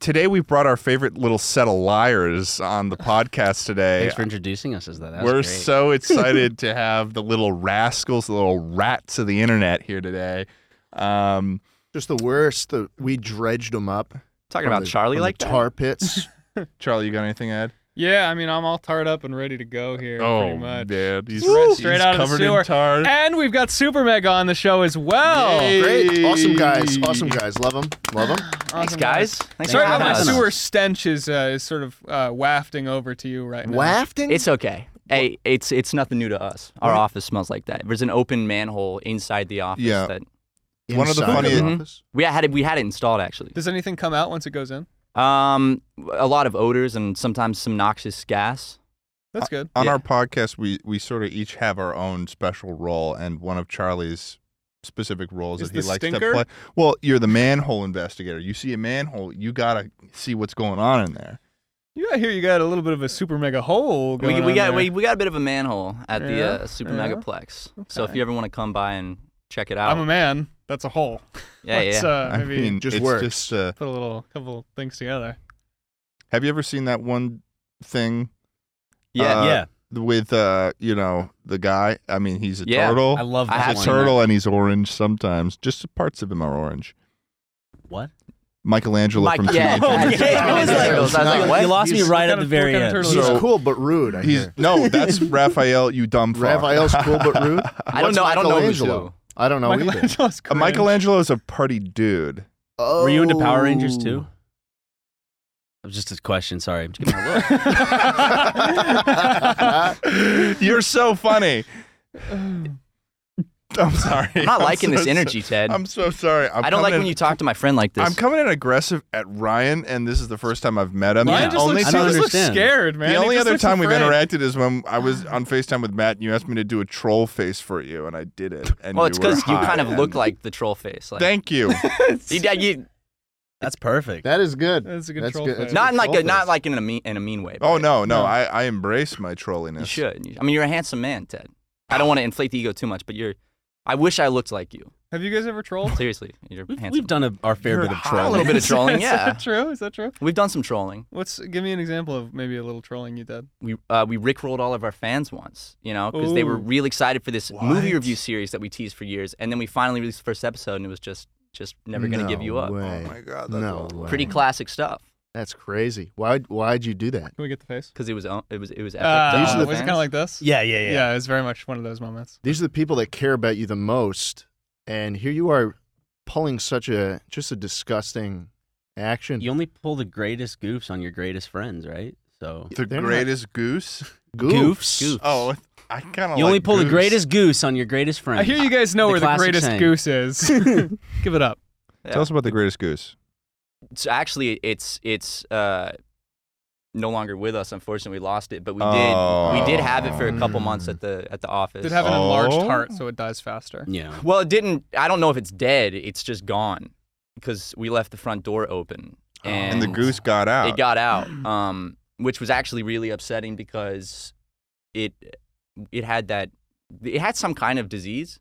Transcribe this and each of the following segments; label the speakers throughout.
Speaker 1: today we brought our favorite little set of liars on the podcast today.
Speaker 2: Thanks for introducing us as that. that was
Speaker 1: We're
Speaker 2: great.
Speaker 1: so excited to have the little rascals, the little rats of the internet here today. Um,
Speaker 3: Just the worst. The, we dredged them up.
Speaker 4: Talking
Speaker 3: from
Speaker 4: about
Speaker 3: the-
Speaker 4: Charlie
Speaker 3: from
Speaker 4: like
Speaker 3: the
Speaker 4: that?
Speaker 3: tar pits.
Speaker 1: Charlie, you got anything to add?
Speaker 5: Yeah, I mean, I'm all tarred up and ready to go here.
Speaker 4: Oh,
Speaker 1: Oh,
Speaker 5: pretty much.
Speaker 1: man, he's,
Speaker 5: Woo!
Speaker 1: he's
Speaker 5: Straight out of the
Speaker 1: covered
Speaker 5: sewer. Eh,
Speaker 1: in tar.
Speaker 5: And we've got Super Mega on the show as well.
Speaker 1: Yay.
Speaker 3: Great, awesome guys,
Speaker 1: Hey.
Speaker 3: awesome guys. Love them, love them.
Speaker 4: Thanks,
Speaker 5: Awesome
Speaker 4: guys. Thanks
Speaker 5: Sorry
Speaker 4: for
Speaker 5: how
Speaker 4: having
Speaker 5: my
Speaker 4: us.
Speaker 5: sewer stench is uh, is sort of uh, wafting over to you right now.
Speaker 3: Wafting.
Speaker 4: It's okay. Hey, it's it's nothing new to us. Our office smells like that. There's an open manhole inside the office
Speaker 1: Yeah.
Speaker 4: that
Speaker 1: one of the
Speaker 3: Inside
Speaker 1: funniest-
Speaker 3: office.
Speaker 4: we had it, we had it installed actually.
Speaker 5: Does anything come out once it goes in?
Speaker 4: Um, a lot of odors and sometimes some noxious gas.
Speaker 5: That's good.
Speaker 1: on
Speaker 4: Yeah.
Speaker 1: our podcast we we sort of each have our own special role and one of charlie's specific roles
Speaker 5: Is
Speaker 1: that he
Speaker 5: the
Speaker 1: likes to
Speaker 5: stinker?
Speaker 1: play well you're the manhole investigator you see a manhole you gotta see what's going on in there
Speaker 5: You I hear you got a little bit of a Super Mega hole going
Speaker 4: We, we
Speaker 5: on
Speaker 4: got
Speaker 5: there.
Speaker 4: we, we got a bit of a manhole at the
Speaker 5: Yeah,
Speaker 4: uh, Super
Speaker 5: yeah.
Speaker 4: Megaplex. So if
Speaker 5: Okay.
Speaker 4: you ever want to come by and check it out,
Speaker 5: I'm a man. That's a hole.
Speaker 4: yeah,
Speaker 5: Let's,
Speaker 4: yeah.
Speaker 5: Uh,
Speaker 1: i
Speaker 5: maybe
Speaker 1: mean
Speaker 3: just
Speaker 1: it's
Speaker 3: works.
Speaker 1: just uh,
Speaker 5: put a little couple things together.
Speaker 1: have you ever seen that one thing
Speaker 4: yeah.
Speaker 1: uh,
Speaker 2: yeah.
Speaker 1: with uh you know the guy i mean he's a
Speaker 4: Yeah,
Speaker 1: turtle
Speaker 2: I love
Speaker 4: I
Speaker 2: that.
Speaker 4: have
Speaker 1: he's
Speaker 4: one.
Speaker 1: a oh, turtle and he's orange sometimes just parts of him are orange
Speaker 2: What?
Speaker 1: michelangelo
Speaker 4: Mike,
Speaker 1: from
Speaker 4: yeah,
Speaker 1: Teenage Mutant
Speaker 4: yeah,
Speaker 1: Ninja
Speaker 4: yeah, it was like- I was like,
Speaker 3: No.
Speaker 4: what?
Speaker 2: You lost me
Speaker 3: He's-
Speaker 2: right at
Speaker 5: What kind
Speaker 2: the
Speaker 5: of-
Speaker 2: very
Speaker 5: what kind
Speaker 2: end.
Speaker 5: of turtle
Speaker 3: He's
Speaker 4: Mm-hmm.
Speaker 5: is it?
Speaker 3: cool but rude. I
Speaker 1: He's
Speaker 3: hear.
Speaker 1: no, that's Raphael. You dumb fuck.
Speaker 3: Raphael's cool but rude.
Speaker 4: I don't know. I don't know who's who.
Speaker 3: I don't know either.
Speaker 5: Michelangelo's
Speaker 1: Uh,
Speaker 5: cringe.
Speaker 1: Michelangelo's a party dude.
Speaker 3: Oh.
Speaker 2: Were you into Power Rangers too? Just a question. Sorry. I'm just giving
Speaker 3: Oh.
Speaker 2: a look.
Speaker 1: You're so funny. I'm sorry.
Speaker 4: I'm not liking
Speaker 1: so
Speaker 4: this
Speaker 1: so-
Speaker 4: energy, Ted.
Speaker 1: I'm so sorry. I'm
Speaker 4: I do not like
Speaker 1: coming
Speaker 4: when
Speaker 1: in-
Speaker 4: you talk to my friend like this.
Speaker 1: I'm coming in aggressive at Ryan, and this is the first time I've met him.
Speaker 5: Ryan
Speaker 2: Yeah.
Speaker 5: just
Speaker 1: only
Speaker 5: looks,
Speaker 2: I
Speaker 5: he
Speaker 2: don't
Speaker 5: just looks
Speaker 2: understand.
Speaker 5: scared, man.
Speaker 1: the
Speaker 5: He
Speaker 1: only
Speaker 5: just
Speaker 1: other
Speaker 5: looks
Speaker 1: time we've
Speaker 5: afraid.
Speaker 1: interacted is when I was on FaceTime with Matt, and you asked me to do a troll face for you, and I did it. And
Speaker 4: well, it's
Speaker 1: because
Speaker 4: because you kind of look like the troll face. Like,
Speaker 1: Thank you.
Speaker 4: you, you-
Speaker 2: That's perfect.
Speaker 3: That is good.
Speaker 5: That's a good
Speaker 3: That's
Speaker 5: troll
Speaker 3: good. That's
Speaker 5: face.
Speaker 4: not
Speaker 3: good
Speaker 4: in like
Speaker 3: troll
Speaker 4: a, not
Speaker 3: face.
Speaker 4: like in a mean in a mean way.
Speaker 1: Oh
Speaker 4: but
Speaker 1: no, no,
Speaker 5: No.
Speaker 1: I, I embrace my trolliness.
Speaker 4: you should. You- I mean, you're a handsome man, Ted. I don't want to inflate the ego too much, but you're. I wish I looked like you.
Speaker 5: Have you guys ever trolled?
Speaker 4: Seriously, you're
Speaker 2: We've,
Speaker 4: handsome.
Speaker 2: we've done a, our fair
Speaker 1: You're
Speaker 2: bit of
Speaker 1: hot. A
Speaker 2: trolling.
Speaker 4: a little bit of trolling.
Speaker 5: Is
Speaker 4: Yeah,
Speaker 5: that true? Is that true?
Speaker 4: we've done some trolling.
Speaker 5: What's give me an example of maybe a little trolling you did?
Speaker 4: we uh, we rickrolled all of our fans once, you know, because they were
Speaker 5: Ooh.
Speaker 4: real excited for this movie
Speaker 1: What?
Speaker 4: review series that we teased for years, and then we finally released the first episode, and it was just just never gonna give
Speaker 3: No
Speaker 4: you up.
Speaker 3: way.
Speaker 1: Oh my god, that's
Speaker 3: No
Speaker 1: awful.
Speaker 3: way.
Speaker 4: Pretty classic stuff
Speaker 3: That's crazy. Why? Why'd you do that?
Speaker 5: Can we get the face?
Speaker 4: because it was uh, it was it was epic. to
Speaker 5: Uh,
Speaker 4: all
Speaker 3: These are
Speaker 4: the
Speaker 5: was it
Speaker 4: fans.
Speaker 5: kind of like this?
Speaker 2: Yeah, yeah, yeah.
Speaker 5: yeah. it was very much one of those moments.
Speaker 3: These are the people that care about you the most, and here you are pulling such a just a disgusting action.
Speaker 2: You only pull the greatest goofs on your greatest friends, right? So
Speaker 1: The
Speaker 3: They're not-
Speaker 1: greatest goose.
Speaker 3: goofs.
Speaker 2: goofs.
Speaker 1: Oh, I kind of.
Speaker 2: you
Speaker 1: like
Speaker 2: only pull
Speaker 1: goose.
Speaker 2: the greatest goose on your greatest friend.
Speaker 5: I hear you guys know
Speaker 2: The
Speaker 5: where the
Speaker 2: classic
Speaker 5: greatest
Speaker 2: saying.
Speaker 5: goose is. Give it up.
Speaker 4: Yeah.
Speaker 1: Tell us about the greatest goose.
Speaker 4: It's actually it's it's uh, no longer with us. Unfortunately, we lost it, but we did we did have it for a couple
Speaker 3: Oh.
Speaker 4: months at the at the office.
Speaker 5: Did have an enlarged
Speaker 1: Oh.
Speaker 5: heart, so it dies faster.
Speaker 2: Yeah.
Speaker 4: well, it didn't. I don't know if it's dead. It's just gone because we left the front door open. And,
Speaker 1: And the goose got out.
Speaker 4: It got out, um, which was actually really upsetting because it it had that it had some kind of disease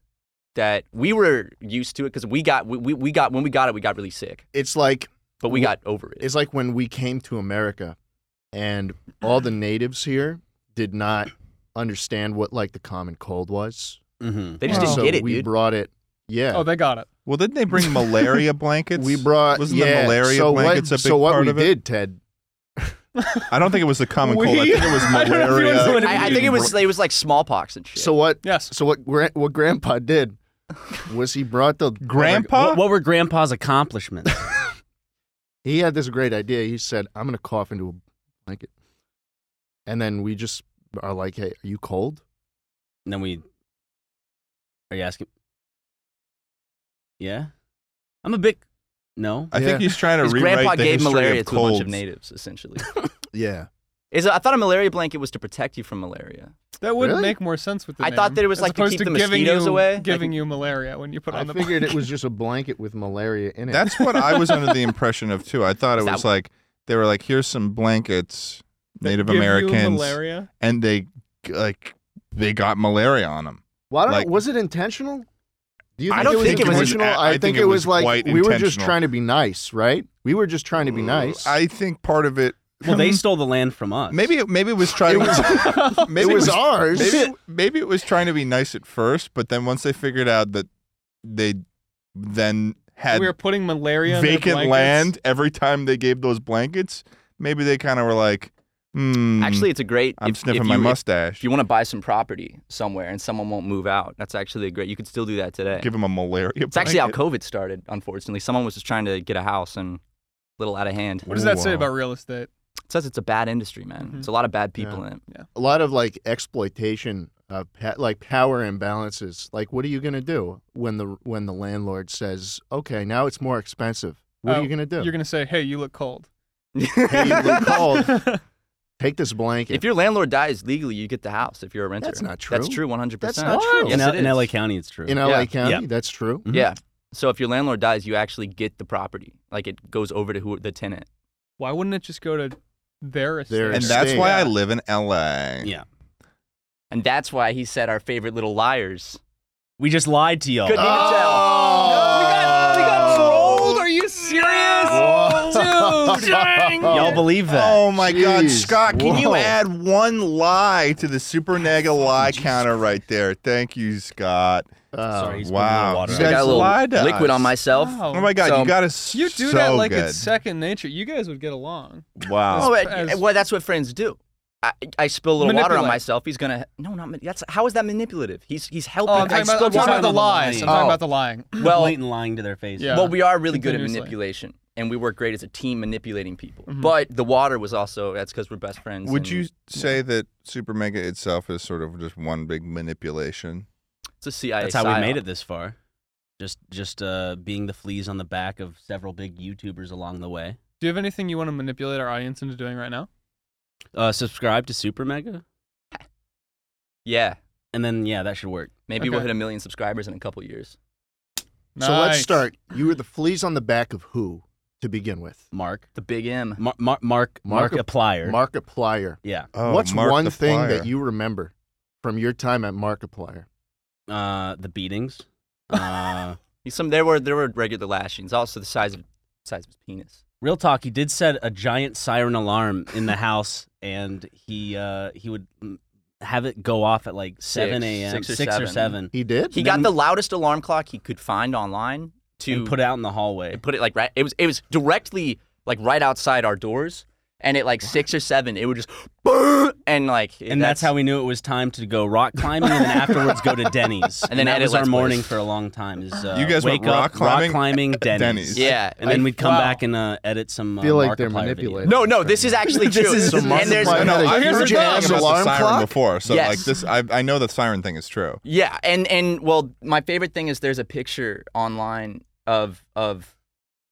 Speaker 4: that we were used to it because we got we, we, we got when we got it we got really sick,
Speaker 3: It's like
Speaker 4: but we
Speaker 3: Wh-
Speaker 4: got over it.
Speaker 3: it's like when we came to America, and all the natives here did not understand what like the common cold was.
Speaker 2: Mm-hmm.
Speaker 4: They just didn't
Speaker 3: so
Speaker 4: get it,
Speaker 3: we
Speaker 4: dude.
Speaker 3: brought it. Yeah.
Speaker 5: Oh, they got it.
Speaker 1: well, didn't they bring malaria blankets?
Speaker 3: we brought
Speaker 1: Wasn't
Speaker 3: yeah,
Speaker 1: the malaria
Speaker 3: so
Speaker 1: blankets
Speaker 3: what,
Speaker 1: a big
Speaker 3: so what
Speaker 1: part
Speaker 3: we
Speaker 1: of it?
Speaker 3: did, Ted.
Speaker 1: I don't think it was the common
Speaker 5: We-
Speaker 1: cold. I think it was
Speaker 5: I don't know if you
Speaker 1: malaria.
Speaker 5: was doing
Speaker 4: Uh, I, I think it was it was like smallpox and shit.
Speaker 3: So what?
Speaker 5: Yes.
Speaker 3: So what? gra- What Grandpa did was he brought the
Speaker 1: Grandpa.
Speaker 2: What, what were Grandpa's accomplishments?
Speaker 3: He had this great idea. He said, "I'm gonna cough into a blanket," and then we just are like, "Hey, are you cold?"
Speaker 2: and then we. Are you asking? Yeah. I'm a big. No.
Speaker 1: I think
Speaker 3: Yeah.
Speaker 1: he's trying to
Speaker 4: His
Speaker 1: rewrite
Speaker 4: grandpa
Speaker 1: the
Speaker 4: gave
Speaker 1: history
Speaker 4: malaria
Speaker 1: of
Speaker 4: to a bunch of
Speaker 1: colds.
Speaker 4: natives essentially.
Speaker 3: Yeah.
Speaker 4: Is I thought a malaria blanket was to protect you from malaria.
Speaker 5: That would
Speaker 3: Really?
Speaker 5: make more sense with the
Speaker 4: I thought
Speaker 5: name,
Speaker 4: that it was
Speaker 5: as
Speaker 4: like to
Speaker 5: opposed
Speaker 4: keep the
Speaker 5: giving
Speaker 4: mosquitoes
Speaker 5: you,
Speaker 4: away, like-
Speaker 5: Giving you malaria when you put
Speaker 3: I
Speaker 5: on the
Speaker 3: figured it was just a blanket with malaria in it.
Speaker 1: That's what I was under the impression of too. I thought it
Speaker 4: Is that-
Speaker 1: was like they were like, here's some blankets,
Speaker 5: They
Speaker 1: Native
Speaker 5: give you
Speaker 1: Americans,
Speaker 5: malaria.
Speaker 1: and they like they got malaria on them.
Speaker 3: Why don't?
Speaker 1: like-
Speaker 3: was it intentional? Do you think
Speaker 4: I don't
Speaker 3: it was
Speaker 4: think it was-
Speaker 3: intentional?
Speaker 1: I
Speaker 3: I,
Speaker 1: think
Speaker 3: think,
Speaker 1: it
Speaker 3: it
Speaker 1: was
Speaker 3: was like
Speaker 1: quite
Speaker 3: we were just
Speaker 1: intentional.
Speaker 3: trying to be nice, right? We were just trying to be nice.
Speaker 1: I think part of it.
Speaker 2: Well, they stole the land from us.
Speaker 1: Maybe it, maybe it was trying.
Speaker 3: It
Speaker 1: to,
Speaker 3: it
Speaker 1: maybe
Speaker 3: was, ours.
Speaker 1: Maybe, maybe it was trying to be nice at first, but then once they figured out that they then had
Speaker 5: we were putting malaria in their
Speaker 1: vacant
Speaker 5: blankets.
Speaker 1: land every time they gave those blankets, maybe they kind of were like, hmm.
Speaker 4: Actually, it's a great.
Speaker 1: I'm
Speaker 4: if,
Speaker 1: sniffing
Speaker 4: if
Speaker 1: my
Speaker 4: you,
Speaker 1: mustache.
Speaker 4: If you want to buy some property somewhere and someone won't move out, that's actually a great. You could still do that today.
Speaker 1: Give him a malaria.
Speaker 4: it's actually how COVID started. Unfortunately, someone was just trying to get a house and a little out of hand.
Speaker 5: What does that say
Speaker 1: Wow.
Speaker 5: about real estate?
Speaker 4: It says it's a bad industry, man.
Speaker 5: Mhm.
Speaker 3: Mm-hmm.
Speaker 4: There's a lot of bad people
Speaker 3: Yeah.
Speaker 4: in it.
Speaker 3: a lot of like exploitation uh, pa- like power imbalances like what are you going to do when the when the landlord says okay now it's more expensive what
Speaker 5: Oh,
Speaker 3: are you going to do
Speaker 5: You're gonna say, "Hey, you look cold."
Speaker 3: Hey, you look cold.
Speaker 5: That's
Speaker 3: take this blanket
Speaker 4: If your landlord dies legally, you get the house. If you're a renter,
Speaker 3: That's not
Speaker 4: That's
Speaker 3: true.
Speaker 4: true, 100.
Speaker 3: That's
Speaker 4: percent
Speaker 3: not What? true.
Speaker 2: in,
Speaker 4: Yes,
Speaker 2: L-
Speaker 4: it
Speaker 2: in LA
Speaker 4: is.
Speaker 2: County, it's true.
Speaker 3: in la
Speaker 4: Yeah.
Speaker 3: county
Speaker 2: Yeah.
Speaker 3: that's true
Speaker 2: Mhm.
Speaker 4: Yeah. So if your landlord dies, you actually get the property. Like it goes over to who the tenant.
Speaker 5: Why wouldn't it just go to their estate?
Speaker 3: Their
Speaker 1: And
Speaker 3: State.
Speaker 1: that's why I
Speaker 5: Yeah.
Speaker 1: live in LA.
Speaker 2: yeah.
Speaker 4: And that's why he said our favorite little liars.
Speaker 2: We just lied to y'all.
Speaker 4: Good-
Speaker 3: Oh!
Speaker 5: we got, we got trolled. Are you serious, Oh, dude?
Speaker 2: Y'all believe that?
Speaker 1: Oh my God,
Speaker 3: Jeez.
Speaker 1: Scott! Can you
Speaker 3: Whoa.
Speaker 1: add one lie to the super nega lie counter right there? Thank you, Scott.
Speaker 3: Uh,
Speaker 2: Sorry. He's
Speaker 1: wow,
Speaker 2: putting the water
Speaker 1: you
Speaker 2: on.
Speaker 4: I
Speaker 1: guys
Speaker 4: got a
Speaker 1: lied to
Speaker 4: little liquid
Speaker 1: us.
Speaker 4: on myself.
Speaker 5: Wow.
Speaker 1: Oh my God,
Speaker 4: So-
Speaker 1: you got us.
Speaker 5: You do
Speaker 1: so
Speaker 5: that like
Speaker 1: good.
Speaker 5: it's second nature. You guys would get along.
Speaker 1: Wow.
Speaker 4: Oh, it-
Speaker 5: as-
Speaker 4: well, that's what friends do. I, I spill a little water on
Speaker 5: Manipulate.
Speaker 4: myself. He's gonna no, not ma- that's how is that manipulative? He's he's helping.
Speaker 5: Oh, I'm
Speaker 4: I
Speaker 5: talking about,
Speaker 4: spilled
Speaker 5: I'm talking
Speaker 4: water
Speaker 5: about the
Speaker 4: on
Speaker 5: lies. I'm
Speaker 4: Oh.
Speaker 5: talking about the lying.
Speaker 4: well,
Speaker 2: blatant lying to their face.
Speaker 5: Yeah.
Speaker 4: well, we are really good at
Speaker 5: Continuously.
Speaker 4: manipulation, and we work great as a team manipulating people.
Speaker 5: Mhm.
Speaker 4: But the water was also that's because we're best friends.
Speaker 1: Would
Speaker 4: and
Speaker 1: you say that Super Mega itself is sort of just one big manipulation?
Speaker 4: It's a CIA.
Speaker 2: That's how we
Speaker 4: psyop.
Speaker 2: made it this far. Just, just uh, being the fleas on the back of several big YouTubers along the way.
Speaker 5: Do you have anything you want to manipulate our audience into doing right now?
Speaker 2: Uh, subscribe to Super Mega,
Speaker 4: Yeah,
Speaker 2: and then yeah, that should work.
Speaker 4: maybe we'll
Speaker 5: Okay.
Speaker 4: hit a million subscribers in a couple years.
Speaker 3: so let's
Speaker 5: Nice.
Speaker 3: start you were the fleas on the back of who to begin with
Speaker 2: Mark,
Speaker 4: The big M.
Speaker 2: Mar- Mar- Mark,
Speaker 3: Mark-
Speaker 2: Mark, Applier.
Speaker 3: markiplier
Speaker 2: Yeah.
Speaker 1: Oh,
Speaker 3: what's
Speaker 1: Mark
Speaker 3: one
Speaker 1: the
Speaker 3: thing
Speaker 1: Flyer.
Speaker 3: that you remember from your time at markiplier
Speaker 2: Uh, the beatings. Uh,
Speaker 4: Some there were there were regular lashings. Also the size of size of his penis.
Speaker 2: real talk. He did set a giant siren alarm in the house, and he uh, he would mm, have it go off at like seven a.m.
Speaker 4: six or
Speaker 2: or
Speaker 4: seven.
Speaker 2: seven,
Speaker 3: he did
Speaker 4: He got the loudest alarm clock he could find online to
Speaker 2: and put it out in the hallway.
Speaker 4: It put it like right. It was it was directly like right outside our doors, and at like six or seven, it would just "Brr," and like
Speaker 2: and that's, how we knew it was time to go rock climbing, and then afterwards go to Denny's.
Speaker 4: And then
Speaker 2: that
Speaker 4: edit
Speaker 2: was our
Speaker 4: Let's Plays.
Speaker 2: morning for a long time. Is uh,
Speaker 1: You guys went
Speaker 2: wake up,
Speaker 1: rock climbing,
Speaker 2: rock climbing, Denny's.
Speaker 1: Denny's.
Speaker 4: Yeah.
Speaker 2: and then
Speaker 5: I-
Speaker 2: we'd come
Speaker 5: wow.
Speaker 2: back and uh, edit some. Uh,
Speaker 3: feel like they're
Speaker 2: Markiplier video.
Speaker 3: manipulating.
Speaker 4: No, no, this is actually
Speaker 2: This
Speaker 4: true.
Speaker 2: is- So
Speaker 4: and there's
Speaker 3: Markiplier had
Speaker 1: no,
Speaker 3: a
Speaker 1: I heard
Speaker 3: huge
Speaker 1: you
Speaker 3: ass
Speaker 1: talking about the
Speaker 3: alarm
Speaker 1: siren
Speaker 3: clock?
Speaker 1: before, so like
Speaker 4: Yes.
Speaker 1: this, I, I know the siren thing is true.
Speaker 4: yeah, and and well, my favorite thing is there's a picture online of of.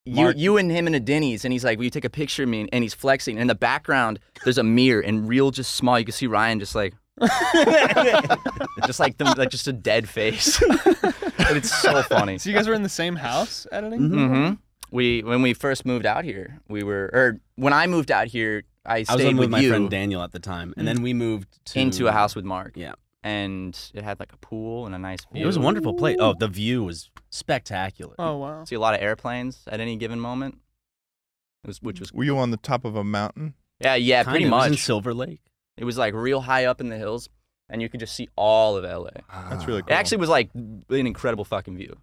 Speaker 4: You,
Speaker 2: Mark-
Speaker 4: you and him in a Denny's, and he's like, "Will you take a picture of me?" And- And he's flexing. And in the background, there's a mirror, and real, just small. You can see Ryan just like, just like them, like just a dead face. but it's so funny.
Speaker 5: So you guys were in the same house editing?
Speaker 2: Mhm.
Speaker 4: hmm We when we first moved out here, we were, or when I moved out here,
Speaker 2: I
Speaker 4: I
Speaker 2: was
Speaker 4: stayed
Speaker 2: living with
Speaker 4: with,
Speaker 2: my
Speaker 4: you
Speaker 2: friend Daniel at the time, and then we moved to,
Speaker 4: into a house with Mark.
Speaker 2: Yeah.
Speaker 4: and it had like a pool and a nice view.
Speaker 2: It was a wonderful place. Oh, the view was spectacular.
Speaker 5: Oh wow.
Speaker 4: See a lot of airplanes at any given moment. It was, which was
Speaker 1: Were you on the top of a mountain?
Speaker 4: yeah, yeah,
Speaker 2: Kinda.
Speaker 4: pretty
Speaker 2: It was
Speaker 4: much.
Speaker 2: in Silver Lake.
Speaker 4: it was like real high up in the hills, and you could just see all of LA.
Speaker 3: Ah.
Speaker 1: That's really
Speaker 4: It
Speaker 1: cool.
Speaker 4: actually was like an incredible fucking view.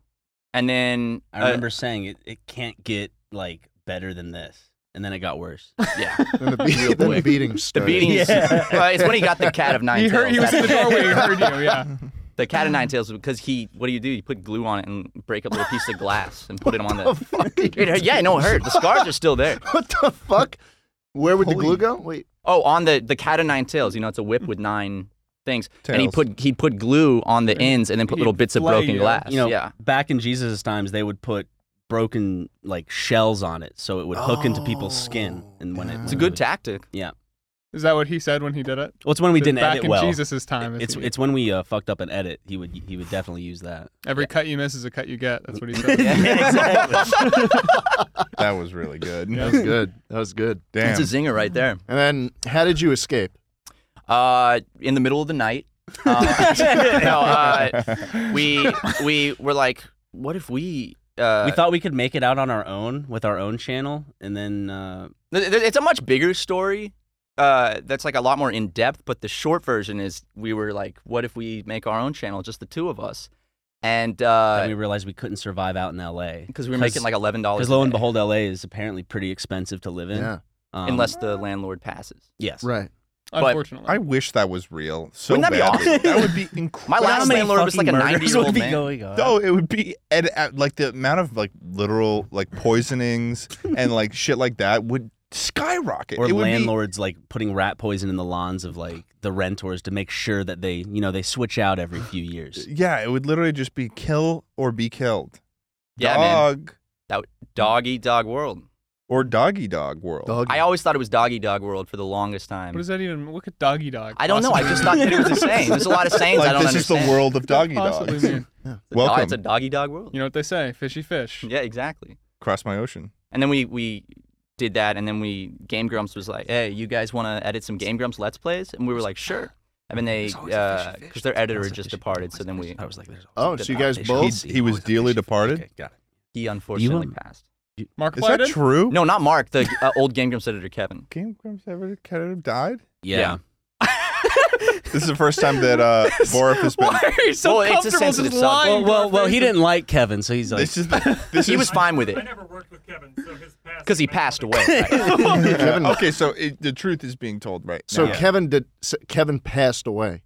Speaker 4: And then
Speaker 2: I
Speaker 4: uh,
Speaker 2: remember saying it. It can't get like better than this, and then it got worse.
Speaker 4: yeah,
Speaker 3: Then the, be- then the beating
Speaker 4: the
Speaker 3: started.
Speaker 4: beating.
Speaker 2: Yeah.
Speaker 4: well, it's when he got the cat of nine
Speaker 5: He
Speaker 4: tails.
Speaker 5: heard. He was in the
Speaker 4: That's-
Speaker 5: doorway. He heard you. Yeah.
Speaker 4: The cat of nine tails because he. What do you do? You put glue on it and break up little pieces of glass and put them on the.
Speaker 3: What the Oh, fuck? did you
Speaker 4: It- yeah, no, it hurt. The scars are still there.
Speaker 3: What the fuck? Where would the
Speaker 1: Holy-
Speaker 3: glue go? Wait,
Speaker 4: Oh, on the the cat of nine tails. You know, it's a whip with nine things, and he
Speaker 1: Tails.
Speaker 4: put he put glue on the ends and then put
Speaker 5: He'd
Speaker 4: little bits of
Speaker 5: flay
Speaker 4: broken
Speaker 5: you.
Speaker 4: glass.
Speaker 2: you know,
Speaker 4: yeah.
Speaker 2: back in Jesus' times, they would put broken like shells on it, so it would hook into people's skin.
Speaker 3: Oh,
Speaker 2: And when it,
Speaker 3: yeah.
Speaker 4: It's a good tactic.
Speaker 5: Is that what he said when he did it?
Speaker 2: well, it's when we didn't
Speaker 5: back
Speaker 2: edit
Speaker 5: in
Speaker 2: well.
Speaker 5: Jesus' time.
Speaker 2: It's
Speaker 5: It's,
Speaker 2: it's when we uh, fucked up an edit. He would he would definitely use that.
Speaker 5: every cut you miss is a cut you get. That's what he said.
Speaker 2: exactly.
Speaker 1: that was really good.
Speaker 5: Yeah.
Speaker 3: that was good. That was good.
Speaker 1: Damn.
Speaker 4: It's a zinger right there.
Speaker 3: And then, how did you escape?
Speaker 4: Uh, in the middle of the night. Uh, no, uh, we we were like, what if we? Uh,
Speaker 2: we thought we could make it out on our own with our own channel, and then uh,
Speaker 4: th- th- it's a much bigger story. Uh, that's like a lot more in depth. But the short version is we were like, what if we make our own channel, just the two of us? And
Speaker 2: then
Speaker 4: because
Speaker 2: we realized we couldn't survive out in L.A.
Speaker 4: we were making like eleven dollars.
Speaker 2: Because lo and behold, L.A. is apparently pretty expensive to live in.
Speaker 3: Yeah.
Speaker 2: Um,
Speaker 4: unless the landlord passes.
Speaker 2: yes,
Speaker 3: Right.
Speaker 4: But
Speaker 5: Unfortunately.
Speaker 1: I wish that was real. So
Speaker 4: Wouldn't that be
Speaker 1: badly.
Speaker 4: awesome?
Speaker 1: That would be incredible.
Speaker 4: My
Speaker 2: How
Speaker 4: last
Speaker 2: many
Speaker 4: landlord was like
Speaker 2: fucking
Speaker 4: a
Speaker 2: murders
Speaker 4: ninety-year-old
Speaker 2: would be
Speaker 4: man.
Speaker 2: going on?
Speaker 1: No, it would be and, uh, like the amount of like literal like poisonings and like shit like that would skyrocket.
Speaker 2: or
Speaker 1: it would
Speaker 2: landlords like putting rat poison in the lawns of like the renters to make sure that they you know they switch out every few years.
Speaker 1: Be, yeah, it would literally just be kill or be killed.
Speaker 4: Yeah, man.
Speaker 1: dog
Speaker 4: Dog eat dog world.
Speaker 1: or doggy dog world.
Speaker 3: Dog.
Speaker 4: I always thought it was doggy dog world for the longest time.
Speaker 5: What does that even? Look at doggy dog.
Speaker 4: I don't know. I just thought that it was a saying. There's a lot of sayings
Speaker 1: like
Speaker 4: I don't
Speaker 1: this
Speaker 4: understand.
Speaker 1: is the world of doggy
Speaker 5: possibly
Speaker 1: dogs.
Speaker 5: mean?
Speaker 4: It's a dog- It's a
Speaker 1: Welcome.
Speaker 4: doggy dog world.
Speaker 5: You know what they say? Fishy fish.
Speaker 4: Yeah, exactly.
Speaker 1: Cross my ocean.
Speaker 4: And then we we did that, and then we Game Grumps was like, "Hey, you guys want to edit some Game Grumps Let's Plays?" And we were like, "Sure." And then they, because their editor just departed, so then we
Speaker 2: I was like, there's
Speaker 3: Oh, so you guys both?
Speaker 1: He- he was dearly departed?
Speaker 4: he unfortunately
Speaker 2: um,
Speaker 4: passed.
Speaker 5: Mark
Speaker 1: Is that
Speaker 5: Lydon?
Speaker 1: true?
Speaker 4: No, not Mark, the uh, old Game Grumps editor Kevin.
Speaker 1: Game Grumps ever competitive died?
Speaker 2: Yeah.
Speaker 4: Yeah.
Speaker 1: This is the first time that uh Borif has been
Speaker 5: Why are you so
Speaker 4: Well, it's
Speaker 5: comfortable
Speaker 4: a
Speaker 5: just
Speaker 4: sensitive
Speaker 2: Well,
Speaker 5: lying? to
Speaker 2: well,
Speaker 5: our
Speaker 2: well, he
Speaker 5: faces?
Speaker 2: didn't like Kevin, so he's like,
Speaker 1: this is the, this
Speaker 4: He
Speaker 1: is
Speaker 4: was fine with it
Speaker 6: I never worked with Kevin, so his past.
Speaker 4: because he
Speaker 6: mental
Speaker 4: passed
Speaker 6: health-
Speaker 4: away. right?
Speaker 3: Kevin.
Speaker 1: okay, so it, the truth is being told right
Speaker 3: So
Speaker 1: now.
Speaker 3: Kevin did. So Kevin passed away.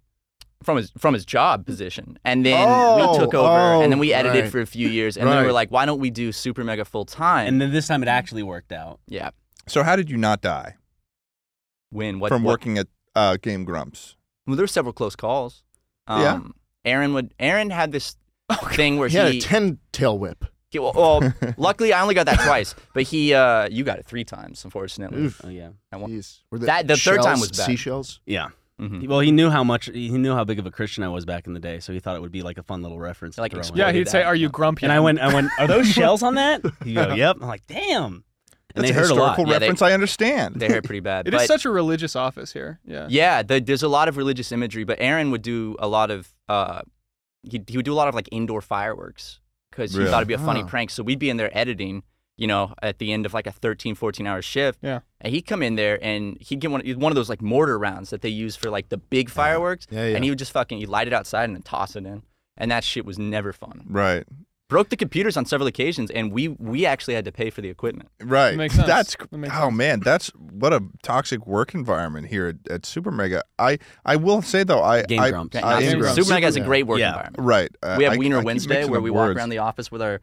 Speaker 4: from his from his job position, and then
Speaker 3: Oh,
Speaker 4: we took over,
Speaker 3: oh,
Speaker 4: and then we edited
Speaker 3: right.
Speaker 4: for a few years, and then we
Speaker 3: Right.
Speaker 4: were like, why don't we do super mega full time?
Speaker 2: and then this time it actually worked out.
Speaker 4: yeah,
Speaker 1: So how did you not die
Speaker 4: when what
Speaker 1: from
Speaker 4: what-
Speaker 1: working at uh, Game Grumps?
Speaker 4: Well, there were several close calls. Um,
Speaker 1: Yeah.
Speaker 4: Aaron would. Aaron had this thing where
Speaker 3: He
Speaker 4: he.
Speaker 3: had a ten tail whip.
Speaker 4: he- well, well, luckily I only got that twice, but he. Uh, you got it three times, unfortunately.
Speaker 3: Oof.
Speaker 2: Oh yeah,
Speaker 3: Jeez. Were they
Speaker 4: That- the third time
Speaker 3: shells?
Speaker 4: was bad.
Speaker 3: seashells.
Speaker 2: yeah.
Speaker 4: Mhm.
Speaker 2: Mm-hmm. Well, he knew how much he knew how big of a Christian I was back in the day, so he thought it would be like a fun little reference. to
Speaker 4: Like
Speaker 2: throw in.
Speaker 4: explode.
Speaker 5: Yeah, he'd say,
Speaker 4: that.
Speaker 5: "Are you grumpy?"
Speaker 2: And I went, I went, are those shells on that? You go, yep. I'm like, damn. And
Speaker 1: That's
Speaker 2: they
Speaker 1: a
Speaker 2: heard a lot.
Speaker 1: historical
Speaker 4: Yeah, they-
Speaker 1: reference. I understand.
Speaker 4: They hurt pretty bad.
Speaker 5: It
Speaker 4: but
Speaker 5: is such a religious office here. Yeah.
Speaker 4: yeah, the, there's a lot of religious imagery, but Aaron would do a lot of. Uh, he he would do a lot of like indoor fireworks because he
Speaker 1: Really?
Speaker 4: thought it'd be a funny
Speaker 3: Oh.
Speaker 4: prank. So we'd be in there editing. You know, at the end of like a 13, 14 hour shift.
Speaker 5: Yeah.
Speaker 4: And he'd come in there and he'd get one, one of those like mortar rounds that they use for like the big fireworks.
Speaker 3: Yeah, yeah.
Speaker 4: And he would just fucking, he'd light it outside and then toss it in. And that shit was never fun.
Speaker 1: Right.
Speaker 4: Broke the computers on several occasions, and we we actually had to pay for the equipment.
Speaker 1: Right.
Speaker 5: Makes sense.
Speaker 1: That's
Speaker 5: That makes
Speaker 1: oh
Speaker 5: sense.
Speaker 1: man, that's what a toxic work environment here at, at Super Mega. I I will say though, I
Speaker 2: Game
Speaker 1: I,
Speaker 3: Uh,
Speaker 2: Grumps.
Speaker 1: I-
Speaker 4: Not
Speaker 1: Game
Speaker 4: Super,
Speaker 1: Grumps.
Speaker 4: Super Mega has a
Speaker 3: Yeah.
Speaker 4: great work
Speaker 2: Yeah.
Speaker 4: environment.
Speaker 1: Right. Uh,
Speaker 4: We have
Speaker 1: I-
Speaker 4: Wiener
Speaker 1: I keep
Speaker 4: Wednesday
Speaker 1: mixing
Speaker 4: where
Speaker 1: up
Speaker 4: we walk
Speaker 1: words.
Speaker 4: around the office with our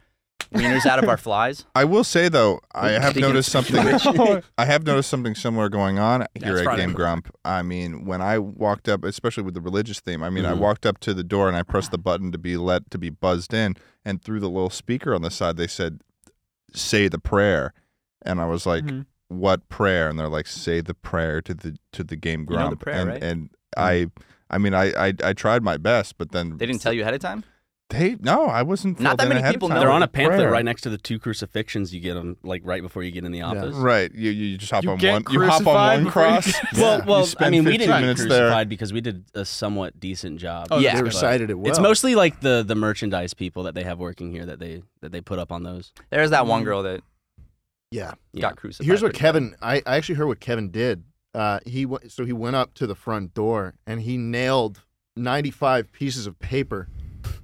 Speaker 4: wieners out of our flies.
Speaker 1: I will say though, I
Speaker 4: We're
Speaker 1: have
Speaker 4: digging
Speaker 1: noticed
Speaker 4: into
Speaker 1: something.
Speaker 5: Oh,
Speaker 1: I have noticed something similar going on here
Speaker 2: That's
Speaker 1: at
Speaker 2: probably
Speaker 1: Game
Speaker 2: what-
Speaker 1: Grump. I mean, when I walked up, especially with the religious theme, I mean, I
Speaker 4: Mm-hmm.
Speaker 2: Mhm.
Speaker 1: walked up to the door and I pressed
Speaker 4: Ah.
Speaker 1: the button to be let to be buzzed in, and through the little speaker on the side, they said, "Say the prayer," and I was like,
Speaker 4: Mm-hmm.
Speaker 5: Mhm.
Speaker 1: "What prayer?" And they're like, "Say the prayer to the to the Game
Speaker 4: You know
Speaker 1: Grump."
Speaker 4: the prayer,
Speaker 1: and
Speaker 4: right? Mm.
Speaker 1: and I. I mean, I, I I tried my best, but then
Speaker 4: They didn't tell you ahead of time?
Speaker 1: They no, I wasn't.
Speaker 4: Not
Speaker 1: filled
Speaker 4: that
Speaker 1: in
Speaker 4: many
Speaker 1: ahead of
Speaker 4: people
Speaker 1: time.
Speaker 4: know.
Speaker 2: They're on a pamphlet
Speaker 1: Prayer.
Speaker 2: right next to the two crucifixions you get on, like right before you get in the office.
Speaker 1: Right, you you just hop
Speaker 5: You
Speaker 1: on
Speaker 5: get
Speaker 1: one. You hop on
Speaker 5: crucified
Speaker 1: one
Speaker 5: before you
Speaker 1: cross.
Speaker 5: get-
Speaker 2: Well,
Speaker 1: You
Speaker 2: well, I
Speaker 1: spend
Speaker 2: mean, we
Speaker 1: 15
Speaker 2: didn't get
Speaker 1: minutes there.
Speaker 2: crucified because we did a somewhat decent job.
Speaker 5: Oh,
Speaker 4: Yeah.
Speaker 3: They
Speaker 5: that's good.
Speaker 3: recited it well.
Speaker 2: It's mostly like the the merchandise people that they have working here that they that they put up on those.
Speaker 4: There's that one girl that
Speaker 3: yeah.
Speaker 2: Yeah.
Speaker 4: got crucified.
Speaker 3: Here's what
Speaker 4: pretty bad.
Speaker 3: Kevin. I, I actually heard what Kevin did. Uh, he w- so he went up to the front door and he nailed 95 pieces of paper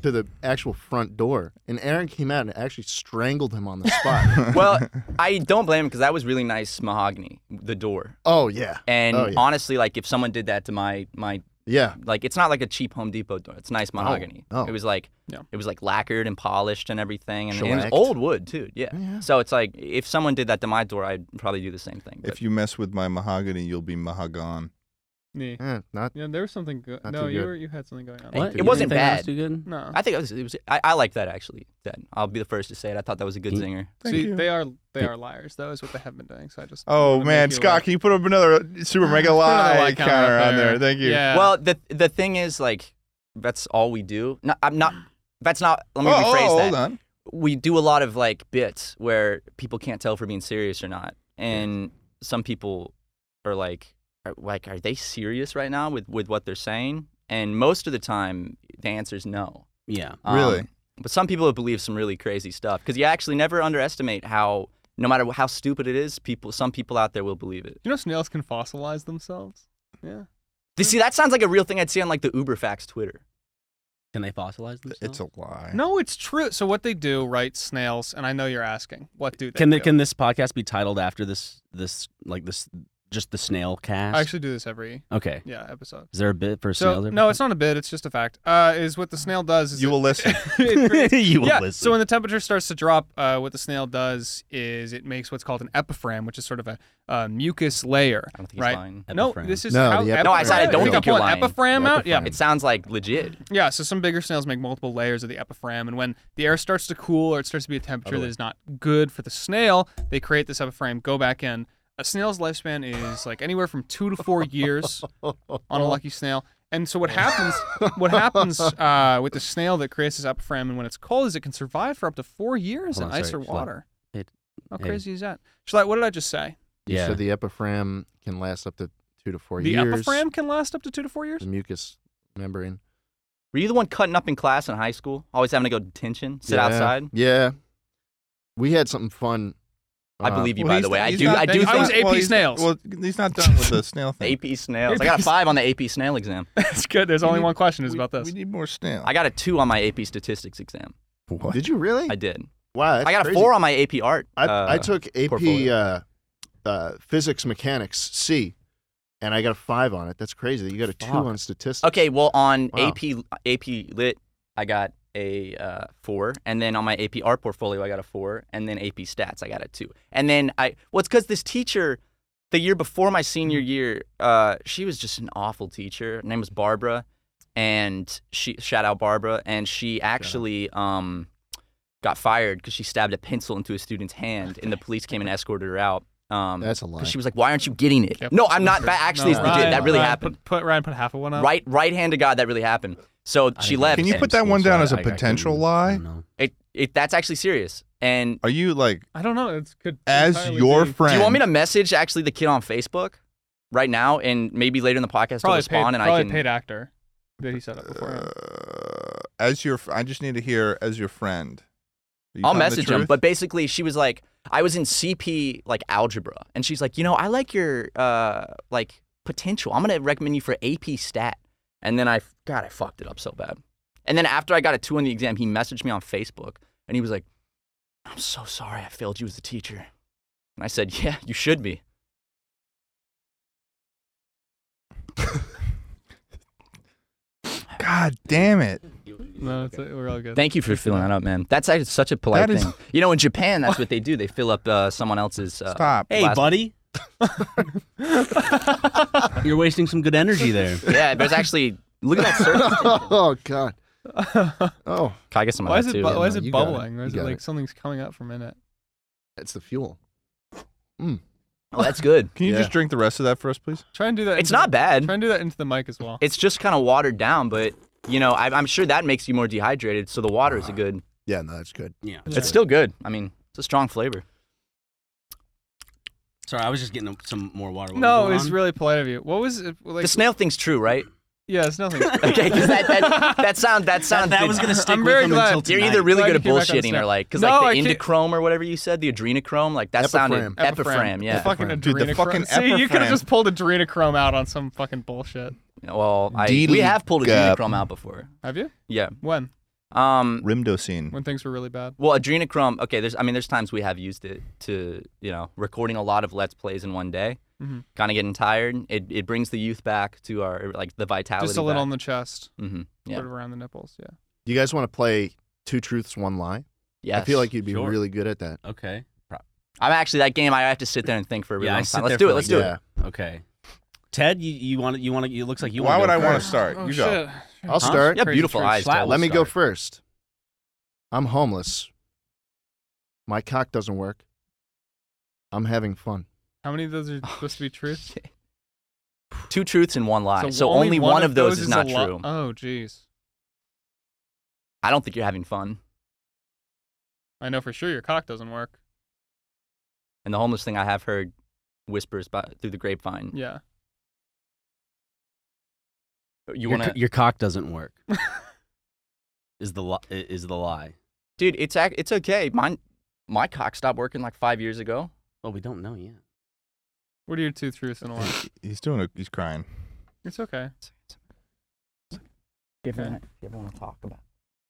Speaker 3: to the actual front door. And Aaron came out and actually strangled him on the spot.
Speaker 4: Well, I don't blame him because that was really nice mahogany, the door.
Speaker 3: oh yeah,
Speaker 4: And
Speaker 3: Oh, yeah.
Speaker 4: honestly, like if someone did that to my my
Speaker 3: yeah.
Speaker 4: like it's not like a cheap Home Depot door. It's nice mahogany.
Speaker 3: oh.
Speaker 4: It was like
Speaker 5: Yeah.
Speaker 4: it was like lacquered and polished and everything, and, and it was
Speaker 3: Shellacked.
Speaker 4: old wood too. Yeah.
Speaker 3: Yeah.
Speaker 4: So it's like if someone did that to my door, I'd probably do the same thing. but-
Speaker 1: If you mess with my mahogany, you'll be mahagon.
Speaker 5: Yeah.
Speaker 3: Eh, not
Speaker 5: Yeah, there was something good.
Speaker 3: Not
Speaker 5: No,
Speaker 3: too
Speaker 5: you
Speaker 3: good.
Speaker 5: were, you had something going on.
Speaker 2: What?
Speaker 4: It
Speaker 2: You
Speaker 4: wasn't
Speaker 2: didn't think that
Speaker 4: bad. Mm.
Speaker 2: was Too good.
Speaker 5: No.
Speaker 4: I think it was, it was I, I like that actually. That I'll be the first to say it. I thought that was a good
Speaker 2: Mm.
Speaker 4: zinger.
Speaker 1: Thank
Speaker 5: See,
Speaker 1: you.
Speaker 5: they are they are liars. That is what they have been doing. So I just.
Speaker 1: Oh
Speaker 5: wanna
Speaker 1: man,
Speaker 5: make you
Speaker 1: Scott,
Speaker 5: aware.
Speaker 1: can you put up another super mega
Speaker 5: Put
Speaker 1: lie,
Speaker 5: another lie
Speaker 1: counter,
Speaker 5: up
Speaker 1: on there? Thank you.
Speaker 5: Yeah.
Speaker 4: Well, the the thing is like that's all we do. No, I'm not. That's not. Let me
Speaker 1: oh,
Speaker 4: rephrase
Speaker 1: oh,
Speaker 4: that.
Speaker 1: hold on.
Speaker 4: we do a lot of like bits where people can't tell if we're being serious or not, and some people are like, are, like, are they serious right now with with what they're saying? And most of the time, the answer is no.
Speaker 2: Yeah.
Speaker 1: Really?
Speaker 4: But some people have believed some really crazy stuff because you actually never underestimate how, no matter how stupid it is, people some people out there will believe it.
Speaker 5: You know snails can fossilize themselves. Yeah.
Speaker 4: You see, that sounds like a real thing I'd see on like the Uberfax Twitter.
Speaker 2: Can they fossilize themselves?
Speaker 1: It's a lie.
Speaker 5: No, it's true. So what they do, right? Snails, and I know you're asking, what do they
Speaker 2: can
Speaker 5: do?
Speaker 2: the, can this podcast be titled after this this like this just the snail cast?
Speaker 5: I actually do this every
Speaker 2: okay.
Speaker 5: yeah episode.
Speaker 2: Is there a bit for
Speaker 5: So
Speaker 2: snails?
Speaker 5: no, it's not a bit. It's just a fact. Uh, is what the snail does. Is
Speaker 1: You
Speaker 5: it-
Speaker 1: will listen.
Speaker 5: it creates-
Speaker 2: you will
Speaker 5: yeah.
Speaker 2: listen.
Speaker 5: So when the temperature starts to drop, uh, what the snail does is it makes what's called an epiphragm, which is sort of a, uh mucus layer.
Speaker 4: I don't think he's
Speaker 5: right.
Speaker 4: lying.
Speaker 5: No,
Speaker 2: Epiphragm.
Speaker 5: this is
Speaker 3: No,
Speaker 5: how
Speaker 3: the epiphragm. No, I said I
Speaker 5: epiphragm-
Speaker 4: don't
Speaker 5: You
Speaker 4: think
Speaker 5: can pull
Speaker 4: you're
Speaker 5: an
Speaker 4: lying.
Speaker 5: epiphragm out. Yeah.
Speaker 1: Epiphragm.
Speaker 4: It sounds like legit.
Speaker 5: Yeah, so some bigger snails make multiple layers of the epiphragm, and when the air starts to cool or it starts to be a temperature that is not good for the snail, they create this epiphragm, go back in. A snail's lifespan is like anywhere from two to four years on a lucky snail. And so what happens? What happens uh, with the snail that creates this epiphragm, and when it's cold, is it can survive for up to four years
Speaker 2: Hold
Speaker 5: in
Speaker 2: on,
Speaker 5: ice
Speaker 2: sorry,
Speaker 5: or
Speaker 2: Shalott.
Speaker 5: water.
Speaker 2: It-
Speaker 5: How
Speaker 2: hey.
Speaker 5: crazy is that? Shalott, what did I just say?
Speaker 3: You
Speaker 2: yeah.
Speaker 3: said the epiphragm can last up to two to four
Speaker 5: the
Speaker 3: years.
Speaker 5: epiphragm can last up to two to four years.
Speaker 3: the mucus membrane.
Speaker 4: Were you the one cutting up in class in high school? Always having to go to detention, sit
Speaker 3: Yeah.
Speaker 4: outside?
Speaker 3: Yeah, we had something fun.
Speaker 4: I
Speaker 3: uh,
Speaker 4: believe you,
Speaker 1: Well,
Speaker 4: by
Speaker 1: he's
Speaker 4: the way.
Speaker 1: not-
Speaker 4: I
Speaker 1: he's
Speaker 4: do,
Speaker 1: not-
Speaker 4: I do
Speaker 1: he's
Speaker 4: think
Speaker 5: I was
Speaker 1: not-
Speaker 5: AP
Speaker 1: well, he's-
Speaker 5: snails.
Speaker 1: Well, he's not done with the snail thing.
Speaker 4: AP snails. I got a five on the AP snail exam.
Speaker 5: That's good. There's only one question. Is
Speaker 1: We-
Speaker 5: about this.
Speaker 1: We need more snail.
Speaker 4: I got a two on my AP statistics exam.
Speaker 1: what?
Speaker 3: Uh, Did you really?
Speaker 4: I did.
Speaker 3: wow, that's
Speaker 4: I got a
Speaker 3: crazy.
Speaker 4: four on my AP art.
Speaker 3: I,
Speaker 4: uh,
Speaker 3: I took AP
Speaker 4: portfolio.
Speaker 3: uh, uh, physics mechanics C, and I got a five on it. That's crazy. You got a two
Speaker 4: Fuck.
Speaker 3: on statistics.
Speaker 4: Okay, well, on
Speaker 3: Wow.
Speaker 4: AP AP Lit, I got a uh, four, and then on my AP Art portfolio, I got a four, and then AP Stats, I got a two, and then I well, it's because this teacher, the year before my senior year, uh, she was just an awful teacher. Her name was Barbara, and she shout out Barbara, and she actually um got fired because she stabbed a pencil into a student's hand, and the police came and escorted her out. Um,
Speaker 3: That's a lie.
Speaker 4: because she was like, "Why aren't you getting it?"
Speaker 5: Yep.
Speaker 4: No, I'm not. That actually
Speaker 5: No,
Speaker 4: is legit.
Speaker 5: Ryan,
Speaker 4: That really
Speaker 5: Ryan,
Speaker 4: happened.
Speaker 5: Put, put Ryan put half of one up.
Speaker 4: Right, right hand to God, that really happened. So she left.
Speaker 1: Can you
Speaker 4: and
Speaker 1: put that one down as
Speaker 2: a
Speaker 1: a potential lie?
Speaker 4: It, it, that's actually serious. And
Speaker 1: Are you like
Speaker 5: I don't know. It's could
Speaker 1: as
Speaker 5: entirely
Speaker 1: your
Speaker 5: be.
Speaker 1: friend?
Speaker 4: do you want me to message actually the kid on Facebook right now, and maybe later in the podcast I'll
Speaker 5: probably paid,
Speaker 4: respond, and
Speaker 5: probably
Speaker 4: I can.
Speaker 5: paid actor that he set up before.
Speaker 1: Uh, as your, fr- I just need to hear as your friend. Are you
Speaker 4: I'll
Speaker 1: telling the
Speaker 4: message him.
Speaker 1: truth?
Speaker 4: But basically, she was like, I was in CP like algebra, and she's like, you know, I like your uh like potential. I'm gonna recommend you for AP Stat. And then I, God, I fucked it up so bad. And then after I got a two on the exam, he messaged me on Facebook, and he was like, I'm so sorry I failed you as a teacher. And I said, Yeah, you should be.
Speaker 1: God damn it!
Speaker 5: No, it's, we're all good.
Speaker 4: Thank you for filling that up, man. That's actually such a polite
Speaker 1: That is-
Speaker 4: thing. You know, in Japan, that's what they do. They fill up uh, someone else's. Uh,
Speaker 1: Stop.
Speaker 2: Hey,
Speaker 4: Last-
Speaker 2: buddy. You're wasting some good energy there.
Speaker 4: Yeah, there's actually. Look at that circle.
Speaker 3: oh God. Oh,
Speaker 4: Can I get some of
Speaker 5: why
Speaker 4: that
Speaker 5: is it
Speaker 4: too?
Speaker 5: bu- why is
Speaker 3: No,
Speaker 5: it
Speaker 3: you got it.
Speaker 5: bubbling? Or is
Speaker 3: You
Speaker 5: it
Speaker 3: got
Speaker 5: like
Speaker 3: it.
Speaker 5: something's coming up from in it?
Speaker 3: that's the fuel.
Speaker 4: Oh, that's good.
Speaker 1: Can you
Speaker 3: Yeah.
Speaker 1: just drink the rest of that for us, please?
Speaker 5: Try and do that.
Speaker 4: It's
Speaker 5: into
Speaker 4: not
Speaker 5: the-
Speaker 4: bad.
Speaker 5: Try and do that into the mic as well.
Speaker 4: It's just kind of watered down, but you know, I, I'm sure that makes you more dehydrated. So the water
Speaker 5: Uh-huh.
Speaker 4: is a good.
Speaker 3: Yeah, no, that's good.
Speaker 2: Yeah.
Speaker 4: It's still good. I mean, it's a strong flavor.
Speaker 2: Sorry, I was just getting some more water. What
Speaker 5: no,
Speaker 2: was going
Speaker 5: it's
Speaker 2: on?
Speaker 5: really polite of you. What was it? Like,
Speaker 4: The snail thing's true, right?
Speaker 5: yeah, it's nothing.
Speaker 4: Okay, 'cause that, that that sound that
Speaker 2: That,
Speaker 4: sound
Speaker 2: that was gonna stick
Speaker 5: I'm
Speaker 2: with
Speaker 5: very
Speaker 2: them
Speaker 5: glad.
Speaker 2: until
Speaker 4: You're
Speaker 2: tonight.
Speaker 4: either really
Speaker 5: Glad
Speaker 4: good
Speaker 5: you
Speaker 4: at
Speaker 5: came back on
Speaker 4: bullshitting
Speaker 5: snail.
Speaker 4: or like, because
Speaker 5: No, I
Speaker 4: like the
Speaker 5: can't-
Speaker 4: endochrome or whatever you said, the adrenochrome, like that sounded
Speaker 3: Epiphragm.
Speaker 4: epiphragm,
Speaker 5: The
Speaker 4: yeah.
Speaker 5: fucking
Speaker 3: Epiphragm.
Speaker 1: Dude, the
Speaker 5: adrenochrome.
Speaker 1: fucking
Speaker 5: See, you could
Speaker 1: epiphragm.
Speaker 5: have just pulled adrenochrome out on some fucking bullshit.
Speaker 4: Well, I,
Speaker 1: Deedle
Speaker 4: we have pulled
Speaker 1: gap.
Speaker 4: adrenochrome out before.
Speaker 5: Have you?
Speaker 4: Yeah.
Speaker 5: When?
Speaker 4: Um.
Speaker 1: Rimdosine.
Speaker 5: When things were really bad.
Speaker 4: Well, adrenochrome. Okay. There's. I mean, there's times we have used it to, you know, recording a lot of let's plays in one day.
Speaker 5: Mhm.
Speaker 4: Kind of getting tired. It it brings the youth back to our like the vitality.
Speaker 5: Just a little on the chest,
Speaker 4: Mm-hmm. Yeah.
Speaker 5: sort of around the nipples. Yeah.
Speaker 3: You guys want to play two truths, one lie?
Speaker 4: Yes.
Speaker 3: I feel like you'd be
Speaker 2: Sure.
Speaker 3: really good at that.
Speaker 2: Okay.
Speaker 4: I'm actually that game. I have to sit there and think for a really
Speaker 2: Yeah, I
Speaker 4: long
Speaker 2: sit
Speaker 4: time. Let's
Speaker 2: there
Speaker 4: do
Speaker 2: for
Speaker 4: it. Let's
Speaker 2: like-
Speaker 4: do
Speaker 3: yeah.
Speaker 4: it.
Speaker 2: Okay. Ted, you you want you want to? It looks like you.
Speaker 1: Why would
Speaker 2: wanna go
Speaker 1: I want to
Speaker 2: first.
Speaker 1: start?
Speaker 5: Oh,
Speaker 1: you go.
Speaker 5: shit.
Speaker 3: I'll
Speaker 2: Huh?
Speaker 3: start.
Speaker 4: Yeah,
Speaker 5: Crazy
Speaker 4: beautiful
Speaker 5: choice.
Speaker 4: eyes.
Speaker 2: Flat
Speaker 4: Ted.
Speaker 2: will
Speaker 3: Let me go
Speaker 2: start.
Speaker 3: first. I'm homeless. My cock doesn't work. I'm having fun.
Speaker 5: How many of those are supposed to be truths?
Speaker 4: Two truths and one lie. So, only one, of those, is not
Speaker 5: a lo-
Speaker 4: true.
Speaker 5: oh, jeez.
Speaker 4: I don't think you're having fun.
Speaker 5: I know for sure your cock doesn't work.
Speaker 4: And the homeless thing I have heard whispers by, through the grapevine.
Speaker 5: Yeah.
Speaker 2: Your
Speaker 4: You want
Speaker 2: co- your cock doesn't work. is the li- is the lie.
Speaker 4: dude. It's ac- it's okay. Mine, my cock stopped working like five years ago.
Speaker 2: Well, we don't know yet.
Speaker 5: What are your two truths and a lie?
Speaker 1: He's doing a, he's crying.
Speaker 5: It's okay.
Speaker 4: If
Speaker 5: you Okay. wanna-
Speaker 4: you ever want to talk about,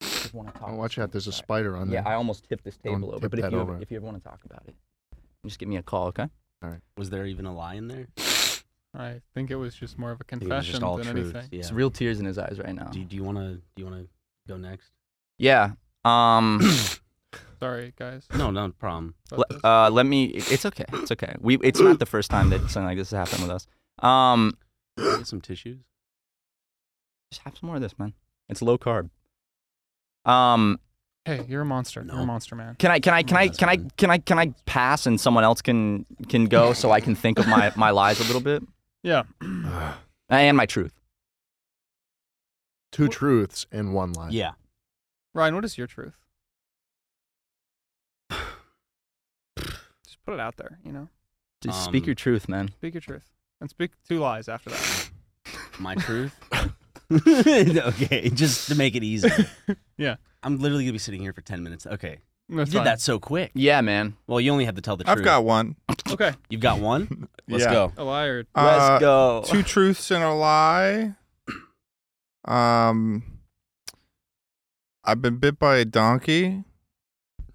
Speaker 4: if you want to talk,
Speaker 3: Oh, watch out. There's a spider on
Speaker 4: Yeah,
Speaker 3: there.
Speaker 4: I almost tipped this
Speaker 3: Don't
Speaker 4: table over.
Speaker 3: tip
Speaker 4: But if
Speaker 3: that
Speaker 4: you
Speaker 3: over.
Speaker 4: if you ever want to talk about it, just give me a call, okay?
Speaker 2: Was there even a lie in there?
Speaker 5: I think it was just more of a
Speaker 2: I think it was
Speaker 5: confession
Speaker 2: just all
Speaker 5: than
Speaker 2: truth.
Speaker 5: anything.
Speaker 2: Yeah.
Speaker 4: It's real tears in his eyes right now.
Speaker 2: Do you- do you want to do you want to go next?
Speaker 4: Yeah. Um.
Speaker 5: Sorry, guys.
Speaker 2: No, no problem.
Speaker 5: about
Speaker 4: Le-
Speaker 5: this.
Speaker 4: uh, let me. it- It's okay. It's okay. We. It's not the first time that something like this has happened with us. Um,
Speaker 2: Can I Get some tissues.
Speaker 4: just have some more of this, man. It's low carb. Um,
Speaker 5: hey, you're a monster. You're
Speaker 2: No.
Speaker 5: a monster, man.
Speaker 4: can I? Can I? Can I? Can I? Can I? Can I pass and someone else can can go so I can think of my my lies a little bit
Speaker 5: Yeah.
Speaker 4: and my truth.
Speaker 3: Two truths and one lie.
Speaker 2: Yeah.
Speaker 5: Ryan, what is your truth? Just put it out there, you know?
Speaker 4: Just speak
Speaker 2: Um,
Speaker 4: your truth, man.
Speaker 5: Speak your truth. And speak two lies after that.
Speaker 2: My truth. okay, just to make it easy.
Speaker 5: Yeah.
Speaker 2: I'm literally gonna be sitting here for ten minutes. Okay.
Speaker 5: That's
Speaker 2: you
Speaker 5: fine.
Speaker 2: did that so quick.
Speaker 4: Yeah, man.
Speaker 2: Well, you only have to tell the
Speaker 1: I've
Speaker 2: truth.
Speaker 1: got one.
Speaker 5: Okay.
Speaker 2: You've got one. Let's
Speaker 1: Yeah.
Speaker 2: go.
Speaker 5: A liar.
Speaker 4: Let's
Speaker 1: Uh,
Speaker 4: go.
Speaker 1: Two truths and a lie. Um, I've been bit by a donkey.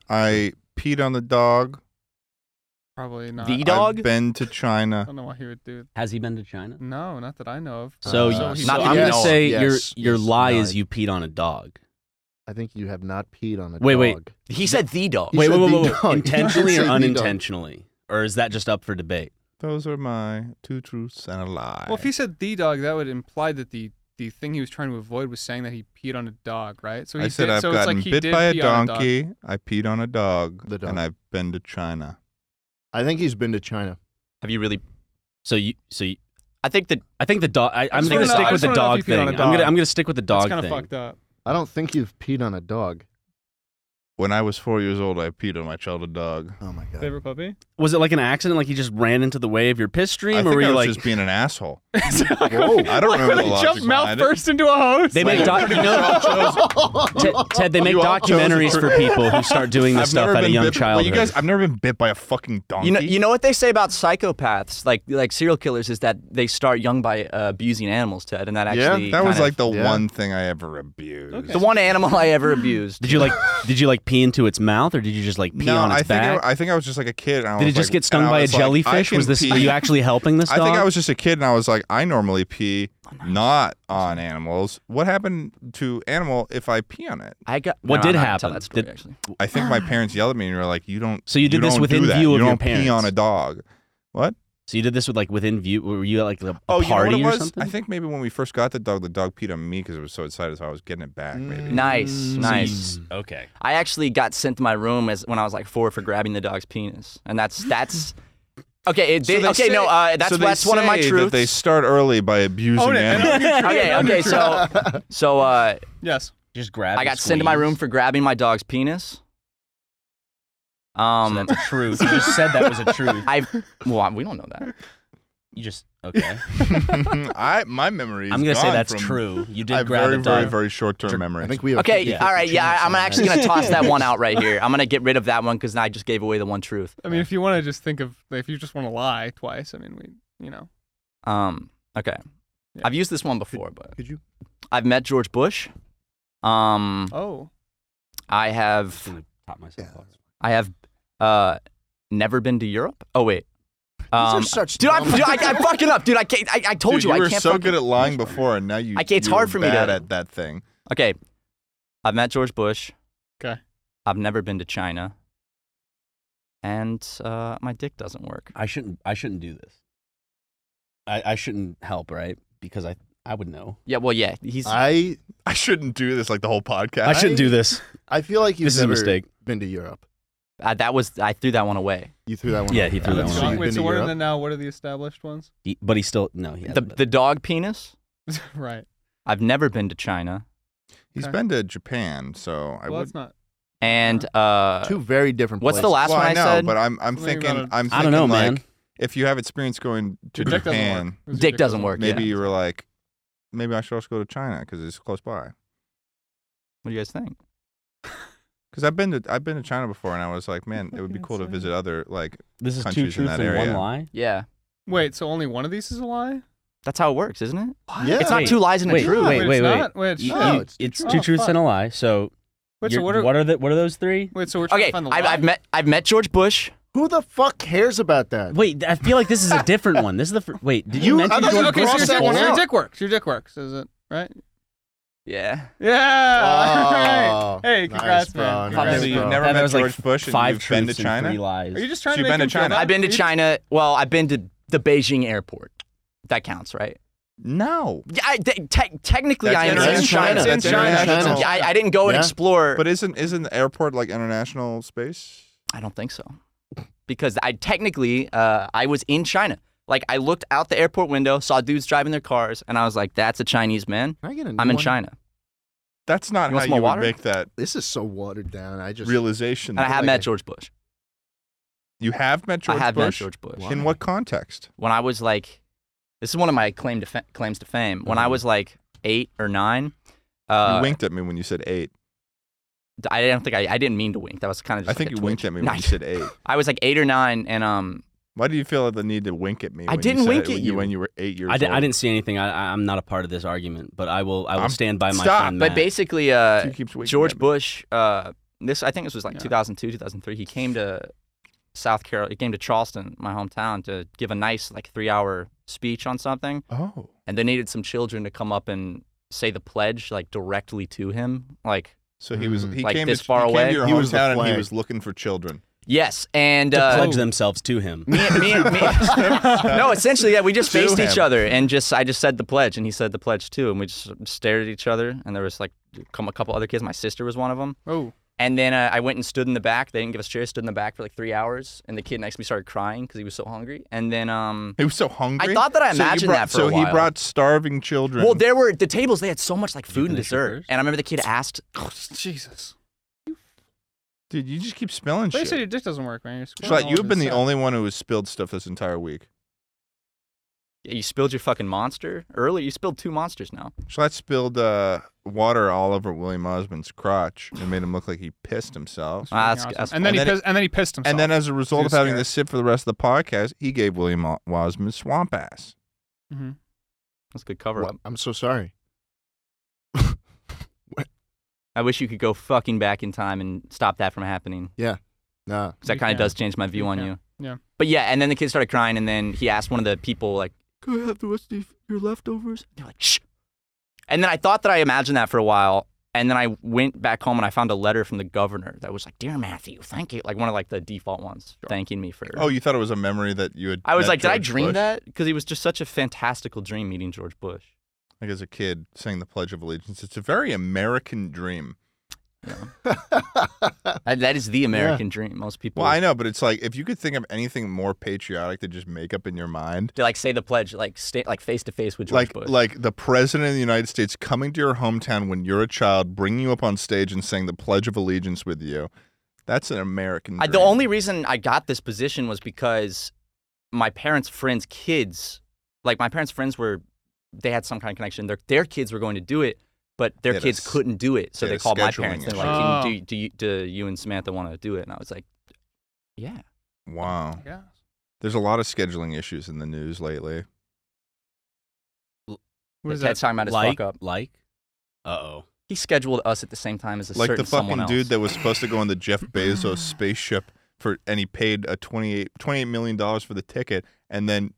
Speaker 1: I peed on the dog.
Speaker 5: Probably not.
Speaker 4: The
Speaker 5: I
Speaker 4: dog.
Speaker 1: I've been to China.
Speaker 5: don't know why he would do it.
Speaker 2: Has he been to
Speaker 3: Uh,
Speaker 2: China?
Speaker 5: No, not that I know of.
Speaker 2: So,
Speaker 1: Uh,
Speaker 2: you-
Speaker 5: he
Speaker 2: so
Speaker 5: did.
Speaker 2: I'm
Speaker 3: Yes,
Speaker 2: gonna say
Speaker 3: yes,
Speaker 2: your your
Speaker 3: yes,
Speaker 2: lie
Speaker 3: no,
Speaker 2: is
Speaker 3: I-
Speaker 2: you peed on a dog.
Speaker 3: I think you have not peed on a
Speaker 2: Wait,
Speaker 3: dog.
Speaker 2: wait.
Speaker 4: he said the dog.
Speaker 3: He
Speaker 2: wait,
Speaker 3: said
Speaker 2: wait,
Speaker 3: the
Speaker 2: wait, wait.
Speaker 3: dog.
Speaker 2: Intentionally or
Speaker 3: He said the dog.
Speaker 2: unintentionally, or is that just up for debate?
Speaker 1: Those are my two truths and a lie.
Speaker 5: Well, if he said the dog, that would imply that the the thing he was trying to avoid was saying that he peed on a dog, right? So he
Speaker 1: I said
Speaker 5: did,
Speaker 1: I've
Speaker 5: so it's
Speaker 1: gotten
Speaker 5: like he
Speaker 1: bit
Speaker 5: did
Speaker 1: by a
Speaker 5: pee on a dog.
Speaker 1: donkey. I peed on a dog,
Speaker 3: The dog.
Speaker 1: and I've been to China.
Speaker 3: I think he's been to China.
Speaker 4: Have you really?
Speaker 2: So you, so you,
Speaker 4: I think that
Speaker 2: I think the dog. I, I'm
Speaker 5: just
Speaker 2: gonna
Speaker 5: wanna know- I
Speaker 2: stick with
Speaker 5: just
Speaker 2: the
Speaker 5: wanna know
Speaker 2: dog
Speaker 5: if you peed
Speaker 2: thing.
Speaker 5: on a
Speaker 2: I'm
Speaker 5: dog.
Speaker 2: gonna, I'm gonna stick with the
Speaker 5: That's
Speaker 2: dog
Speaker 5: kind of
Speaker 2: thing.
Speaker 5: fucked up.
Speaker 3: I don't think you've peed on a dog.
Speaker 1: When I was four years old, I peed on my childhood dog.
Speaker 3: Oh my god.
Speaker 5: Favorite puppy?
Speaker 2: Was it like an accident? Like you just ran into the way of your piss stream,
Speaker 1: I
Speaker 2: or
Speaker 1: think
Speaker 2: were
Speaker 1: I
Speaker 2: you
Speaker 1: was
Speaker 2: like?
Speaker 1: just being an asshole.
Speaker 3: Whoa.
Speaker 1: I don't remember the
Speaker 5: They
Speaker 1: logic
Speaker 5: jumped mouth
Speaker 1: behind it.
Speaker 5: first into a hose.
Speaker 2: They make doc- you know, Ted, Ted, they make
Speaker 1: You all chose
Speaker 2: documentaries for people who start doing this
Speaker 1: I've
Speaker 2: stuff
Speaker 1: never
Speaker 2: at a
Speaker 1: been
Speaker 2: young
Speaker 1: bit,
Speaker 2: child.
Speaker 1: Well, you guys, I've never been bit by a fucking donkey.
Speaker 4: You know, you know what they say about psychopaths, like like serial killers, is that they start young by uh, abusing animals, Ted, and that
Speaker 3: Yeah,
Speaker 4: actually
Speaker 1: that was
Speaker 4: kind
Speaker 1: like
Speaker 4: of-
Speaker 1: the
Speaker 3: yeah.
Speaker 1: one thing I ever abused.
Speaker 5: Okay.
Speaker 4: the one animal I ever abused.
Speaker 2: Did you like? Did you like pee into its mouth, or did you just like pee
Speaker 1: no,
Speaker 2: on
Speaker 1: I
Speaker 2: its
Speaker 1: think
Speaker 2: back?
Speaker 1: I, I think I was just like a kid. And I
Speaker 2: did it
Speaker 1: was
Speaker 2: just
Speaker 1: like-
Speaker 2: get stung
Speaker 1: and I
Speaker 2: by a
Speaker 1: was like, I
Speaker 2: jellyfish?
Speaker 1: can
Speaker 2: was this?
Speaker 1: Pee.
Speaker 2: Are you actually helping this
Speaker 1: I
Speaker 2: dog?
Speaker 1: think I was just a kid, and I was like, I normally pee not on animals. What happened to animal if I pee on it?
Speaker 4: I got
Speaker 2: What
Speaker 4: no,
Speaker 2: did
Speaker 4: I'm not
Speaker 2: happen?
Speaker 4: telling That story,
Speaker 2: Did-
Speaker 4: actually.
Speaker 1: I think my parents yelled at me and were like, "You don't."
Speaker 2: So you did this
Speaker 1: don't
Speaker 2: within
Speaker 1: do that.
Speaker 2: view of
Speaker 1: you
Speaker 2: your
Speaker 1: don't pee
Speaker 2: parents."
Speaker 1: on a dog. What?
Speaker 2: so you did this with like within view. Were you at like a, a
Speaker 1: oh, you know what
Speaker 2: party
Speaker 1: it was?
Speaker 2: or something?
Speaker 1: I think maybe when we first got the dog, the dog peed on me because it was so excited, so I was getting it back. Maybe.
Speaker 4: Nice,
Speaker 5: Mm.
Speaker 4: nice.
Speaker 2: Okay.
Speaker 4: I actually got sent to my room as when I was like four for grabbing the dog's penis, and that's that's okay. It,
Speaker 1: So
Speaker 4: did-
Speaker 1: they
Speaker 4: okay, no,
Speaker 1: say-
Speaker 4: uh, that's
Speaker 1: so they
Speaker 4: that's one of my
Speaker 1: say
Speaker 4: truths.
Speaker 1: That they start early by abusing
Speaker 5: Own it, and
Speaker 1: animals.
Speaker 5: I'll get
Speaker 4: okay,
Speaker 5: you-
Speaker 4: okay, so so uh,
Speaker 5: yes.
Speaker 2: Just grab.
Speaker 4: I
Speaker 2: and
Speaker 4: got sent to my
Speaker 2: squeeze.
Speaker 4: room for grabbing my dog's penis. Um,
Speaker 2: So that's a truth. You just said that was a truth.
Speaker 4: I well, we don't know that.
Speaker 2: You just okay.
Speaker 1: I my memory. Is
Speaker 2: I'm gonna say
Speaker 1: gone
Speaker 2: that's
Speaker 1: from-
Speaker 2: true. You
Speaker 1: I
Speaker 2: did
Speaker 1: have
Speaker 2: grab
Speaker 1: very,
Speaker 2: a
Speaker 1: very,
Speaker 2: dog.
Speaker 1: very short-term
Speaker 3: I
Speaker 1: memory.
Speaker 3: think we have
Speaker 4: Okay,
Speaker 2: Yeah.
Speaker 4: all right, yeah, I- I'm actually gonna toss that one
Speaker 2: Yes.
Speaker 4: out right here. I'm gonna get rid of that one because now I just gave away the one truth.
Speaker 5: I mean, if you want to just think of, if you just want to lie twice, I mean, we, you know.
Speaker 4: Um, okay,
Speaker 5: Yeah.
Speaker 4: I've used this one before, but
Speaker 3: Could you?
Speaker 4: I've met George Bush. Um,
Speaker 5: Oh.
Speaker 4: I
Speaker 2: I'm
Speaker 4: have,
Speaker 2: gonna top myself
Speaker 3: Yeah.
Speaker 2: off.
Speaker 4: I have, uh, never been to Europe. Oh wait,
Speaker 3: These
Speaker 4: um,
Speaker 3: are such
Speaker 4: dude, I'm,
Speaker 3: dumb-
Speaker 4: dude, I, I'm fucking up, dude. I can't. I, I told
Speaker 1: Dude,
Speaker 4: you, I
Speaker 1: were
Speaker 4: can't.
Speaker 1: so
Speaker 4: fucking-
Speaker 1: good at lying before, and now you.
Speaker 4: I can't- it's
Speaker 1: you
Speaker 4: hard
Speaker 1: were
Speaker 4: for me to-
Speaker 1: bad at that thing.
Speaker 4: Okay, I've met George Bush.
Speaker 5: Okay.
Speaker 4: I've never been to China. And uh, my dick doesn't work.
Speaker 2: I shouldn't. I shouldn't do this. I, I shouldn't help, right? Because I I would know.
Speaker 4: Yeah, well, yeah, he's.
Speaker 3: I
Speaker 1: I shouldn't do this like the whole podcast.
Speaker 2: I, shouldn't do this.
Speaker 3: I feel like you've
Speaker 2: This is a
Speaker 3: never
Speaker 2: mistake.
Speaker 3: been to Europe.
Speaker 4: Uh, that was I threw that one away.
Speaker 3: You threw that one.
Speaker 2: Yeah,
Speaker 3: out.
Speaker 2: he threw that
Speaker 5: That's
Speaker 2: one
Speaker 5: strong.
Speaker 2: out.
Speaker 3: You've
Speaker 5: Wait,
Speaker 3: been
Speaker 5: so
Speaker 3: to
Speaker 5: what are the
Speaker 3: Europe?
Speaker 5: now? What are the established ones?
Speaker 2: He- but he still no. He
Speaker 4: the
Speaker 2: hasn't been.
Speaker 4: the dog penis.
Speaker 5: right.
Speaker 4: I've never been to China,
Speaker 1: He's
Speaker 5: Okay.
Speaker 1: been to Japan, so I
Speaker 5: well,
Speaker 1: would.
Speaker 5: that's not.
Speaker 4: and uh,
Speaker 3: Two very different.
Speaker 4: what's the
Speaker 3: places.
Speaker 4: last
Speaker 1: well,
Speaker 4: one
Speaker 1: I
Speaker 4: I,
Speaker 1: know,
Speaker 4: said?
Speaker 1: but I'm I'm
Speaker 5: Something
Speaker 1: thinking
Speaker 5: about a-
Speaker 1: I'm thinking
Speaker 2: I don't know,
Speaker 1: like
Speaker 2: man.
Speaker 1: if you have experience going to
Speaker 5: Your dick doesn't work.
Speaker 1: Japan,
Speaker 5: It was your
Speaker 4: Dick doesn't work.
Speaker 1: maybe
Speaker 4: yeah.
Speaker 1: you were like, maybe I should also go to China because it's close by.
Speaker 4: What do you guys think?
Speaker 1: Because I've been to I've been to China before, and I was like, man, it would be cool to visit other like
Speaker 2: This is two
Speaker 1: Countries in
Speaker 2: truths
Speaker 1: that
Speaker 2: and one
Speaker 1: area.
Speaker 2: lie.
Speaker 4: Yeah,
Speaker 5: Wait, so only one of these is a lie?
Speaker 4: that's how it works, isn't it?
Speaker 3: Yeah.
Speaker 4: It's not two lies and
Speaker 2: Wait,
Speaker 4: a truth.
Speaker 2: wait,
Speaker 5: it's
Speaker 2: wait, wait.
Speaker 5: not? Wait,
Speaker 4: You-
Speaker 5: shit.
Speaker 3: No, it's
Speaker 2: it's, two
Speaker 5: truths. Oh,
Speaker 2: truths
Speaker 5: fuck.
Speaker 2: and a lie. So,
Speaker 5: Wait, so
Speaker 2: you're-
Speaker 5: what are,
Speaker 2: the what are those three?
Speaker 5: wait, so we're trying to
Speaker 4: Okay,
Speaker 5: find the
Speaker 4: I've,
Speaker 5: lie?
Speaker 4: I've met I've met George Bush.
Speaker 3: Who the fuck cares about that?
Speaker 2: Wait, I feel like this is a different one. This is the fir- wait. Did you,
Speaker 3: You- I
Speaker 2: mention
Speaker 3: thought you
Speaker 2: George
Speaker 3: were
Speaker 5: okay, so
Speaker 3: Cross
Speaker 5: your,
Speaker 2: Bush?
Speaker 3: that
Speaker 5: dick-
Speaker 3: one
Speaker 5: so your
Speaker 3: out.
Speaker 5: dick works. Your dick works, is it right?
Speaker 4: Yeah,
Speaker 5: Yeah.
Speaker 3: Oh,
Speaker 5: all right. Hey,
Speaker 3: nice,
Speaker 5: congrats,
Speaker 3: bro,
Speaker 5: man.
Speaker 3: nice,
Speaker 5: Congrats,
Speaker 1: So you've
Speaker 5: bro.
Speaker 1: never
Speaker 2: That
Speaker 1: met
Speaker 2: was
Speaker 1: George
Speaker 2: like
Speaker 1: Bush and
Speaker 2: five
Speaker 1: you've been to
Speaker 2: truths and
Speaker 1: China?
Speaker 2: three lies.
Speaker 5: Are you just trying
Speaker 1: So
Speaker 5: to
Speaker 1: you've
Speaker 5: make
Speaker 1: been
Speaker 5: him
Speaker 1: to
Speaker 5: feel
Speaker 1: China.
Speaker 5: bad?
Speaker 1: Uh,
Speaker 4: I've been to
Speaker 5: You-
Speaker 4: China. Well, I've been to the Beijing airport. That counts, right?
Speaker 1: No,
Speaker 4: Yeah, I, te- te- technically,
Speaker 1: That's
Speaker 4: I am in
Speaker 3: international.
Speaker 4: China.
Speaker 3: That's
Speaker 1: That's international.
Speaker 3: international.
Speaker 4: Yeah, I, I didn't go and
Speaker 3: Yeah.
Speaker 4: explore.
Speaker 1: but isn't isn't the airport like international space?
Speaker 4: I don't think so, because I technically uh, I was in China. Like I looked out the airport window, saw dudes driving their cars, and I was like, "That's a Chinese man.
Speaker 3: Can I get a new
Speaker 4: I'm in
Speaker 3: one?
Speaker 4: China."
Speaker 1: That's not how
Speaker 4: You want some
Speaker 1: you
Speaker 4: more
Speaker 1: would
Speaker 4: water?
Speaker 1: make that
Speaker 3: This is so watered down. I just
Speaker 1: realization.
Speaker 4: And I
Speaker 1: that-
Speaker 4: have
Speaker 3: like
Speaker 4: met
Speaker 3: a-
Speaker 4: George Bush.
Speaker 1: you have met George
Speaker 4: I have
Speaker 1: Bush.
Speaker 4: met George Bush.
Speaker 3: Wow.
Speaker 1: In what context?
Speaker 4: when I was like, this is one of my claim to fa- claims to fame. When I was like eight or nine,
Speaker 1: Mm-hmm. you
Speaker 4: uh,
Speaker 1: winked at me when you said eight.
Speaker 4: I didn't think I, I didn't mean to wink. That was kind of
Speaker 1: I
Speaker 4: just
Speaker 1: think
Speaker 4: like a
Speaker 1: you winked at
Speaker 4: twitch.
Speaker 1: me
Speaker 4: No,
Speaker 1: when you said eight.
Speaker 4: I was like eight or nine, and um,
Speaker 1: Why do you feel the need to wink at me?
Speaker 4: I
Speaker 1: when you
Speaker 4: didn't
Speaker 1: said it
Speaker 4: wink at
Speaker 1: when
Speaker 4: you.
Speaker 1: when you were eight years
Speaker 2: I, di-
Speaker 1: old.
Speaker 2: I didn't see anything. I, I, I'm not a part of this argument, but I will. I will
Speaker 1: I'm-
Speaker 2: stand by my
Speaker 1: Stop.
Speaker 2: friend
Speaker 4: but
Speaker 2: Matt.
Speaker 4: basically, uh,
Speaker 1: He keeps winking
Speaker 4: George
Speaker 1: at me.
Speaker 4: Bush. Uh, this I think this was like
Speaker 5: Yeah.
Speaker 4: 2002, 2003. He came to South Carolina. He came to Charleston, my hometown, to give a nice like three-hour speech on something,
Speaker 1: Oh,
Speaker 4: and they needed some children to come up and say the pledge like directly to him, like
Speaker 1: so he was
Speaker 3: Mm.
Speaker 1: he
Speaker 4: Like
Speaker 1: came
Speaker 4: this
Speaker 1: to,
Speaker 4: far
Speaker 1: he
Speaker 4: away?
Speaker 1: Came to your
Speaker 3: He was the
Speaker 1: hometown and he
Speaker 3: flag.
Speaker 1: was looking for children.
Speaker 4: yes, and
Speaker 2: to
Speaker 4: uh,
Speaker 2: pledge themselves to him.
Speaker 4: me, me, me. no, essentially, yeah, we just
Speaker 1: To
Speaker 4: faced each
Speaker 1: him.
Speaker 4: other, and just I just said the pledge, and he said the pledge too, and we just stared at each other, and there was like come a couple other kids. My sister was one of them,
Speaker 5: Oh,
Speaker 4: and then uh, I went and stood in the back. They didn't give us chairs. Stood in the back for like three hours, and the kid next to me started crying because he was so hungry. And then, um,
Speaker 1: He was so hungry.
Speaker 4: I thought that I
Speaker 1: So you
Speaker 4: imagined
Speaker 1: brought-
Speaker 4: that for
Speaker 1: so
Speaker 4: a while.
Speaker 1: he brought starving children.
Speaker 4: well, there were the tables. They had so much like food and
Speaker 2: finish your
Speaker 4: dessert,
Speaker 2: first?
Speaker 4: and I remember the kid asked,
Speaker 5: Jesus.
Speaker 1: dude, you just keep spilling
Speaker 5: They said
Speaker 1: shit.
Speaker 5: your dick doesn't work, man. You're screwing
Speaker 1: Schlatt,
Speaker 5: all
Speaker 1: you
Speaker 5: of
Speaker 1: have been
Speaker 5: this
Speaker 1: the
Speaker 5: up.
Speaker 1: only one who has spilled stuff this entire week.
Speaker 4: "Yeah, "You spilled your fucking monster earlier. You spilled two monsters now."
Speaker 1: Schlatt spilled uh, water all over William Osmond's crotch and made him look like he pissed himself.
Speaker 4: Ah, that's-
Speaker 5: Awesome.
Speaker 4: that's-
Speaker 5: and then
Speaker 1: and
Speaker 5: he
Speaker 1: then
Speaker 5: pissed, and then he pissed himself.
Speaker 1: And then, as a result of
Speaker 5: was
Speaker 1: having
Speaker 5: scared.
Speaker 1: this sip for the rest of the podcast, he gave William O- Osmond swamp ass.
Speaker 5: hmm
Speaker 4: That's a good cover
Speaker 3: Wha-
Speaker 4: up.
Speaker 3: I'm so sorry.
Speaker 4: I wish you could go fucking back in time and stop that from happening.
Speaker 3: Nah.
Speaker 4: because that
Speaker 5: You
Speaker 4: kind
Speaker 5: can.
Speaker 4: of does change my view
Speaker 5: You
Speaker 4: on
Speaker 5: can.
Speaker 4: you.
Speaker 5: Yeah.
Speaker 4: But yeah, and then the kid started crying, and then he asked one of the people like, "Can I have the rest of your leftovers?" And they're like, "Shh." And then I thought that I imagined that for a while, and then I went back home and I found a letter from the governor that was like, "Dear Matthew, thank you," like one of like the default ones, thanking me for.
Speaker 1: Oh, you thought it was a memory that you had.
Speaker 4: I was
Speaker 1: met
Speaker 4: like, "Did I
Speaker 1: George
Speaker 4: dream
Speaker 1: Bush?"
Speaker 4: that?" Because it was just such a fantastical dream meeting George Bush.
Speaker 1: Like as a kid, saying the Pledge of Allegiance. It's a very American dream.
Speaker 4: That, that is the American dream. Most people.
Speaker 1: Well, I know, but it's like if you could think of anything more patriotic to just make up in your mind,
Speaker 4: To like say the pledge, like stay like face to face with George
Speaker 1: like
Speaker 4: Bush.
Speaker 1: like the president of the United States coming to your hometown when you're a child, bringing you up on stage and saying the Pledge of Allegiance with you. That's an American.
Speaker 4: I, the
Speaker 1: dream.
Speaker 4: only reason I got this position was because my parents' friends' kids, like my parents' friends were, they had some kind of connection. Their their kids were going to do it, but their
Speaker 1: They had a
Speaker 4: kids
Speaker 1: s-
Speaker 4: couldn't do it, so
Speaker 1: they
Speaker 4: they
Speaker 1: had a
Speaker 4: called my
Speaker 1: scheduling
Speaker 4: parents. They're
Speaker 1: issue.
Speaker 4: like, "Can-
Speaker 5: Oh.
Speaker 4: do, you- do you do you and Samantha want to do it?" And I was like, "Yeah."
Speaker 1: Wow,
Speaker 5: Yeah.
Speaker 1: there's a lot of scheduling issues in the news lately.
Speaker 5: What is
Speaker 4: Ted's
Speaker 5: that?
Speaker 4: talking about his
Speaker 2: like,
Speaker 4: fuck up.
Speaker 2: like, uh oh.
Speaker 4: He scheduled us at the same time as a
Speaker 1: like
Speaker 4: certain
Speaker 1: the fucking
Speaker 4: someone else.
Speaker 1: dude that was supposed to go on the Jeff Bezos spaceship for, and he paid a 28, 28 million dollars for the ticket, and then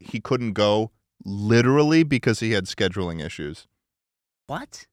Speaker 1: he couldn't go literally because he had scheduling issues.
Speaker 2: What?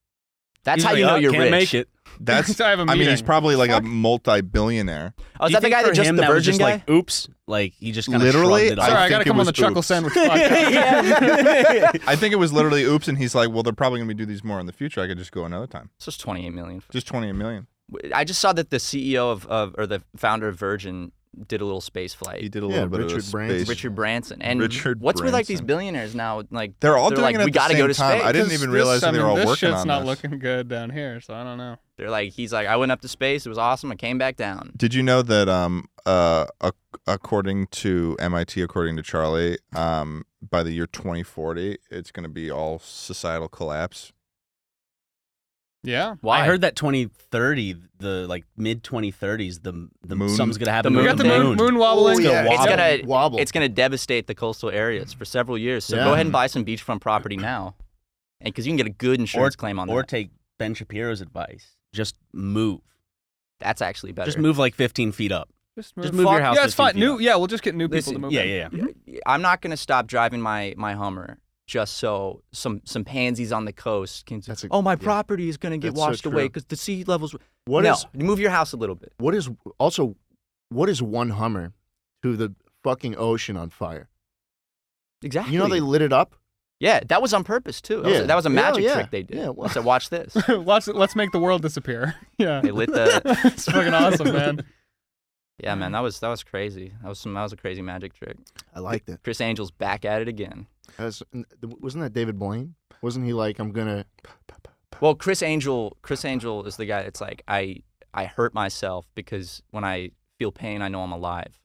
Speaker 2: He's
Speaker 4: That's how
Speaker 2: like,
Speaker 4: you know
Speaker 2: "Oh,
Speaker 4: you're
Speaker 2: can't
Speaker 4: rich.
Speaker 2: Make it.
Speaker 1: That's
Speaker 5: I have a
Speaker 1: I mean, he's
Speaker 5: meeting.
Speaker 1: probably like
Speaker 5: Fuck.
Speaker 1: a multi-billionaire.
Speaker 4: Oh,
Speaker 2: Do you
Speaker 4: is that the
Speaker 2: think
Speaker 4: guy
Speaker 2: for
Speaker 4: that just
Speaker 2: him
Speaker 4: the
Speaker 2: that was
Speaker 4: virgin
Speaker 2: just
Speaker 4: guy?
Speaker 2: Like, oops. Like he just kind of
Speaker 1: Literally,
Speaker 2: Shrugged it
Speaker 1: I
Speaker 5: Sorry, I,
Speaker 1: think
Speaker 5: gotta
Speaker 1: it
Speaker 5: come on
Speaker 1: was
Speaker 5: the Chuckle
Speaker 1: boobs.
Speaker 5: Sandwich podcast.
Speaker 2: off.
Speaker 1: I think it was literally oops, and he's like, well, they're probably gonna be do these more in the future. I could just go another time.
Speaker 4: It's just 28 million.
Speaker 1: Just 28 million.
Speaker 4: I just saw that the CEO of, of or the founder of Virgin did a little space flight.
Speaker 1: He did a
Speaker 3: Yeah,
Speaker 1: little bit of
Speaker 3: Richard
Speaker 1: a
Speaker 3: Branson.
Speaker 1: space.
Speaker 4: Richard Branson. And
Speaker 1: Richard
Speaker 4: what's with like these
Speaker 1: Branson.
Speaker 4: billionaires now? Like
Speaker 1: They're all
Speaker 4: They're
Speaker 1: doing
Speaker 4: like,
Speaker 1: it at
Speaker 4: "We
Speaker 1: the
Speaker 4: gotta
Speaker 1: same
Speaker 4: go to
Speaker 1: time.
Speaker 4: space."
Speaker 1: I didn't
Speaker 5: Because
Speaker 1: even
Speaker 5: this-
Speaker 1: realize
Speaker 5: I
Speaker 1: that they were
Speaker 5: mean,
Speaker 1: all
Speaker 5: this
Speaker 1: working
Speaker 5: shit's
Speaker 1: on
Speaker 5: not
Speaker 1: this.
Speaker 5: looking good down here, so I don't know.
Speaker 4: they're like he's like I went up to space. It was awesome. I came back down.
Speaker 1: Did you know that um uh ac- according to MIT according to Charlie um by the year 2040 it's going to be all societal collapse.
Speaker 5: Yeah.
Speaker 4: Why?
Speaker 2: I heard that 2030, the like mid 2030s, the the
Speaker 1: Moon.
Speaker 2: something's gonna happen.
Speaker 4: The
Speaker 5: We
Speaker 2: to
Speaker 5: got the moon, moon wobbling.
Speaker 2: It's
Speaker 3: Oh,
Speaker 2: gonna
Speaker 4: It's
Speaker 2: wobble.
Speaker 4: gonna
Speaker 3: wobble.
Speaker 4: It's gonna devastate the coastal areas for several years. So
Speaker 3: Yeah.
Speaker 4: go ahead and buy some beachfront property now, because you can get a good insurance claim on
Speaker 2: or
Speaker 4: that.
Speaker 2: take Ben Shapiro's advice. Just move.
Speaker 4: That's actually better.
Speaker 2: Just move like 15 feet up.
Speaker 5: Just
Speaker 2: move your house
Speaker 5: Yeah, it's
Speaker 2: 15
Speaker 5: fine.
Speaker 2: feet
Speaker 5: New.
Speaker 2: up.
Speaker 5: Yeah, we'll just get new people to
Speaker 4: Listen,
Speaker 5: move.
Speaker 2: Yeah,
Speaker 5: in.
Speaker 2: yeah, yeah.
Speaker 4: I'm not gonna stop driving my my Hummer just so some some pansies on the coast can.
Speaker 3: That's a-
Speaker 4: oh, my
Speaker 3: yeah.
Speaker 4: property is gonna get
Speaker 3: That's so
Speaker 4: washed away
Speaker 3: true.
Speaker 4: because the sea levels.
Speaker 3: What
Speaker 4: no,
Speaker 3: is-
Speaker 4: move your house a little bit.
Speaker 3: What is also what is one Hummer to the fucking ocean on fire?
Speaker 4: Exactly.
Speaker 3: You know they lit it up.
Speaker 4: Yeah, that was on purpose too. That,
Speaker 3: Yeah.
Speaker 4: was, that was a
Speaker 3: Yeah,
Speaker 4: magic
Speaker 3: yeah.
Speaker 4: trick they did.
Speaker 3: Yeah, well-
Speaker 4: I said, watch this.
Speaker 5: let's let's make the world disappear. Yeah.
Speaker 4: They lit the.
Speaker 5: it's fucking awesome, man.
Speaker 4: Yeah, man, that was that was crazy. That was some that was a crazy magic trick.
Speaker 3: I like that.
Speaker 4: Chris Angel's back at it again.
Speaker 3: That's- wasn't that David Blaine? Wasn't he like I'm gonna?
Speaker 4: Well, Chris Angel, Chris Angel is the guy that's like, I, I hurt myself because when I feel pain, I know I'm alive.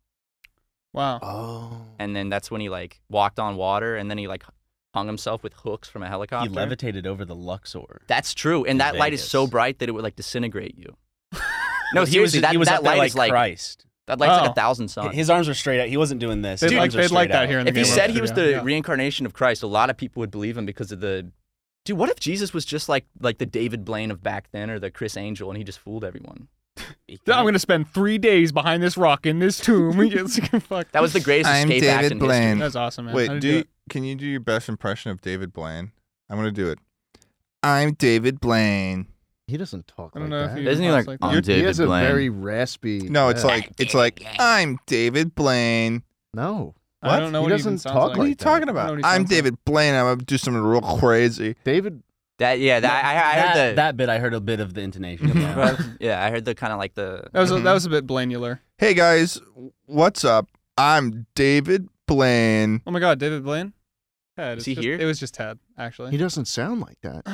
Speaker 5: Wow.
Speaker 3: Oh,
Speaker 4: And then that's when he like walked on water, and then he like hung himself with hooks from a helicopter.
Speaker 2: He levitated over the Luxor.
Speaker 4: That's true, and that light is
Speaker 2: Vegas.
Speaker 4: so bright that it would like disintegrate you. no,
Speaker 2: he was,
Speaker 4: seriously, that,
Speaker 2: he was
Speaker 4: that
Speaker 2: up there
Speaker 4: light
Speaker 2: like
Speaker 4: is like
Speaker 2: Christ.
Speaker 4: that light's like
Speaker 5: Oh.
Speaker 4: a thousand suns.
Speaker 2: His arms were straight out. He wasn't doing this.
Speaker 5: They'd
Speaker 2: His
Speaker 5: like,
Speaker 2: arms were
Speaker 5: they'd like
Speaker 2: straight
Speaker 5: that
Speaker 2: out.
Speaker 5: here in the
Speaker 4: if you
Speaker 5: game.
Speaker 4: said
Speaker 5: Over
Speaker 4: he was
Speaker 5: Video.
Speaker 4: the
Speaker 5: Yeah.
Speaker 4: reincarnation of Christ, a lot of people would believe him because of the. Dude, what if Jesus was just like like the David Blaine of back then, or the Chris Angel, and he just fooled everyone?
Speaker 2: He kinda-
Speaker 5: I'm gonna spend three days behind this rock in this tomb. It's like, Fuck.
Speaker 4: That was the greatest
Speaker 1: I'm
Speaker 4: escape act
Speaker 1: David
Speaker 4: in history.
Speaker 1: Blaine.
Speaker 5: That's awesome, man. How
Speaker 1: Wait,
Speaker 5: did
Speaker 1: do
Speaker 5: you
Speaker 1: you- can you do your best impression of David Blaine? I'm gonna do it. I'm David Blaine.
Speaker 3: he doesn't talk
Speaker 5: I don't
Speaker 3: like
Speaker 5: know if
Speaker 3: that.
Speaker 5: he-
Speaker 4: Isn't he
Speaker 5: That's
Speaker 4: like,
Speaker 5: like-
Speaker 4: I'm
Speaker 5: You're-
Speaker 3: he
Speaker 4: David
Speaker 3: has a
Speaker 4: Blaine?
Speaker 3: very raspy.
Speaker 1: No, it's
Speaker 3: uh,
Speaker 1: like it's like I'm David Blaine.
Speaker 3: no.
Speaker 5: I
Speaker 1: What?
Speaker 5: don't know
Speaker 3: He
Speaker 5: what
Speaker 3: doesn't
Speaker 5: even sounds
Speaker 3: talk
Speaker 5: like.
Speaker 1: What are you
Speaker 3: like that.
Speaker 1: talking
Speaker 5: I know
Speaker 1: about?
Speaker 5: what he
Speaker 1: I'm
Speaker 5: sounds like.
Speaker 1: David Blaine. I'm gonna do something real crazy.
Speaker 3: David.
Speaker 4: That yeah, that I, I heard
Speaker 2: that,
Speaker 4: the
Speaker 2: that bit, I heard a bit of the intonation. of that.
Speaker 4: Well, yeah, I heard the kind of like the
Speaker 5: That was a,
Speaker 1: Mhm.
Speaker 5: that was a bit blainular.
Speaker 1: Hey guys, what's up? I'm David Blaine.
Speaker 5: Oh my God, David Blaine. Ted.
Speaker 4: Is
Speaker 5: it's
Speaker 4: he
Speaker 5: just-
Speaker 4: here?
Speaker 5: It was just Ted,
Speaker 3: He
Speaker 5: actually.
Speaker 3: doesn't sound like that.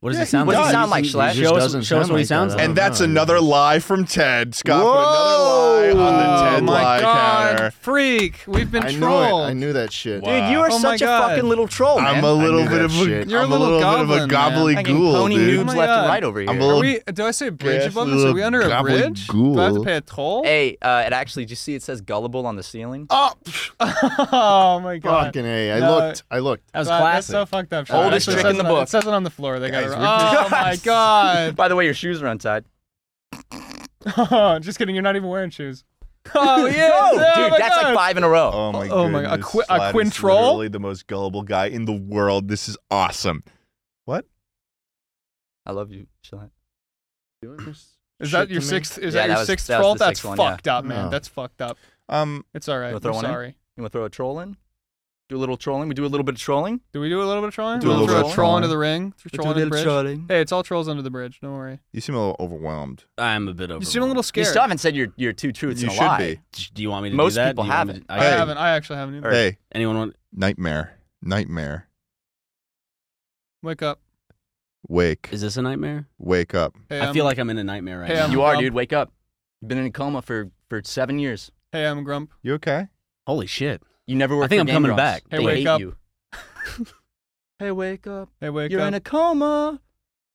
Speaker 2: What does
Speaker 5: Yeah,
Speaker 2: it sound
Speaker 4: he
Speaker 2: like?
Speaker 4: does. Doesn't sound like Schlatt.
Speaker 2: Show us,
Speaker 3: doesn't
Speaker 2: show us
Speaker 3: sound
Speaker 2: what he
Speaker 3: like
Speaker 2: sounds
Speaker 3: that.
Speaker 2: like.
Speaker 5: Oh,
Speaker 1: And that's
Speaker 3: know.
Speaker 1: another lie from Ted. Scott put another
Speaker 5: Oh,
Speaker 1: lie on the Ted
Speaker 5: my
Speaker 1: lie
Speaker 5: God,
Speaker 1: counter.
Speaker 5: freak! We've been
Speaker 3: I knew it.
Speaker 5: trolled.
Speaker 3: I knew that shit.
Speaker 1: Wow.
Speaker 4: dude. You are
Speaker 5: Oh my
Speaker 4: such a
Speaker 5: God.
Speaker 4: fucking little troll,
Speaker 1: I'm
Speaker 4: man.
Speaker 1: a little
Speaker 3: knew
Speaker 1: bit
Speaker 3: that
Speaker 1: of a,
Speaker 3: shit.
Speaker 5: You're a
Speaker 1: am a
Speaker 5: little
Speaker 1: little bit of a
Speaker 5: goblin, man.
Speaker 1: gobbly
Speaker 4: Fucking
Speaker 1: ghoul,
Speaker 4: pony
Speaker 1: dude.
Speaker 5: Oh my
Speaker 4: noobs left
Speaker 5: God.
Speaker 4: and right over here.
Speaker 1: I'm a little-
Speaker 5: Are we? Do I say a bridge
Speaker 1: Yes,
Speaker 5: above us? Are
Speaker 1: little
Speaker 5: we under a
Speaker 1: goblin
Speaker 5: bridge?
Speaker 1: ghoul.
Speaker 5: Do I have to pay a toll?
Speaker 4: Hey, uh, and actually, did you see it says gullible on the ceiling?
Speaker 3: Oh,
Speaker 5: oh my God.
Speaker 3: fucking a! I
Speaker 5: No.
Speaker 3: looked. I looked.
Speaker 2: That was
Speaker 5: That- That's
Speaker 2: classic.
Speaker 5: so fucked up.
Speaker 4: Oldest
Speaker 5: Sean. Actually,
Speaker 4: trick
Speaker 5: it
Speaker 4: in the
Speaker 5: says it-
Speaker 4: book.
Speaker 5: It says it on the floor. They got
Speaker 1: Guys,
Speaker 5: it
Speaker 1: we're
Speaker 5: wrong. Oh my god.
Speaker 4: By the way, your shoes are untied.
Speaker 5: Oh, just kidding. You're not even wearing shoes. Oh yeah.
Speaker 4: Oh,
Speaker 5: oh
Speaker 4: dude,
Speaker 5: my
Speaker 4: that's
Speaker 5: God.
Speaker 4: like five in a row.
Speaker 1: Oh my
Speaker 5: Oh my- a
Speaker 1: goodness,
Speaker 5: qui- a
Speaker 1: Vlad is
Speaker 5: quintrol?
Speaker 1: Literally the most gullible guy in the world. This is awesome.
Speaker 4: I love you, Shalette.
Speaker 5: Is
Speaker 3: shit
Speaker 5: that
Speaker 3: to me.
Speaker 5: your sixth? Is
Speaker 4: Yeah,
Speaker 5: that your
Speaker 4: that was-
Speaker 5: sixth
Speaker 4: that was
Speaker 5: troll?
Speaker 4: the
Speaker 5: That's
Speaker 4: sixth one, yeah.
Speaker 5: fucked up, man.
Speaker 3: No.
Speaker 5: That's fucked up.
Speaker 1: Um,
Speaker 5: It's all right.
Speaker 4: Wanna throw
Speaker 5: I'm
Speaker 4: one in?
Speaker 5: sorry.
Speaker 4: You want to throw a troll in? Do a little trolling. We do a little bit of trolling.
Speaker 5: Do we do a little bit of trolling?
Speaker 1: Do
Speaker 4: a
Speaker 5: Wanna
Speaker 4: little
Speaker 5: throw
Speaker 4: bit of
Speaker 5: troll
Speaker 4: trolling.
Speaker 5: under the ring. Throw Troll under the bridge.
Speaker 4: trolling.
Speaker 5: Hey, it's all trolls under the bridge. Don't worry.
Speaker 1: you seem a little overwhelmed.
Speaker 2: I'm a bit over.
Speaker 5: You seem a little
Speaker 4: You
Speaker 5: scared.
Speaker 4: still haven't said your your two truths
Speaker 1: You
Speaker 4: and a
Speaker 1: should
Speaker 4: lie.
Speaker 1: be.
Speaker 2: Do you want me to
Speaker 4: Most
Speaker 2: do that?
Speaker 4: people
Speaker 2: Do you want me
Speaker 4: haven't.
Speaker 2: to-
Speaker 5: I
Speaker 2: I,
Speaker 1: Hey.
Speaker 5: haven't. I actually haven't. Either.
Speaker 4: Alright.
Speaker 1: Hey,
Speaker 2: Anyone want?
Speaker 1: nightmare, nightmare,
Speaker 5: Wake up.
Speaker 1: wake,
Speaker 2: Is this a nightmare?
Speaker 1: wake up.
Speaker 5: Hey,
Speaker 2: I
Speaker 5: I'm,
Speaker 2: feel like I'm in a nightmare right
Speaker 5: Hey,
Speaker 2: now.
Speaker 5: I'm-
Speaker 4: You are,
Speaker 5: Um,
Speaker 4: dude. Wake up. You've been in a coma for for seven years.
Speaker 5: Hey, I'm Grump.
Speaker 1: You okay?
Speaker 2: Holy shit!
Speaker 4: You never worked.
Speaker 2: I think
Speaker 4: for
Speaker 2: I'm
Speaker 4: Game
Speaker 2: coming
Speaker 4: Grumps.
Speaker 2: back.
Speaker 5: Hey,
Speaker 4: They
Speaker 5: wake
Speaker 4: hate
Speaker 5: up.
Speaker 4: you. hey, wake up.
Speaker 5: Hey, wake
Speaker 4: You're
Speaker 5: up.
Speaker 4: in a coma,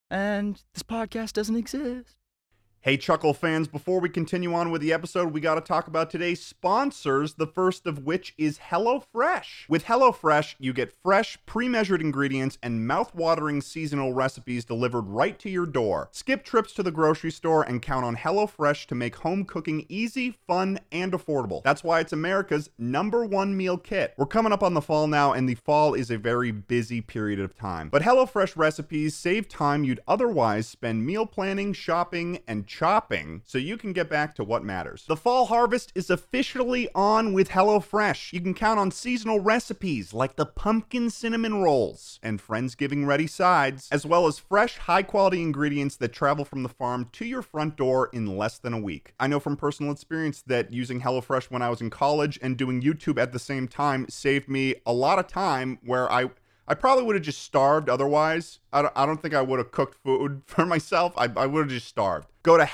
Speaker 4: and this podcast doesn't exist.
Speaker 7: Hey, Chuckle fans, before we continue on with the episode, we got to talk about today's sponsors, the first of which is HelloFresh. With HelloFresh, you get fresh, pre measured ingredients and mouth-watering seasonal recipes delivered right to your door. Skip trips to the grocery store and count on HelloFresh to make home cooking easy, fun, and affordable. That's why it's America's number one meal kit. We're coming up on the fall now, and the fall is a very busy period of time. But HelloFresh recipes save time you'd otherwise spend meal planning, shopping, and chopping so you can get back to what matters. The fall harvest is officially on with HelloFresh. You can count on seasonal recipes like the pumpkin cinnamon rolls and Friendsgiving ready sides, as well as fresh, high quality ingredients that travel from the farm to your front door in less than a week. I know from personal experience that using HelloFresh when I was in college and doing YouTube at the same time saved me a lot of time where I I probably would have just starved otherwise. I don't, I don't think I would have cooked food for myself. I, I would have just starved. Go to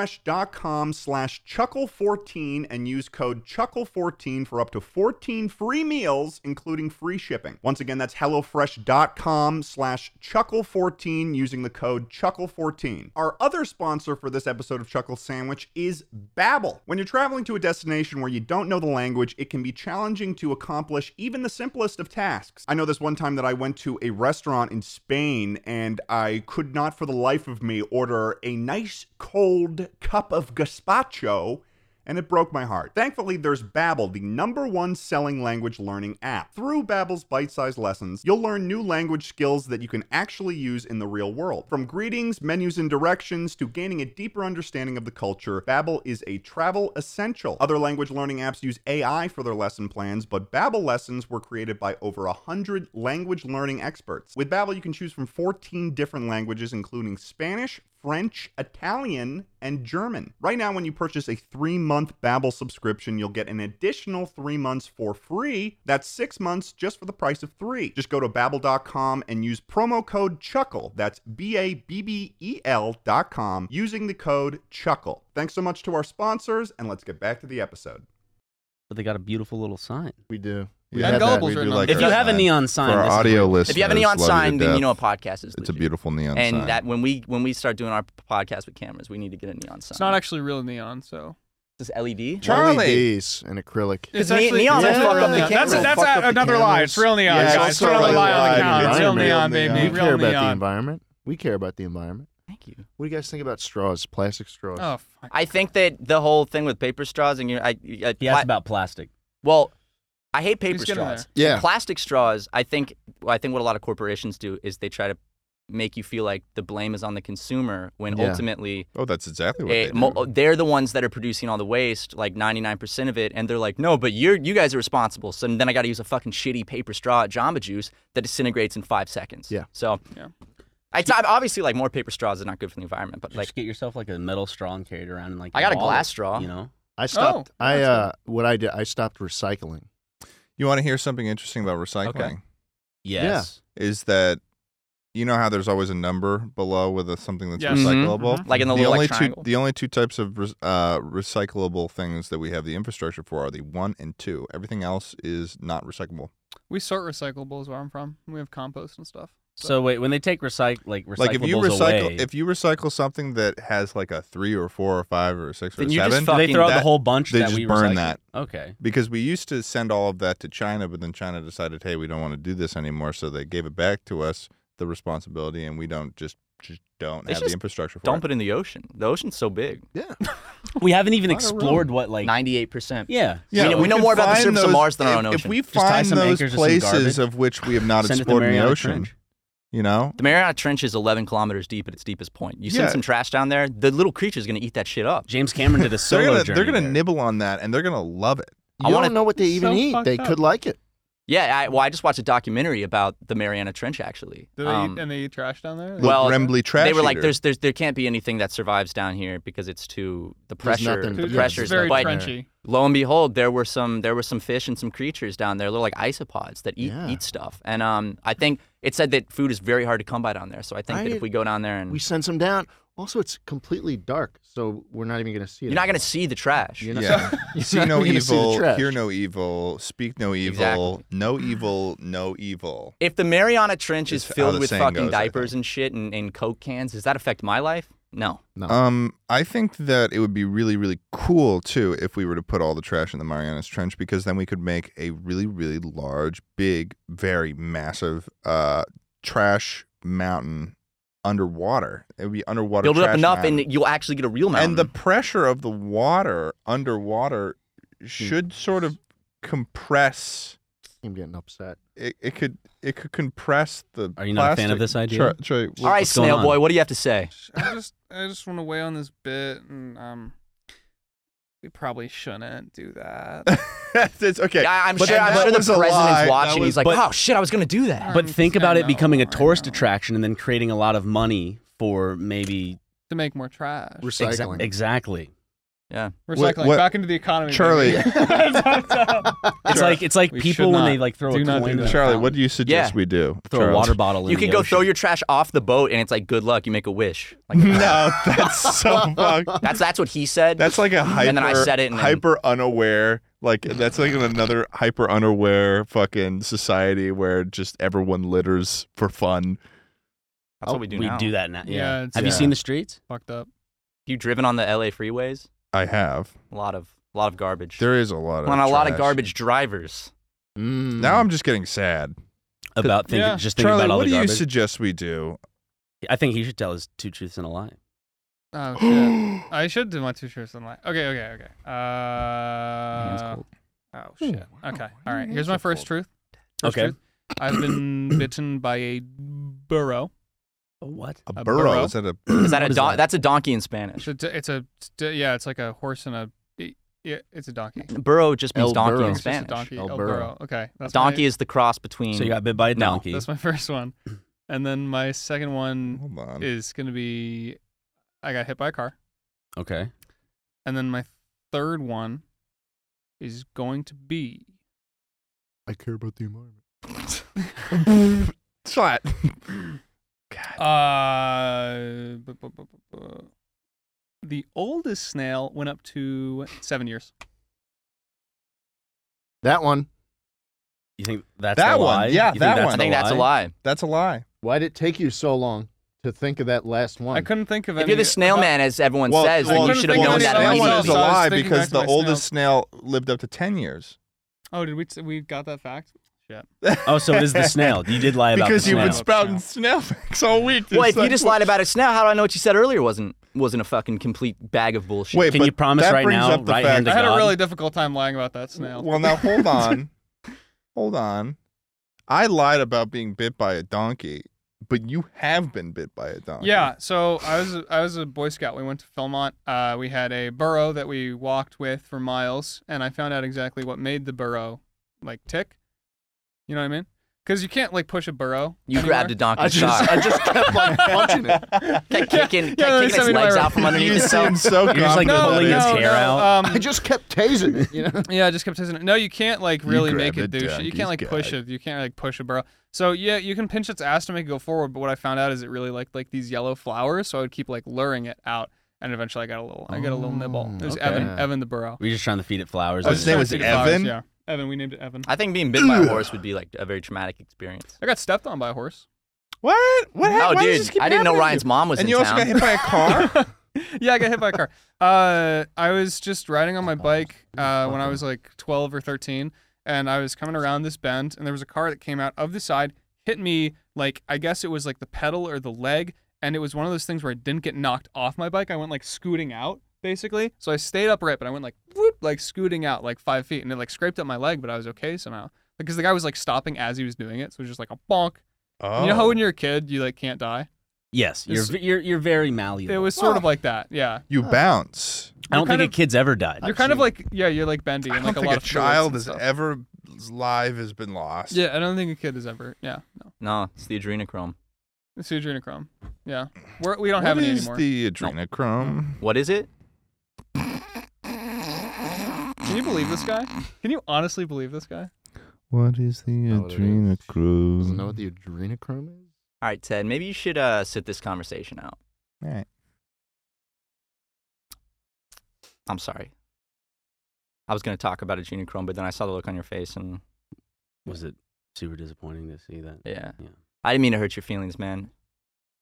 Speaker 7: HelloFresh.com slash Chuckle14 and use code Chuckle14 for up to 14 free meals, including free shipping. Once again, that's HelloFresh.com slash Chuckle14 using the code Chuckle14. Our other sponsor for this episode of Chuckle Sandwich is Babbel. When you're traveling to a destination where you don't know the language, it can be challenging to accomplish even the simplest of tasks. I know this one time that I went to a restaurant in Spain and I could not for the life of me order a nice cold cup of gazpacho and it broke my heart. Thankfully, there's Babbel, the number one selling language learning app. Through Babbel's bite-sized lessons, you'll learn new language skills that you can actually use in the real world. From greetings, menus and directions to gaining a deeper understanding of the culture, Babbel is a travel essential. Other language learning apps use AI for their lesson plans, but Babbel lessons were created by over 100 language learning experts. With Babbel, you can choose from 14 different languages including Spanish, French, Italian, and German. Right now, when you purchase a three month Babbel subscription, you'll get an additional three months for free. That's six months just for the price of three. Just go to babbel.com and use promo code CHUCKLE. That's B A B B E L dot com using the code CHUCKLE. Thanks so much to our sponsors, and let's get back to the episode.
Speaker 2: But they got a beautiful little sign.
Speaker 3: We do.
Speaker 1: We
Speaker 5: That
Speaker 1: have
Speaker 5: gullible's
Speaker 1: we do
Speaker 5: written on
Speaker 1: like
Speaker 5: it.
Speaker 2: If you
Speaker 1: our
Speaker 2: have a
Speaker 1: sign.
Speaker 2: neon
Speaker 1: for
Speaker 2: sign,
Speaker 1: our
Speaker 2: this is
Speaker 1: audio
Speaker 2: great.
Speaker 1: listeners,
Speaker 4: If you have any on
Speaker 1: love you to
Speaker 4: sign, then
Speaker 1: death.
Speaker 4: you know a podcast is.
Speaker 1: It's a
Speaker 4: legit.
Speaker 1: beautiful neon
Speaker 4: And
Speaker 1: sign.
Speaker 4: that when we when we start doing our podcast with cameras, we need to get a neon sign.
Speaker 5: It's not actually real neon, so
Speaker 4: It's LED.
Speaker 1: Charlie!
Speaker 3: LEDs and acrylic.
Speaker 4: It's ne- neon
Speaker 5: it's actually
Speaker 4: will fuck up the
Speaker 5: real neon.
Speaker 4: cameras.
Speaker 5: That's, that's
Speaker 3: Fuck up the
Speaker 5: another lie. It's
Speaker 3: cameras.
Speaker 5: real neon,
Speaker 3: Yeah, it's
Speaker 5: guys. It's,
Speaker 3: also
Speaker 5: not a
Speaker 3: real
Speaker 5: lie on the
Speaker 3: neon.
Speaker 5: count. It's real
Speaker 3: Environment.
Speaker 5: neon, baby.
Speaker 3: we
Speaker 5: Real
Speaker 3: care about the
Speaker 5: neon.
Speaker 3: environment. We care about the environment.
Speaker 4: Thank you.
Speaker 3: What do you guys think about straws, plastic straws?
Speaker 5: Oh, fuck.
Speaker 4: I think that the whole thing with paper straws and you, I, I
Speaker 2: He asked
Speaker 4: pla-
Speaker 2: about plastic.
Speaker 4: well, I hate paper
Speaker 5: Just get 'em
Speaker 4: straws.
Speaker 3: Yeah.
Speaker 4: Plastic straws. I think well, I think what a lot of corporations do is they try to make you feel like the blame is on the consumer when
Speaker 3: Yeah.
Speaker 4: ultimately
Speaker 1: oh, that's exactly what
Speaker 4: eh,
Speaker 1: they
Speaker 4: mo-
Speaker 1: do.
Speaker 4: they're the ones that are producing all the waste, like 99% of it, and they're like, no, but you're you guys are responsible. So then I got to use a fucking shitty paper straw at Jamba Juice that disintegrates in five seconds.
Speaker 3: Yeah.
Speaker 4: So.
Speaker 5: Yeah.
Speaker 4: I t- obviously like more paper straws is not good for the environment, but like
Speaker 2: just get yourself like a metal straw and carry it around. And, like
Speaker 4: I got a
Speaker 2: wallet,
Speaker 4: glass straw.
Speaker 2: You know,
Speaker 3: I stopped. I
Speaker 5: that's
Speaker 3: uh, what I did. I stopped recycling.
Speaker 1: You want to hear something interesting about recycling?
Speaker 2: yes,
Speaker 1: Is that you know how there's always a number below with a, something that's
Speaker 5: Yes.
Speaker 2: Mm-hmm.
Speaker 4: Mhm.
Speaker 1: recyclable?
Speaker 4: like in the,
Speaker 1: The,
Speaker 4: little
Speaker 1: only
Speaker 4: like,
Speaker 1: two,
Speaker 4: triangle.
Speaker 1: the only two types of re- uh, recyclable things that we have the infrastructure for are the one and two. Everything else is not recyclable.
Speaker 5: we sort recyclables where I'm from. We have compost and stuff.
Speaker 2: So wait, when they take recycle like recyclables
Speaker 1: Like if you recycle,
Speaker 2: away,
Speaker 1: if you recycle something that has like a three or four or five or six or
Speaker 4: Then you just
Speaker 1: seven,
Speaker 4: fuck-
Speaker 2: do they
Speaker 4: fucking
Speaker 2: throw out the
Speaker 1: that-
Speaker 2: whole bunch
Speaker 1: they
Speaker 2: that
Speaker 1: just
Speaker 2: we
Speaker 1: burn
Speaker 2: recycled?
Speaker 1: that.
Speaker 2: Okay,
Speaker 1: because we used to send all of that to China, but then China decided, hey, we don't want to do this anymore, so they gave it back to us the responsibility, and we don't just just don't
Speaker 4: They
Speaker 1: have
Speaker 4: just
Speaker 1: the infrastructure for
Speaker 4: dump
Speaker 1: it.
Speaker 4: it in the ocean. The ocean's so big.
Speaker 2: we haven't even
Speaker 1: Not a room.
Speaker 2: explored what like
Speaker 4: Ninety-eight percent.
Speaker 2: yeah.
Speaker 4: we know- we know
Speaker 1: could
Speaker 4: more about the
Speaker 1: find
Speaker 4: surface of
Speaker 1: those-
Speaker 4: Mars than our
Speaker 1: if-
Speaker 4: own
Speaker 1: If
Speaker 4: ocean.
Speaker 1: we
Speaker 4: Just
Speaker 2: tie
Speaker 1: find
Speaker 2: some
Speaker 1: those
Speaker 2: anchors to some
Speaker 1: places
Speaker 2: garbage.
Speaker 1: of which we have not
Speaker 2: Send it to
Speaker 1: explored in the
Speaker 2: Mariana
Speaker 1: ocean,
Speaker 2: Trench.
Speaker 1: you know,
Speaker 4: The Mariana Trench is eleven kilometers deep at its deepest point. You send
Speaker 1: Yeah.
Speaker 4: some trash down there, the little creature's gonna eat that shit up.
Speaker 2: James Cameron did a
Speaker 1: they're
Speaker 2: solo
Speaker 1: gonna
Speaker 2: journey.
Speaker 1: they're gonna
Speaker 2: there.
Speaker 1: nibble on that and they're gonna love it.
Speaker 3: I
Speaker 4: I
Speaker 3: want
Speaker 4: wanna-
Speaker 3: to know what they even
Speaker 5: So
Speaker 3: eat.
Speaker 5: fucked
Speaker 3: They
Speaker 5: up.
Speaker 3: could like it.
Speaker 4: Yeah. I, well, I just watched a documentary about the Mariana Trench actually.
Speaker 5: Do they
Speaker 4: Um,
Speaker 5: eat and they eat trash down there?
Speaker 1: The
Speaker 4: Well,
Speaker 1: Gremley trash
Speaker 4: they were like,
Speaker 1: eater.
Speaker 4: there's, "There's, there can't be anything that survives down here because it's too the
Speaker 3: There's
Speaker 4: pressure,
Speaker 3: nothing-
Speaker 4: the
Speaker 3: yeah,
Speaker 4: pressure."
Speaker 5: it's
Speaker 4: is
Speaker 5: very
Speaker 4: there. But
Speaker 5: trenchy.
Speaker 4: lo and behold, there were some, there were some fish and some creatures down there, little like isopods that eat,
Speaker 3: Yeah.
Speaker 4: eat stuff. And um, I think it said that food is very hard to come by down there. So I think that
Speaker 3: Right.
Speaker 4: if we go down there and
Speaker 3: We send some down. Also, it's completely dark, so we're not even going to see it.
Speaker 4: you're not gonna see the trash.
Speaker 3: You're not-
Speaker 1: yeah.
Speaker 3: you're
Speaker 1: See
Speaker 3: not
Speaker 1: no
Speaker 3: gonna see the
Speaker 1: evil,
Speaker 3: trash.
Speaker 1: hear no evil, speak no evil,
Speaker 4: Exactly.
Speaker 1: no evil, no evil.
Speaker 4: If the Mariana Trench is
Speaker 1: It's how
Speaker 4: filled
Speaker 1: the
Speaker 4: with
Speaker 1: saying
Speaker 4: fucking
Speaker 1: goes, I
Speaker 4: diapers and shit and, and Coke cans, does that affect my life? No.
Speaker 1: Um, I think that it would be really, really cool too if we were to put all the trash in the Marianas Trench because then we could make a really, really large, big, very massive uh trash mountain underwater. It would be underwater.
Speaker 4: Build it up
Speaker 1: trash
Speaker 4: enough
Speaker 1: mountain.
Speaker 4: and you'll actually get a real mountain.
Speaker 1: and the pressure of the water underwater
Speaker 2: Hmm.
Speaker 1: should sort of compress.
Speaker 3: I'm getting upset.
Speaker 1: It, it could it could compress the.
Speaker 2: Are you not a fan of
Speaker 1: plastic
Speaker 2: this idea?
Speaker 1: tra- tra-
Speaker 4: All right,
Speaker 2: what's going
Speaker 4: snail
Speaker 2: on?
Speaker 4: boy, what do you have to say?
Speaker 5: I just I just want to weigh on this bit, and um, we probably shouldn't do that.
Speaker 1: It's- okay.
Speaker 4: I, am
Speaker 1: but
Speaker 4: sure, I'm
Speaker 1: that
Speaker 4: sure the
Speaker 1: was a
Speaker 4: president's
Speaker 1: lie. That
Speaker 4: watching.
Speaker 1: was-
Speaker 4: He's like,
Speaker 2: but-
Speaker 4: oh shit, I was gonna do that.
Speaker 5: Alright.
Speaker 2: But think
Speaker 5: I
Speaker 2: about it
Speaker 5: know,
Speaker 2: becoming
Speaker 5: I
Speaker 2: a tourist
Speaker 5: know.
Speaker 2: attraction and then creating a lot of money for maybe
Speaker 5: to make more trash.
Speaker 3: Recycling.
Speaker 2: Exa- exactly.
Speaker 4: Yeah.
Speaker 5: Recycling
Speaker 1: what-
Speaker 5: back into the economy.
Speaker 1: Charlie-
Speaker 5: baby. That's what's up.
Speaker 2: It's like it's like
Speaker 5: We
Speaker 2: people
Speaker 5: should
Speaker 2: when
Speaker 5: not.
Speaker 2: they like throw
Speaker 5: Do
Speaker 2: a
Speaker 5: not do
Speaker 2: coin. in
Speaker 5: that.
Speaker 2: the
Speaker 1: Charlie,
Speaker 2: fountain.
Speaker 1: what do you suggest
Speaker 4: Yeah.
Speaker 1: we do?
Speaker 2: throw
Speaker 1: Charles?
Speaker 2: a water bottle? in
Speaker 4: You
Speaker 2: the
Speaker 4: could go
Speaker 2: ocean.
Speaker 4: throw your trash off the boat, and it's like good luck. You make a wish. Like,
Speaker 1: No, that's so fucked.
Speaker 4: That's that's what he said.
Speaker 1: That's like a hyper,
Speaker 4: And then I said it and then-
Speaker 1: hyper unaware. Like that's like another hyper unaware fucking society where just everyone litters for fun.
Speaker 4: That's what we do
Speaker 2: We
Speaker 4: now.
Speaker 2: do that now. Yeah.
Speaker 5: Yeah, it's-
Speaker 2: Have you
Speaker 5: yeah.
Speaker 2: seen the streets?
Speaker 5: Fucked up.
Speaker 4: You driven on the LA freeways?
Speaker 1: I have.
Speaker 4: A lot of a lot of garbage.
Speaker 1: There is a lot of
Speaker 4: and a lot of
Speaker 1: trash.
Speaker 4: garbage drivers.
Speaker 3: Mm.
Speaker 1: Now I'm just getting sad.
Speaker 2: About thinking,
Speaker 5: Yeah.
Speaker 2: just thinking
Speaker 1: Charlie,
Speaker 2: about all
Speaker 1: what
Speaker 2: the
Speaker 1: do you
Speaker 2: garbage.
Speaker 1: suggest we do?
Speaker 2: I think he should tell his two truths and a lie.
Speaker 5: Oh shit. I should do my two shirts in line. Okay, okay, okay. Uh, oh shit. Okay. All right. Here's my first truth. First
Speaker 2: Okay.
Speaker 5: truth. I've been bitten by a burro.
Speaker 2: What?
Speaker 1: a
Speaker 5: a
Speaker 1: burro.
Speaker 5: burro.
Speaker 1: Is that a
Speaker 4: Is that
Speaker 2: What
Speaker 4: a
Speaker 2: is
Speaker 4: don-
Speaker 2: that?
Speaker 4: that's a donkey in Spanish?
Speaker 5: It's a, it's a yeah. It's like a horse and a yeah. It's a donkey.
Speaker 4: Burro just means
Speaker 3: El
Speaker 4: donkey
Speaker 3: burro.
Speaker 4: in
Speaker 5: It's just a
Speaker 4: Spanish. Oh,
Speaker 5: donkey.
Speaker 3: El
Speaker 5: El
Speaker 3: burro.
Speaker 5: burro. Okay. That's
Speaker 4: Donkey
Speaker 5: my,
Speaker 4: is the cross between.
Speaker 2: So you got bit by a
Speaker 4: No,
Speaker 2: donkey.
Speaker 5: That's my first one. And then my second one
Speaker 1: Hold on.
Speaker 5: is gonna be, I got hit by a car.
Speaker 2: okay.
Speaker 5: And then my third one is going to be.
Speaker 3: I care about the environment.
Speaker 1: Shot.
Speaker 5: Uh, bu- bu- bu- bu- bu- the oldest snail went up to seven years.
Speaker 3: That one.
Speaker 2: You think that's
Speaker 1: That
Speaker 2: a
Speaker 1: one.
Speaker 2: lie?
Speaker 1: Yeah,
Speaker 2: You think
Speaker 1: that
Speaker 2: that's
Speaker 1: one.
Speaker 4: I think that's a lie.
Speaker 1: That's a lie.
Speaker 3: Why'd it take you so long to think of that last one?
Speaker 5: I uh-huh. couldn't think of
Speaker 4: If
Speaker 5: any.
Speaker 4: you're the snail man, as everyone
Speaker 1: Well,
Speaker 4: says, then
Speaker 1: well,
Speaker 4: you
Speaker 5: I
Speaker 4: should have
Speaker 5: couldn't
Speaker 4: known
Speaker 5: think
Speaker 4: that
Speaker 5: of
Speaker 1: That
Speaker 5: anything
Speaker 1: one
Speaker 5: else.
Speaker 1: is
Speaker 4: immediately.
Speaker 1: a
Speaker 5: So I was
Speaker 1: lie
Speaker 5: thinking
Speaker 1: because
Speaker 5: back to
Speaker 1: the
Speaker 5: my
Speaker 1: oldest snail lived up to ten years.
Speaker 5: Oh, did we t- we got that fact?
Speaker 2: Oh, so it is the snail. You did lie about
Speaker 1: because
Speaker 2: the
Speaker 1: you've
Speaker 2: snail.
Speaker 1: been spouting snail facts all week.
Speaker 4: Well, if
Speaker 1: It's
Speaker 4: you
Speaker 1: like,
Speaker 4: just lied about it now, how do I know what you said earlier wasn't wasn't a fucking complete bag of bullshit?
Speaker 1: Wait,
Speaker 2: Can
Speaker 1: but
Speaker 2: you promise
Speaker 1: that
Speaker 2: right
Speaker 1: brings
Speaker 2: now,
Speaker 1: up the
Speaker 2: right
Speaker 1: fact-
Speaker 2: hand to
Speaker 5: I had
Speaker 2: God?
Speaker 5: a really difficult time lying about that snail.
Speaker 1: Well, now hold on, hold on. I lied about being bit by a donkey, but you have been bit by a donkey.
Speaker 5: Yeah, so I was a, I was a Boy Scout. We went to Philmont. Uh, we had a burro that we walked with for miles, and I found out exactly what made the burro like tick. You know what I mean? Because you can't like push a burro.
Speaker 4: you
Speaker 5: anywhere.
Speaker 4: grabbed a
Speaker 3: I
Speaker 4: donkey's
Speaker 3: just,
Speaker 4: sock.
Speaker 3: I just kept like punching it.
Speaker 4: kept kicking, kept
Speaker 5: Yeah, no, send
Speaker 4: kicking its
Speaker 5: me to my
Speaker 4: legs
Speaker 5: room.
Speaker 4: out from underneath
Speaker 1: you
Speaker 4: itself.
Speaker 1: seem so
Speaker 2: You're just, like,
Speaker 5: No,
Speaker 2: pulling
Speaker 5: no,
Speaker 2: his
Speaker 5: no,
Speaker 2: hair out.
Speaker 5: Um,
Speaker 3: I just kept tasing it. You know.
Speaker 5: Yeah, I just kept testing it. No, you can't like
Speaker 1: You
Speaker 5: really
Speaker 1: grab
Speaker 5: make
Speaker 1: a
Speaker 5: it do shit. You
Speaker 1: donkey's
Speaker 5: can't like push
Speaker 1: guy.
Speaker 5: it. You can't like push a burrow. So yeah, you can pinch its ass to make it go forward. But what I found out is it really liked like these yellow flowers. So I would keep like luring it out, and eventually I got a little. I got a little nibble. It was
Speaker 2: okay.
Speaker 5: Evan. Evan the burrow.
Speaker 2: We're just trying to feed it flowers.
Speaker 1: Oh, his
Speaker 5: I
Speaker 1: name
Speaker 5: was
Speaker 1: was
Speaker 5: trying to feed it flowers,
Speaker 1: Evan?
Speaker 5: Yeah, Evan. We named it Evan.
Speaker 4: I think being bitten by a horse would be like a very traumatic experience.
Speaker 5: I got stepped on by a horse.
Speaker 1: What? What
Speaker 4: Oh,
Speaker 1: happened?
Speaker 4: dude, I didn't know Ryan's mom was
Speaker 1: And
Speaker 4: in
Speaker 1: you also
Speaker 4: town.
Speaker 1: got hit by a car.
Speaker 5: yeah, I got hit by a car. Uh, I was just riding on my bike uh, when I was like 12 or 13, and I was coming around this bend, and there was a car that came out of the side, hit me like I guess it was like the pedal or the leg, and it was one of those things where I didn't get knocked off my bike. I went like scooting out basically. So I stayed upright, but I went like whoop, like scooting out like five feet, and it like scraped up my leg, but I was okay somehow because the guy was like stopping as he was doing it, so it was just like a bonk.
Speaker 1: oh.
Speaker 5: You know how when you're a kid, you like can't die.
Speaker 2: Yes, you're
Speaker 5: It's-
Speaker 2: v- you're you're very malleable.
Speaker 5: It was sort of like that, yeah.
Speaker 1: you bounce.
Speaker 2: I don't
Speaker 5: You're
Speaker 2: think
Speaker 5: kind
Speaker 2: a kid's ever died.
Speaker 5: You're kind of like yeah, you're like bendy.
Speaker 1: I
Speaker 5: and
Speaker 1: don't
Speaker 5: like
Speaker 1: think
Speaker 5: a, lot
Speaker 1: a
Speaker 5: of fluids
Speaker 1: child
Speaker 5: and
Speaker 1: has
Speaker 5: stuff.
Speaker 1: ever live has been lost.
Speaker 5: Yeah, I don't think a kid has ever. Yeah, no.
Speaker 4: No, it's the adrenochrome.
Speaker 5: It's the adrenochrome. Yeah, We're, we don't
Speaker 1: What
Speaker 5: have any
Speaker 1: is
Speaker 5: anymore.
Speaker 1: the adrenochrome?
Speaker 4: What is it?
Speaker 5: Can you believe this guy? Can you honestly believe this guy?
Speaker 1: What is the
Speaker 3: know what it is.
Speaker 1: adrenochrome?
Speaker 3: Doesn't know what the adrenochrome is.
Speaker 4: All right, Ted, maybe you should uh, sit this conversation out.
Speaker 1: All right.
Speaker 4: I'm sorry. I was going to talk about adrenochrome, but then I saw the look on your face, and
Speaker 2: was it super disappointing to see that?
Speaker 4: yeah.
Speaker 2: Yeah.
Speaker 4: I didn't mean to hurt your feelings, man.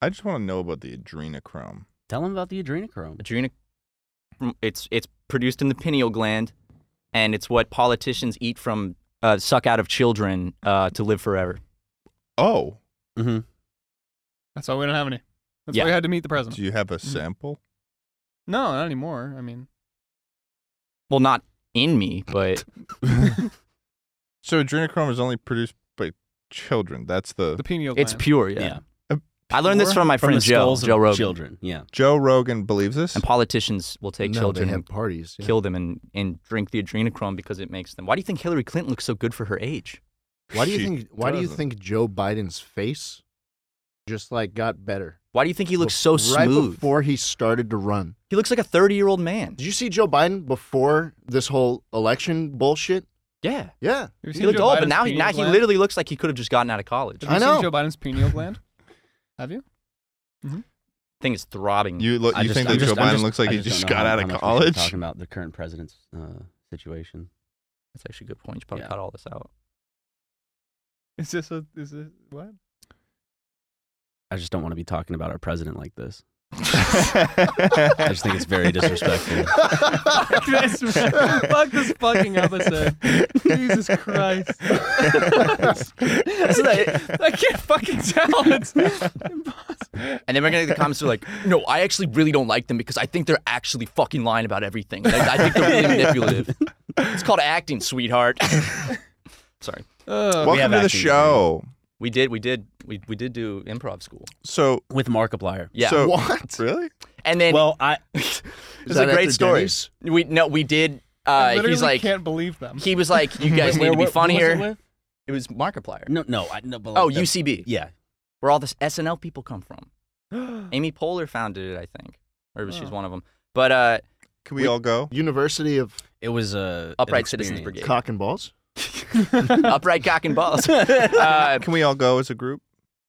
Speaker 1: I just want to know about the adrenochrome.
Speaker 2: Tell them about the adrenochrome.
Speaker 4: Adrenochrome, it's, it's produced in the pineal gland, and it's what politicians eat from, uh, suck out of children uh, to live forever.
Speaker 1: Oh,
Speaker 2: Mm-hmm.
Speaker 5: That's why we don't have any. That's
Speaker 4: Yeah.
Speaker 5: why we had to meet the
Speaker 1: do
Speaker 5: president.
Speaker 1: you have a sample?
Speaker 5: No, not anymore. I mean,
Speaker 4: Well, not in me, but
Speaker 1: So adrenochrome is only produced by children. That's the
Speaker 5: the pineal
Speaker 4: it's
Speaker 5: gland.
Speaker 4: pure, yeah.
Speaker 2: Yeah.
Speaker 4: I learned this
Speaker 1: Pure?
Speaker 4: from my
Speaker 2: From
Speaker 4: friend
Speaker 2: the
Speaker 4: Joe,
Speaker 2: skulls
Speaker 4: Joe
Speaker 2: of
Speaker 4: Rogan.
Speaker 2: children. Yeah.
Speaker 1: Joe Rogan believes this.
Speaker 4: And politicians will take
Speaker 3: no,
Speaker 4: children
Speaker 3: They
Speaker 4: and
Speaker 3: have parties. yeah.
Speaker 4: kill them and, and drink the adrenochrome because it makes them. Why do you think Hillary Clinton looks so good for her age?
Speaker 3: Why do you
Speaker 1: She
Speaker 3: think? Why do you
Speaker 1: doesn't.
Speaker 3: think Joe Biden's face just like got better?
Speaker 4: Why do you think he looks so
Speaker 3: Right
Speaker 4: smooth?
Speaker 3: before he started to run.
Speaker 4: He looks like a 30 year old man.
Speaker 3: Did you see Joe Biden before this whole election bullshit?
Speaker 4: Yeah.
Speaker 3: Yeah.
Speaker 5: Have you
Speaker 4: He
Speaker 5: seen
Speaker 4: looked
Speaker 5: Joe
Speaker 4: old,
Speaker 5: Biden's
Speaker 4: but now he
Speaker 5: pineal
Speaker 4: now he
Speaker 5: gland?
Speaker 4: literally looks like he could have just gotten out of college.
Speaker 5: Have
Speaker 4: I
Speaker 5: you
Speaker 3: I
Speaker 5: seen
Speaker 3: know.
Speaker 5: Joe Biden's pineal gland? Have you?
Speaker 4: think it's throbbing.
Speaker 1: You look.
Speaker 2: I
Speaker 1: You
Speaker 2: just-
Speaker 1: think
Speaker 2: I'm
Speaker 1: that Joe
Speaker 2: just- I'm
Speaker 1: Biden
Speaker 2: just-
Speaker 1: looks like
Speaker 2: I
Speaker 1: he
Speaker 2: don't
Speaker 1: just
Speaker 2: know
Speaker 1: got
Speaker 2: how-
Speaker 1: out
Speaker 2: how
Speaker 1: of
Speaker 2: much we should be
Speaker 1: college?
Speaker 2: Talking about the current president's uh, situation.
Speaker 4: That's actually a good point. You should probably
Speaker 2: Yeah.
Speaker 4: cut all this out.
Speaker 5: Is this a is this what?
Speaker 2: I just don't want to be talking about our president like this. I just think it's very disrespectful.
Speaker 5: This- fuck this fucking episode. Jesus Christ.
Speaker 4: So that-
Speaker 5: I can't fucking tell. It's impossible.
Speaker 4: and then we're gonna get the comments are like, no, I actually really don't like them because I think they're actually fucking lying about everything. Like, I think they're really manipulative. It's called acting, sweetheart. Sorry.
Speaker 5: Oh,
Speaker 1: Welcome to the
Speaker 2: acting
Speaker 1: show.
Speaker 4: We did, we did, we, we did do improv school.
Speaker 1: So
Speaker 2: With Markiplier.
Speaker 4: Yeah.
Speaker 1: So
Speaker 3: What?
Speaker 1: really,
Speaker 4: and then
Speaker 2: Well, I
Speaker 4: this is
Speaker 3: that
Speaker 4: a great
Speaker 3: after
Speaker 4: story.
Speaker 3: Denny's?
Speaker 4: We no, we did.
Speaker 5: I
Speaker 4: Uh,
Speaker 5: literally
Speaker 4: he's like,
Speaker 5: can't believe them.
Speaker 4: he was like, you guys need
Speaker 2: Where- where-
Speaker 4: to be
Speaker 2: who was it
Speaker 4: funnier.
Speaker 2: with?
Speaker 4: It was Markiplier.
Speaker 2: No, no, I no. But like
Speaker 4: Oh,
Speaker 2: the-
Speaker 4: UCB,
Speaker 2: Yeah,
Speaker 4: where all the SNL people come from. Amy Poehler founded it, I think, or
Speaker 5: Oh.
Speaker 4: she's one of them. But uh,
Speaker 1: can we,
Speaker 4: We-
Speaker 1: all go?
Speaker 3: University of
Speaker 2: it was uh, a
Speaker 4: Upright Citizens Brigade.
Speaker 3: Cock and Balls?
Speaker 4: upright cock and balls. Uh,
Speaker 1: Can we all go as a group?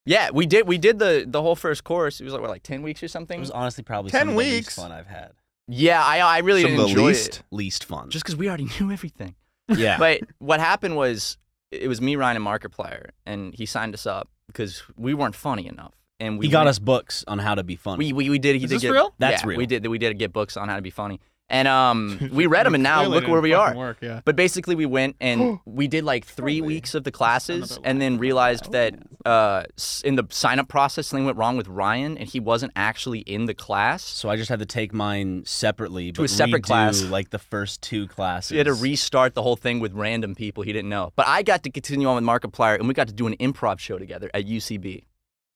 Speaker 4: yeah, we did. We did the the whole first course. It was like what, like ten weeks or
Speaker 2: It
Speaker 4: something.
Speaker 2: was honestly probably
Speaker 1: 10
Speaker 2: some of the least
Speaker 1: weeks.
Speaker 2: fun I've had.
Speaker 4: yeah, I I really
Speaker 1: Some of
Speaker 4: didn't
Speaker 1: the
Speaker 4: enjoy
Speaker 1: least.
Speaker 4: it,
Speaker 2: Least fun.
Speaker 4: just because we already knew everything.
Speaker 2: yeah.
Speaker 4: But what happened was it was me, Ryan, and Markiplier, and he signed us up because we weren't funny enough, and we
Speaker 2: he got
Speaker 4: went-
Speaker 2: us books on how to be funny.
Speaker 4: We we, we did. He
Speaker 5: Is
Speaker 4: did
Speaker 5: this
Speaker 4: get
Speaker 5: real?
Speaker 2: That's
Speaker 4: yeah,
Speaker 2: real.
Speaker 4: We did. We did get books on how to be funny, and um, we read them, and now
Speaker 5: Clearly
Speaker 4: look where
Speaker 5: didn't
Speaker 4: we
Speaker 5: fucking
Speaker 4: are.
Speaker 5: Work, yeah.
Speaker 4: But basically, we went and we did like three
Speaker 5: Probably.
Speaker 4: weeks of the classes,
Speaker 5: Another
Speaker 4: and then
Speaker 5: laugh.
Speaker 4: realized
Speaker 5: Oh,
Speaker 4: that uh, s- in the sign up process, something went wrong with Ryan, and he wasn't actually in the class.
Speaker 2: so I just had to take mine separately
Speaker 4: To
Speaker 2: but
Speaker 4: a separate
Speaker 2: redo,
Speaker 4: class.
Speaker 2: like the first two classes.
Speaker 4: So he had to restart the whole thing with random people he didn't know. But I got to continue on with Markiplier, and we got to do an improv show together at UCB.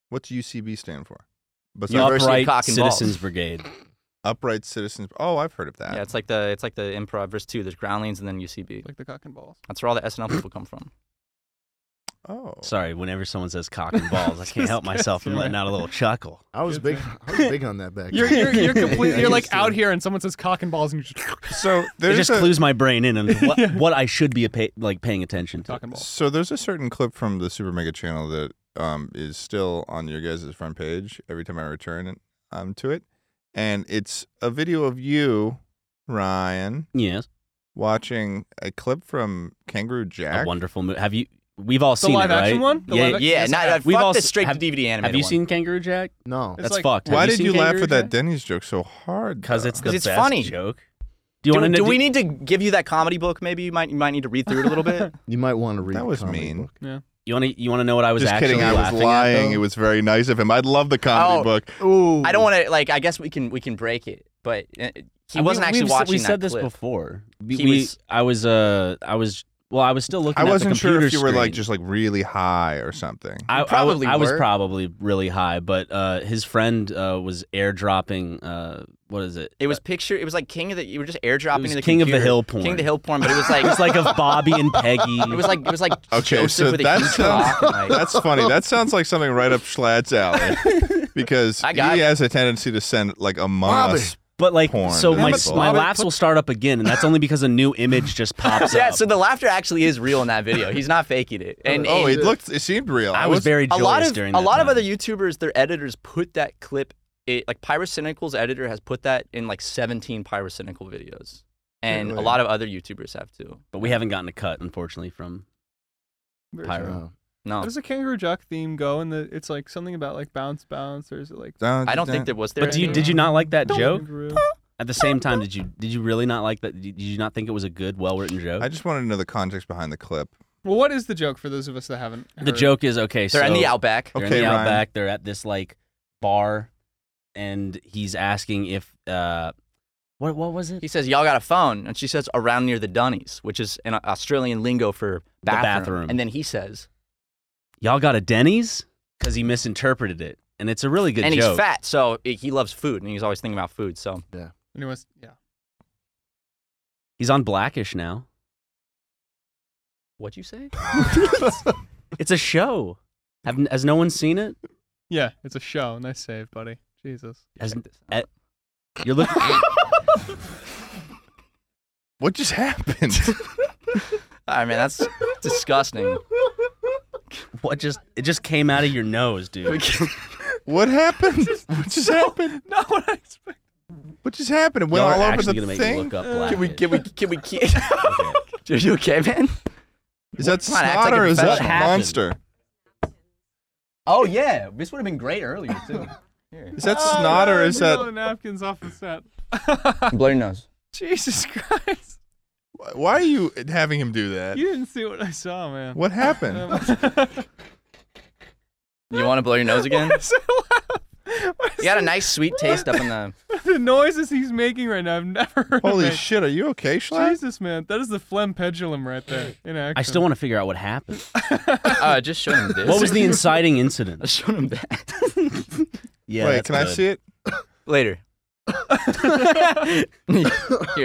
Speaker 1: What's UCB stand for? But
Speaker 4: University of
Speaker 2: Upright
Speaker 4: Cock and Balls.
Speaker 2: Citizens Brigade.
Speaker 1: upright citizens. Oh, I've heard of that.
Speaker 4: Yeah, it's like the it's like the improv verse two. There's Groundlings and then UCB.
Speaker 5: Like the cock and balls.
Speaker 4: That's where all the SNL people come from.
Speaker 1: oh,
Speaker 2: Sorry, whenever someone says cock and balls, I can't
Speaker 5: Just
Speaker 2: help myself from
Speaker 5: kidding.
Speaker 2: letting out a little chuckle.
Speaker 3: I was big. I was big on that back.
Speaker 5: You're
Speaker 3: then.
Speaker 5: you're, you're completely
Speaker 3: I
Speaker 5: you're like
Speaker 3: used to-
Speaker 5: out here and someone says cock and balls and you're just
Speaker 1: So
Speaker 2: It
Speaker 1: there's
Speaker 2: just
Speaker 1: a,
Speaker 2: clues my brain in and what,
Speaker 5: Yeah.
Speaker 2: what I should be a pay, like paying attention to.
Speaker 5: cock and balls.
Speaker 1: so there's a certain clip from the Super Mega Channel that um, is still on your guys' front page every time I return um, to it, and it's a video of you, Ryan,
Speaker 2: Yes,
Speaker 1: watching a clip from Kangaroo Jack.
Speaker 2: a wonderful movie. Have you? We've all
Speaker 5: The
Speaker 2: seen
Speaker 5: live
Speaker 2: it, right?
Speaker 5: action one? The
Speaker 2: yeah,
Speaker 5: live action-
Speaker 4: Yeah,
Speaker 5: yes,
Speaker 4: not,
Speaker 5: I-
Speaker 4: uh,
Speaker 2: We've
Speaker 4: fuck
Speaker 2: all
Speaker 4: the
Speaker 2: s-
Speaker 4: straight
Speaker 2: have-
Speaker 4: to DVD animated
Speaker 2: Have you
Speaker 4: one.
Speaker 2: seen Kangaroo Jack?
Speaker 3: No.
Speaker 5: It's
Speaker 2: That's
Speaker 5: like-
Speaker 2: fucked. Have
Speaker 1: Why
Speaker 2: you
Speaker 1: did
Speaker 2: seen
Speaker 1: you laugh
Speaker 2: Kangaroo
Speaker 1: at that
Speaker 2: Jack?
Speaker 1: Denny's joke so hard?
Speaker 2: Because it's the
Speaker 4: 'Cause it's
Speaker 2: best
Speaker 4: funny.
Speaker 2: joke. Do you
Speaker 4: do,
Speaker 2: want to?
Speaker 4: do we need to give you that comedy book? Maybe you might you might need to read through it a little bit.
Speaker 3: You might want to read.
Speaker 1: That
Speaker 3: the
Speaker 1: was
Speaker 3: comic
Speaker 1: mean.
Speaker 3: book.
Speaker 2: You want to? You want to know what I was
Speaker 1: Just
Speaker 2: actually
Speaker 1: kidding. I was
Speaker 2: laughing at,
Speaker 1: lying.
Speaker 2: though?
Speaker 1: it was very nice of him. I'd love the comedy
Speaker 4: Oh.
Speaker 1: book.
Speaker 3: Ooh.
Speaker 4: I don't want to like. I guess we can we can break it, but uh, he
Speaker 2: We-
Speaker 4: wasn't actually
Speaker 2: we've s-
Speaker 4: watching
Speaker 2: We
Speaker 4: that
Speaker 2: said this
Speaker 4: clip.
Speaker 2: before. We,
Speaker 4: He
Speaker 2: we-
Speaker 4: was-
Speaker 2: I was. Uh. I was. Well, I was still looking.
Speaker 1: I
Speaker 2: at the
Speaker 1: wasn't sure if
Speaker 2: computer
Speaker 1: you were like
Speaker 2: screen.
Speaker 1: just like really high or something.
Speaker 2: I, I w-
Speaker 4: probably
Speaker 2: I was
Speaker 4: were.
Speaker 2: probably really high, but uh, his friend uh, was airdropping. Uh, what is it?
Speaker 4: It was picture. It was like King of the. You were just airdropping
Speaker 2: It was
Speaker 4: to the
Speaker 2: King of the
Speaker 4: computer.
Speaker 2: Hill porn.
Speaker 4: King of the Hill porn, but it was like
Speaker 2: It's like of Bobby and Peggy.
Speaker 4: it was like it was like
Speaker 1: Okay,
Speaker 4: Joseph
Speaker 1: so
Speaker 4: with a
Speaker 1: that
Speaker 4: huge
Speaker 1: sounds-
Speaker 4: cock and, like,
Speaker 1: That's funny. That sounds like something right up Schlatt's alley because
Speaker 4: I got
Speaker 1: he
Speaker 4: it.
Speaker 1: has a tendency to send like a
Speaker 3: Bobby.
Speaker 1: us.
Speaker 2: But like,
Speaker 1: Porn.
Speaker 2: so
Speaker 1: Damn
Speaker 2: my,
Speaker 1: it,
Speaker 2: my
Speaker 5: Bob.
Speaker 2: laughs will start up again, and that's only because a new image just pops
Speaker 4: yeah.
Speaker 2: up.
Speaker 4: So the laughter actually is real in that video. He's not faking it. And
Speaker 1: Oh,
Speaker 4: and
Speaker 1: it looked. It seemed real.
Speaker 2: I was very
Speaker 4: a
Speaker 2: joyous
Speaker 4: lot of
Speaker 2: during
Speaker 4: a
Speaker 2: that
Speaker 4: lot of
Speaker 2: time.
Speaker 4: other YouTubers, their editors put that clip. It, like Pyrocynical's editor has put that in like 17 Pyrocynical videos, and a
Speaker 1: Really?
Speaker 4: lot of other YouTubers have too.
Speaker 2: but we haven't gotten a cut, unfortunately, from
Speaker 5: Very
Speaker 2: Pyro.
Speaker 5: true.
Speaker 3: No.
Speaker 4: No,
Speaker 2: Oh.
Speaker 5: How does the kangaroo jock theme go? And the it's like something about like bounce bounce, or is it like
Speaker 4: I don't think there was there.
Speaker 2: But do you
Speaker 4: any-
Speaker 2: did you not like that
Speaker 5: Don't-
Speaker 2: joke?
Speaker 5: kangaroo?
Speaker 2: At the same time, did you did you really not like that? Did you not think it was a good, well written joke?
Speaker 1: I just wanted to know the context behind the clip.
Speaker 5: Well, what is the joke for those of us that haven't?
Speaker 2: the
Speaker 5: heard?
Speaker 2: joke is okay.
Speaker 4: They're
Speaker 2: so
Speaker 4: in the Outback.
Speaker 2: They're
Speaker 1: Okay,
Speaker 2: in the
Speaker 1: Ryan.
Speaker 2: outback. They're at this like bar, and he's asking if uh, what what was it?
Speaker 4: He says, "Y'all got a phone," and she says, "Around near the Dunnies," which is an Australian lingo for
Speaker 2: The
Speaker 4: bathroom.
Speaker 2: bathroom.
Speaker 4: And then he says,
Speaker 2: Y'all got a Denny's? Because he misinterpreted it, and it's a really good
Speaker 4: "And
Speaker 2: joke.
Speaker 4: he's fat, so i- he loves food, and he's always thinking about food." So
Speaker 5: And it was yeah.
Speaker 2: He's on Blackish now.
Speaker 4: what'd you say?
Speaker 2: It's a show. Have, has no one seen it?
Speaker 5: Yeah, it's a show. Nice save, buddy. Jesus.
Speaker 2: Has,
Speaker 4: Check this
Speaker 2: eh,
Speaker 4: out.
Speaker 2: You're looking.
Speaker 1: What just happened?
Speaker 4: I mean, that's disgusting.
Speaker 2: what just? It just came out of your nose, dude.
Speaker 1: what happened? What just happened?
Speaker 5: Not what I expected.
Speaker 1: What just happened? It went
Speaker 2: Y'all are
Speaker 1: all over
Speaker 2: actually
Speaker 1: the
Speaker 2: gonna make me
Speaker 1: thing.
Speaker 2: look up black.
Speaker 4: Can we? Can we? Can we? Can Are you okay, man?
Speaker 1: Is that
Speaker 4: Come on, act like
Speaker 1: snot
Speaker 4: a
Speaker 1: or is that
Speaker 4: professional.
Speaker 1: monster?
Speaker 4: Oh yeah, this would have been great earlier too.
Speaker 1: Is that snot or is
Speaker 2: Uh,
Speaker 1: that?
Speaker 5: napkins off the set?
Speaker 4: Blurry nose.
Speaker 5: Jesus Christ!
Speaker 1: Why are you having him do that?
Speaker 5: You didn't see what I saw, man. Um,
Speaker 1: What happened?
Speaker 4: You want to blow your nose again?
Speaker 5: So loud. What
Speaker 4: You
Speaker 5: is
Speaker 4: got a nice sweet taste up in the.
Speaker 5: the noises he's making right now? I've never heard.
Speaker 1: Holy
Speaker 5: of it.
Speaker 1: shit! Are you okay, Schlatt?
Speaker 5: Jesus, man, that is the phlegm pendulum right there. You know,
Speaker 2: I still want to figure out what happened.
Speaker 4: Uh, just show him this.
Speaker 2: What was the inciting incident?
Speaker 4: Just show him that.
Speaker 2: Yeah.
Speaker 1: Wait,
Speaker 2: that's
Speaker 1: can I
Speaker 2: good.
Speaker 1: see it
Speaker 4: Later. Here,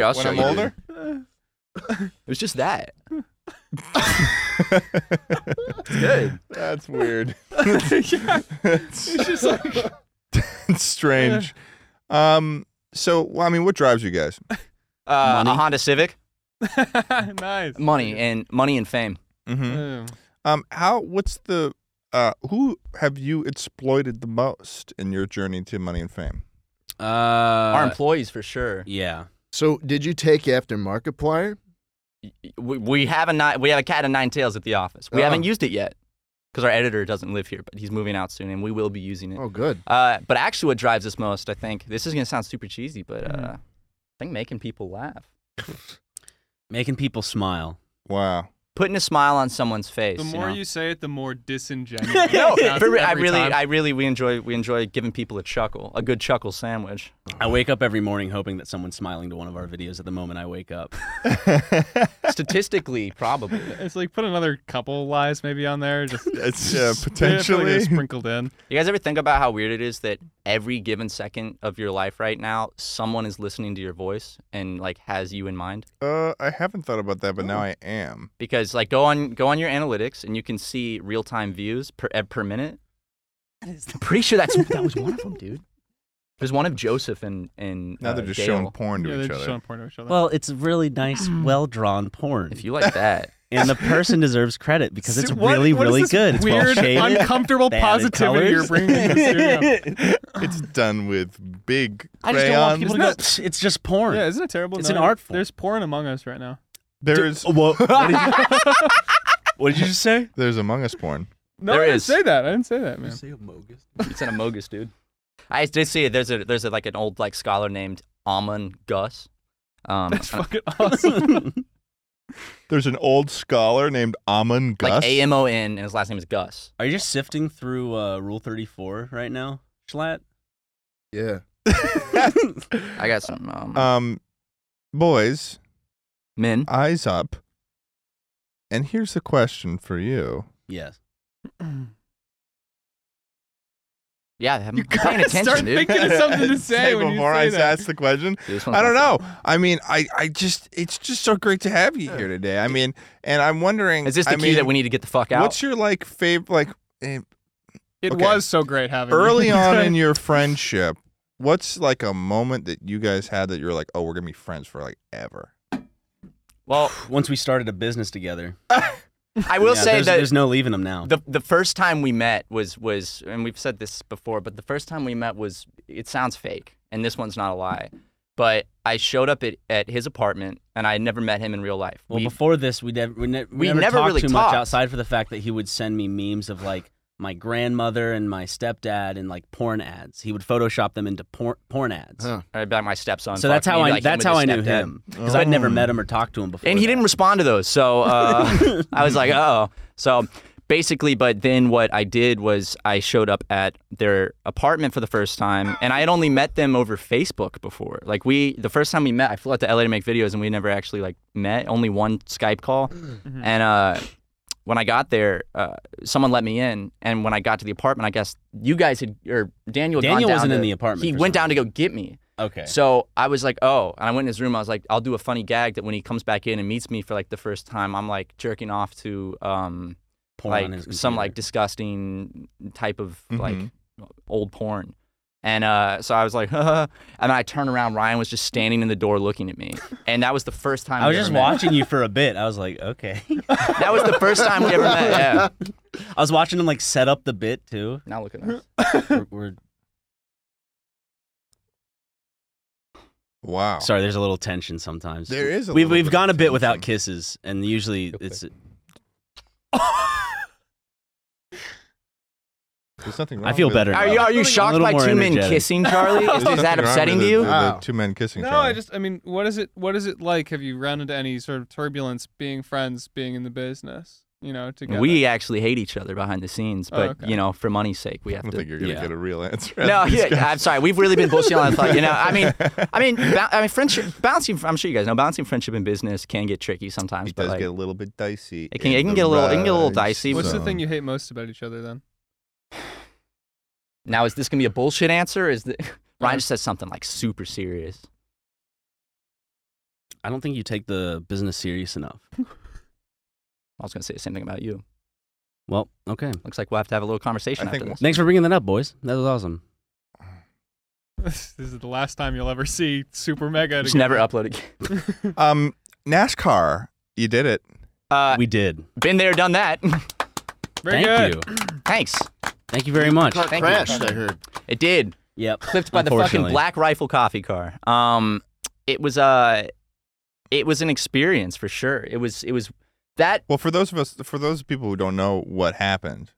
Speaker 4: I'll
Speaker 1: when
Speaker 4: show
Speaker 1: I'm
Speaker 4: you.
Speaker 1: older?
Speaker 4: It was just that. It's good.
Speaker 1: That's weird.
Speaker 5: yeah,
Speaker 1: It's
Speaker 5: it's just like
Speaker 1: strange. Um. So, well, I mean, what drives you guys?
Speaker 4: Uh, a
Speaker 2: Money?
Speaker 4: Honda Civic,
Speaker 5: nice.
Speaker 4: money and money and fame.
Speaker 1: Mm-hmm.
Speaker 5: Mm.
Speaker 1: Um. How? What's the? Uh. Who have you exploited the most in your journey to money and fame?
Speaker 2: Uh,
Speaker 4: Our employees for sure.
Speaker 2: yeah.
Speaker 3: So, did you take after Markiplier?
Speaker 4: We, we have a ni- we have a cat of nine tails at the office. We
Speaker 3: Oh.
Speaker 4: haven't used it yet because our editor doesn't live here, but he's moving out soon, and we will be using it.
Speaker 3: Oh, good.
Speaker 4: Uh, but actually, what drives us most, I think, this is gonna sound super cheesy, but uh, I think making people laugh,
Speaker 2: Making people smile.
Speaker 1: Wow.
Speaker 4: putting a smile on someone's face.
Speaker 5: The
Speaker 4: you
Speaker 5: more
Speaker 4: know?
Speaker 5: you say it, the more disingenuous.
Speaker 4: no,
Speaker 5: it sounds
Speaker 4: for re- I
Speaker 5: every
Speaker 4: really,
Speaker 5: time.
Speaker 4: I really, we enjoy, we enjoy giving people a chuckle, a good chuckle sandwich.
Speaker 2: I wake up every morning hoping that someone's smiling to one of our videos at the moment I wake up.
Speaker 4: Statistically, probably.
Speaker 5: It's like put another couple lies maybe on there. Just
Speaker 1: It's uh,
Speaker 5: Yeah, I feel like
Speaker 1: potentially.
Speaker 5: it's sprinkled in.
Speaker 4: You guys ever think about how weird it is that every given second of your life right now, someone is listening to your voice and like has you in mind?
Speaker 1: Uh, I haven't thought about that, but now I am.
Speaker 4: Because like go on, go on your analytics and you can see real time views per eh, per minute. I'm pretty sure that's that was one of them, dude. There's one of Joseph and and
Speaker 1: Now
Speaker 4: uh,
Speaker 1: they're just
Speaker 4: Dale.
Speaker 1: showing porn to
Speaker 5: Yeah, they're
Speaker 1: each
Speaker 5: just
Speaker 1: other.
Speaker 5: showing porn to each other.
Speaker 2: Well, it's really nice, well drawn porn.
Speaker 4: If you like that,
Speaker 2: and the person deserves credit because it's
Speaker 5: So what-
Speaker 2: really,
Speaker 5: what is
Speaker 2: really
Speaker 5: this
Speaker 2: good. It's well
Speaker 5: weird,
Speaker 2: shaded.
Speaker 5: uncomfortable
Speaker 2: they added
Speaker 5: positivity you're
Speaker 2: colors.
Speaker 5: bringing to this area.
Speaker 1: It's done with big
Speaker 4: I just don't want
Speaker 1: crayons.
Speaker 2: People
Speaker 4: people to go.
Speaker 2: go, "Psh, it's just porn.
Speaker 5: Yeah, isn't it terrible?
Speaker 2: It's an
Speaker 5: knowing
Speaker 2: art form.
Speaker 5: There's porn among us right now.
Speaker 1: There's
Speaker 2: what, what, did you, what did you just say?
Speaker 1: there's Among Us porn.
Speaker 5: No,
Speaker 4: There
Speaker 5: I didn't
Speaker 4: is.
Speaker 5: say that. I didn't say that, man.
Speaker 4: It's an amogus, dude. I did see it. There's a there's a, like an old like scholar named Amon Gus. Um,
Speaker 5: That's fucking awesome.
Speaker 1: There's an old scholar named Amon Gus.
Speaker 4: like A M O N, and his last name is Gus.
Speaker 2: Are you just sifting through uh, Rule 34 right now, Schlatt?
Speaker 3: Yeah.
Speaker 4: I got some um,
Speaker 1: um, boys,
Speaker 4: men.
Speaker 1: eyes up. And here's the question for you.
Speaker 2: yes.
Speaker 4: Yeah, I'm
Speaker 5: You
Speaker 4: paying
Speaker 5: gotta
Speaker 4: attention,
Speaker 5: start
Speaker 4: dude.
Speaker 5: thinking of something to say when you
Speaker 1: before I
Speaker 5: say that.
Speaker 1: ask the question.
Speaker 4: Dude, this one's
Speaker 1: I don't
Speaker 4: not-
Speaker 1: know. I mean, I, I just it's just so great to have you here today. I mean, and I'm wondering
Speaker 4: Is this the
Speaker 1: I
Speaker 4: key
Speaker 1: mean,
Speaker 4: that we need to get the fuck out?
Speaker 1: What's your like favorite like eh,
Speaker 5: It
Speaker 1: Okay.
Speaker 5: was so great having you.
Speaker 1: early on in your friendship, what's like a moment that you guys had that you're like, oh, we're gonna be friends for like ever?
Speaker 4: well,
Speaker 2: Once we started a business together,
Speaker 4: I
Speaker 2: Yeah,
Speaker 4: will say
Speaker 2: there's,
Speaker 4: that
Speaker 2: there's no leaving them now.
Speaker 4: the the first time we met was was, and we've said this before, but the first time we met was it sounds fake, and this one's not a lie. But I showed up at, at his apartment, and I had never met him in real life.
Speaker 2: well,
Speaker 4: We-
Speaker 2: before this, we, nev- we, ne- we,
Speaker 4: we
Speaker 2: never,
Speaker 4: never
Speaker 2: talked
Speaker 4: really
Speaker 2: too
Speaker 4: talked.
Speaker 2: much outside for the fact that he would send me memes of like my grandmother and my stepdad and like porn ads. He would Photoshop them into por- porn ads.
Speaker 3: Huh.
Speaker 4: I'd be like uh, my stepson.
Speaker 2: So that's
Speaker 4: fucking,
Speaker 2: how
Speaker 4: he'd be
Speaker 2: I
Speaker 4: like him
Speaker 2: that's
Speaker 4: with
Speaker 2: how
Speaker 4: his
Speaker 2: I knew
Speaker 4: stepdad.
Speaker 2: him because I'd never met him or talked to him before.
Speaker 4: and he
Speaker 2: that.
Speaker 4: didn't respond to those. So uh, I was like, oh. So basically, but then what I did was I showed up at their apartment for the first time, and I had only met them over Facebook before. Like we, the first time we met, I flew out to LA to make videos, and we never actually like met. Only one Skype call, and uh. When I got there, uh, someone let me in, and when I got to the apartment, I guess you guys had or Daniel. Had gone
Speaker 2: Daniel
Speaker 4: down
Speaker 2: wasn't in
Speaker 4: to-
Speaker 2: the apartment
Speaker 4: He
Speaker 2: for
Speaker 4: went
Speaker 2: some
Speaker 4: down to go get me,
Speaker 2: Okay.
Speaker 4: so I was like, oh, and I went in his room. I was like, I'll do a funny gag that when he comes back in and meets me for like the first time, I'm like jerking off to um
Speaker 2: porn on
Speaker 4: like
Speaker 2: his
Speaker 4: some
Speaker 2: computer. Mm-hmm.
Speaker 4: like disgusting type of like
Speaker 1: Mhm.
Speaker 4: old porn. And uh, so I was like, and I turned around. Ryan was just standing in the door looking at me, and that was the first time.
Speaker 2: I was
Speaker 4: we
Speaker 2: just
Speaker 4: ever met.
Speaker 2: watching you for a bit. I was like, okay.
Speaker 4: That was the first time we ever met. Yeah.
Speaker 2: I was watching him like set up the bit too.
Speaker 4: Now look at us.
Speaker 2: We're, we're-
Speaker 1: Wow.
Speaker 2: sorry, there's a little tension sometimes.
Speaker 1: There is a
Speaker 2: we've
Speaker 1: little
Speaker 2: we've
Speaker 1: bit
Speaker 2: gone a
Speaker 1: of
Speaker 2: bit without
Speaker 1: tension.
Speaker 2: kisses, and usually it's.
Speaker 1: There's nothing wrong
Speaker 2: I feel
Speaker 1: with
Speaker 2: better.
Speaker 1: it.
Speaker 4: Are you, are you
Speaker 2: A
Speaker 4: shocked
Speaker 2: little
Speaker 4: by two
Speaker 2: more
Speaker 4: men
Speaker 2: energetic.
Speaker 4: kissing, Charlie? Is,
Speaker 1: There's
Speaker 4: is that
Speaker 1: nothing wrong
Speaker 4: upsetting
Speaker 1: with
Speaker 4: to
Speaker 1: it,
Speaker 4: you?
Speaker 1: The, the
Speaker 3: Wow.
Speaker 1: two men kissing
Speaker 5: No,
Speaker 1: each other.
Speaker 5: I just, I mean, what is it? What is it like? Have you run into any sort of turbulence being friends, being in the business? You know, together.
Speaker 4: We actually hate each other behind the scenes,
Speaker 5: Oh,
Speaker 4: but
Speaker 5: okay.
Speaker 4: you know, for money's sake, we
Speaker 1: I
Speaker 4: have
Speaker 1: don't
Speaker 4: to.
Speaker 1: think you're gonna
Speaker 2: yeah.
Speaker 1: get a real answer. out
Speaker 4: no,
Speaker 1: of these
Speaker 4: yeah,
Speaker 1: guys.
Speaker 4: I'm sorry. We've really been bullshitting on the thought. You know, I mean, I mean, ba- I mean, friendship, balancing. I'm sure you guys know balancing friendship and business can get tricky sometimes.
Speaker 1: It
Speaker 4: but
Speaker 1: does
Speaker 4: like,
Speaker 1: get a little bit dicey.
Speaker 4: It can-
Speaker 1: in
Speaker 4: it can
Speaker 1: the
Speaker 4: get a little- it can get a little
Speaker 1: rise
Speaker 4: dicey.
Speaker 5: What's the
Speaker 1: zone.
Speaker 5: thing you hate most about each other then?
Speaker 4: now is this gonna be a bullshit answer? Is the
Speaker 1: Uh-huh.
Speaker 4: Ryan just says something like super serious?
Speaker 2: I don't think you take the business serious enough.
Speaker 4: I was gonna say the same thing about you.
Speaker 2: Well, okay.
Speaker 4: Looks like we'll have to have a little conversation
Speaker 1: I
Speaker 4: after
Speaker 1: think-
Speaker 4: this.
Speaker 2: Thanks for bringing that up, boys. That was awesome.
Speaker 5: this is the last time you'll ever see Super Mega.
Speaker 4: Just
Speaker 5: together.
Speaker 4: never upload again.
Speaker 1: Um, NASCAR, you did it.
Speaker 4: Uh,
Speaker 2: we did.
Speaker 4: been there, done that.
Speaker 5: Very
Speaker 2: Thank
Speaker 5: good.
Speaker 2: you.
Speaker 4: Thanks.
Speaker 2: Thank you very much.
Speaker 3: Car
Speaker 4: Thank you.
Speaker 3: crashed, I heard.
Speaker 4: It did.
Speaker 2: Yep.
Speaker 4: clipped by the fucking
Speaker 2: Unfortunately.
Speaker 4: Black Rifle coffee car. Um, it was uh, it was an experience for sure. It was it was that
Speaker 1: Well, for those of us, for those people who don't know what happened,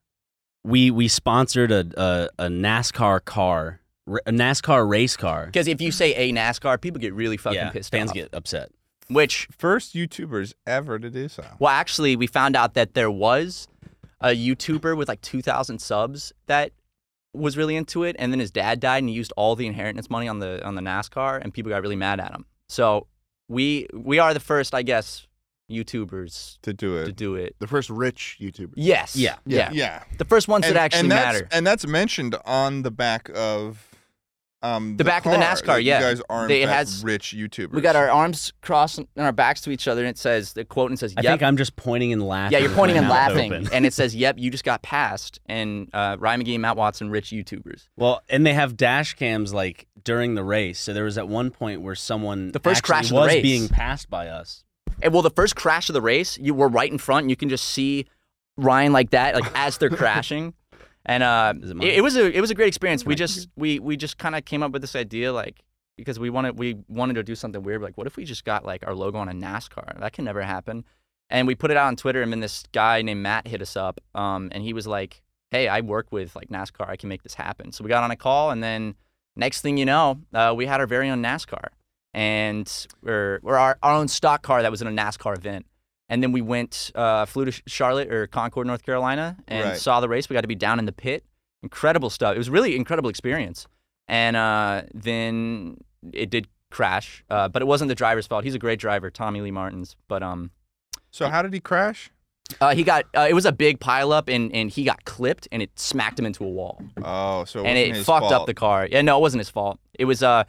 Speaker 2: We we sponsored a a, a NASCAR car, r- a NASCAR race car.
Speaker 4: because if you say a NASCAR, people get really fucking
Speaker 2: yeah,
Speaker 4: pissed
Speaker 2: fans
Speaker 4: off.
Speaker 2: get upset.
Speaker 4: Which
Speaker 1: first YouTubers ever to do so.
Speaker 4: well, actually, we found out that there was a YouTuber with like two thousand subs that was really into it, and then his dad died, and he used all the inheritance money on the on the NASCAR, and people got really mad at him. So we we are the first, I guess, YouTubers
Speaker 1: To do
Speaker 4: to
Speaker 1: it.
Speaker 4: do it.
Speaker 3: The first rich YouTuber.
Speaker 4: Yes.
Speaker 2: Yeah.
Speaker 4: Yeah.
Speaker 1: Yeah.
Speaker 4: The first ones that actually
Speaker 1: and that's,
Speaker 4: matter.
Speaker 1: And that's mentioned on the back of um
Speaker 4: The back of the
Speaker 1: car,
Speaker 4: NASCAR,
Speaker 1: that
Speaker 4: yeah.
Speaker 1: You guys are in
Speaker 4: They- it
Speaker 1: fact
Speaker 4: has-
Speaker 1: rich YouTubers.
Speaker 4: We got our arms crossed and our backs to each other, and it says the quote, and it says,
Speaker 2: I
Speaker 4: "Yep."
Speaker 2: think I'm just pointing and laughing.
Speaker 4: yeah, you're
Speaker 2: with
Speaker 4: pointing
Speaker 2: my
Speaker 4: and
Speaker 2: mouth
Speaker 4: laughing,
Speaker 2: open.
Speaker 4: and it says, "Yep, you just got passed." And uh, Ryan McGee, Matt Watson, rich YouTubers.
Speaker 2: Well, and they have dash cams like during the race. So there was at one point where someone
Speaker 4: The first
Speaker 2: actually
Speaker 4: crash of the
Speaker 2: was
Speaker 4: race.
Speaker 2: being passed by us.
Speaker 4: And well, the first crash of the race, you were right in front, and you can just see Ryan like that, like as they're crashing. And uh,
Speaker 2: Is it
Speaker 4: it,
Speaker 2: mine?
Speaker 4: it was a it was a great experience. We just we we just kind of came up with this idea like because we wanted we wanted to do something weird. Like, what if we just got like our logo on a NASCAR? That can never happen. And we put it out on Twitter, and then this guy named Matt hit us up, um, and he was like, "Hey, I work with like NASCAR. I can make this happen." So we got on a call, and then next thing you know, uh, we had our very own NASCAR, and we're, we're our, our own stock car that was in a NASCAR event. And then we went, uh, flew to Charlotte or Concord, North Carolina, and
Speaker 1: Right.
Speaker 4: saw the race. We got to be down in the pit. Incredible stuff. It was really incredible experience. And uh, then it did crash, uh, but it wasn't the driver's fault. He's a great driver, Tommy Lee Martins. But um,
Speaker 1: So how did he crash?
Speaker 4: uh, he got uh, it was a big pileup, and and he got clipped, and it smacked him into a wall
Speaker 1: Oh, so it
Speaker 4: and
Speaker 1: wasn't
Speaker 4: it
Speaker 1: his
Speaker 4: fucked up
Speaker 1: fault.
Speaker 4: the car. Yeah, no, it wasn't his fault. It was uh,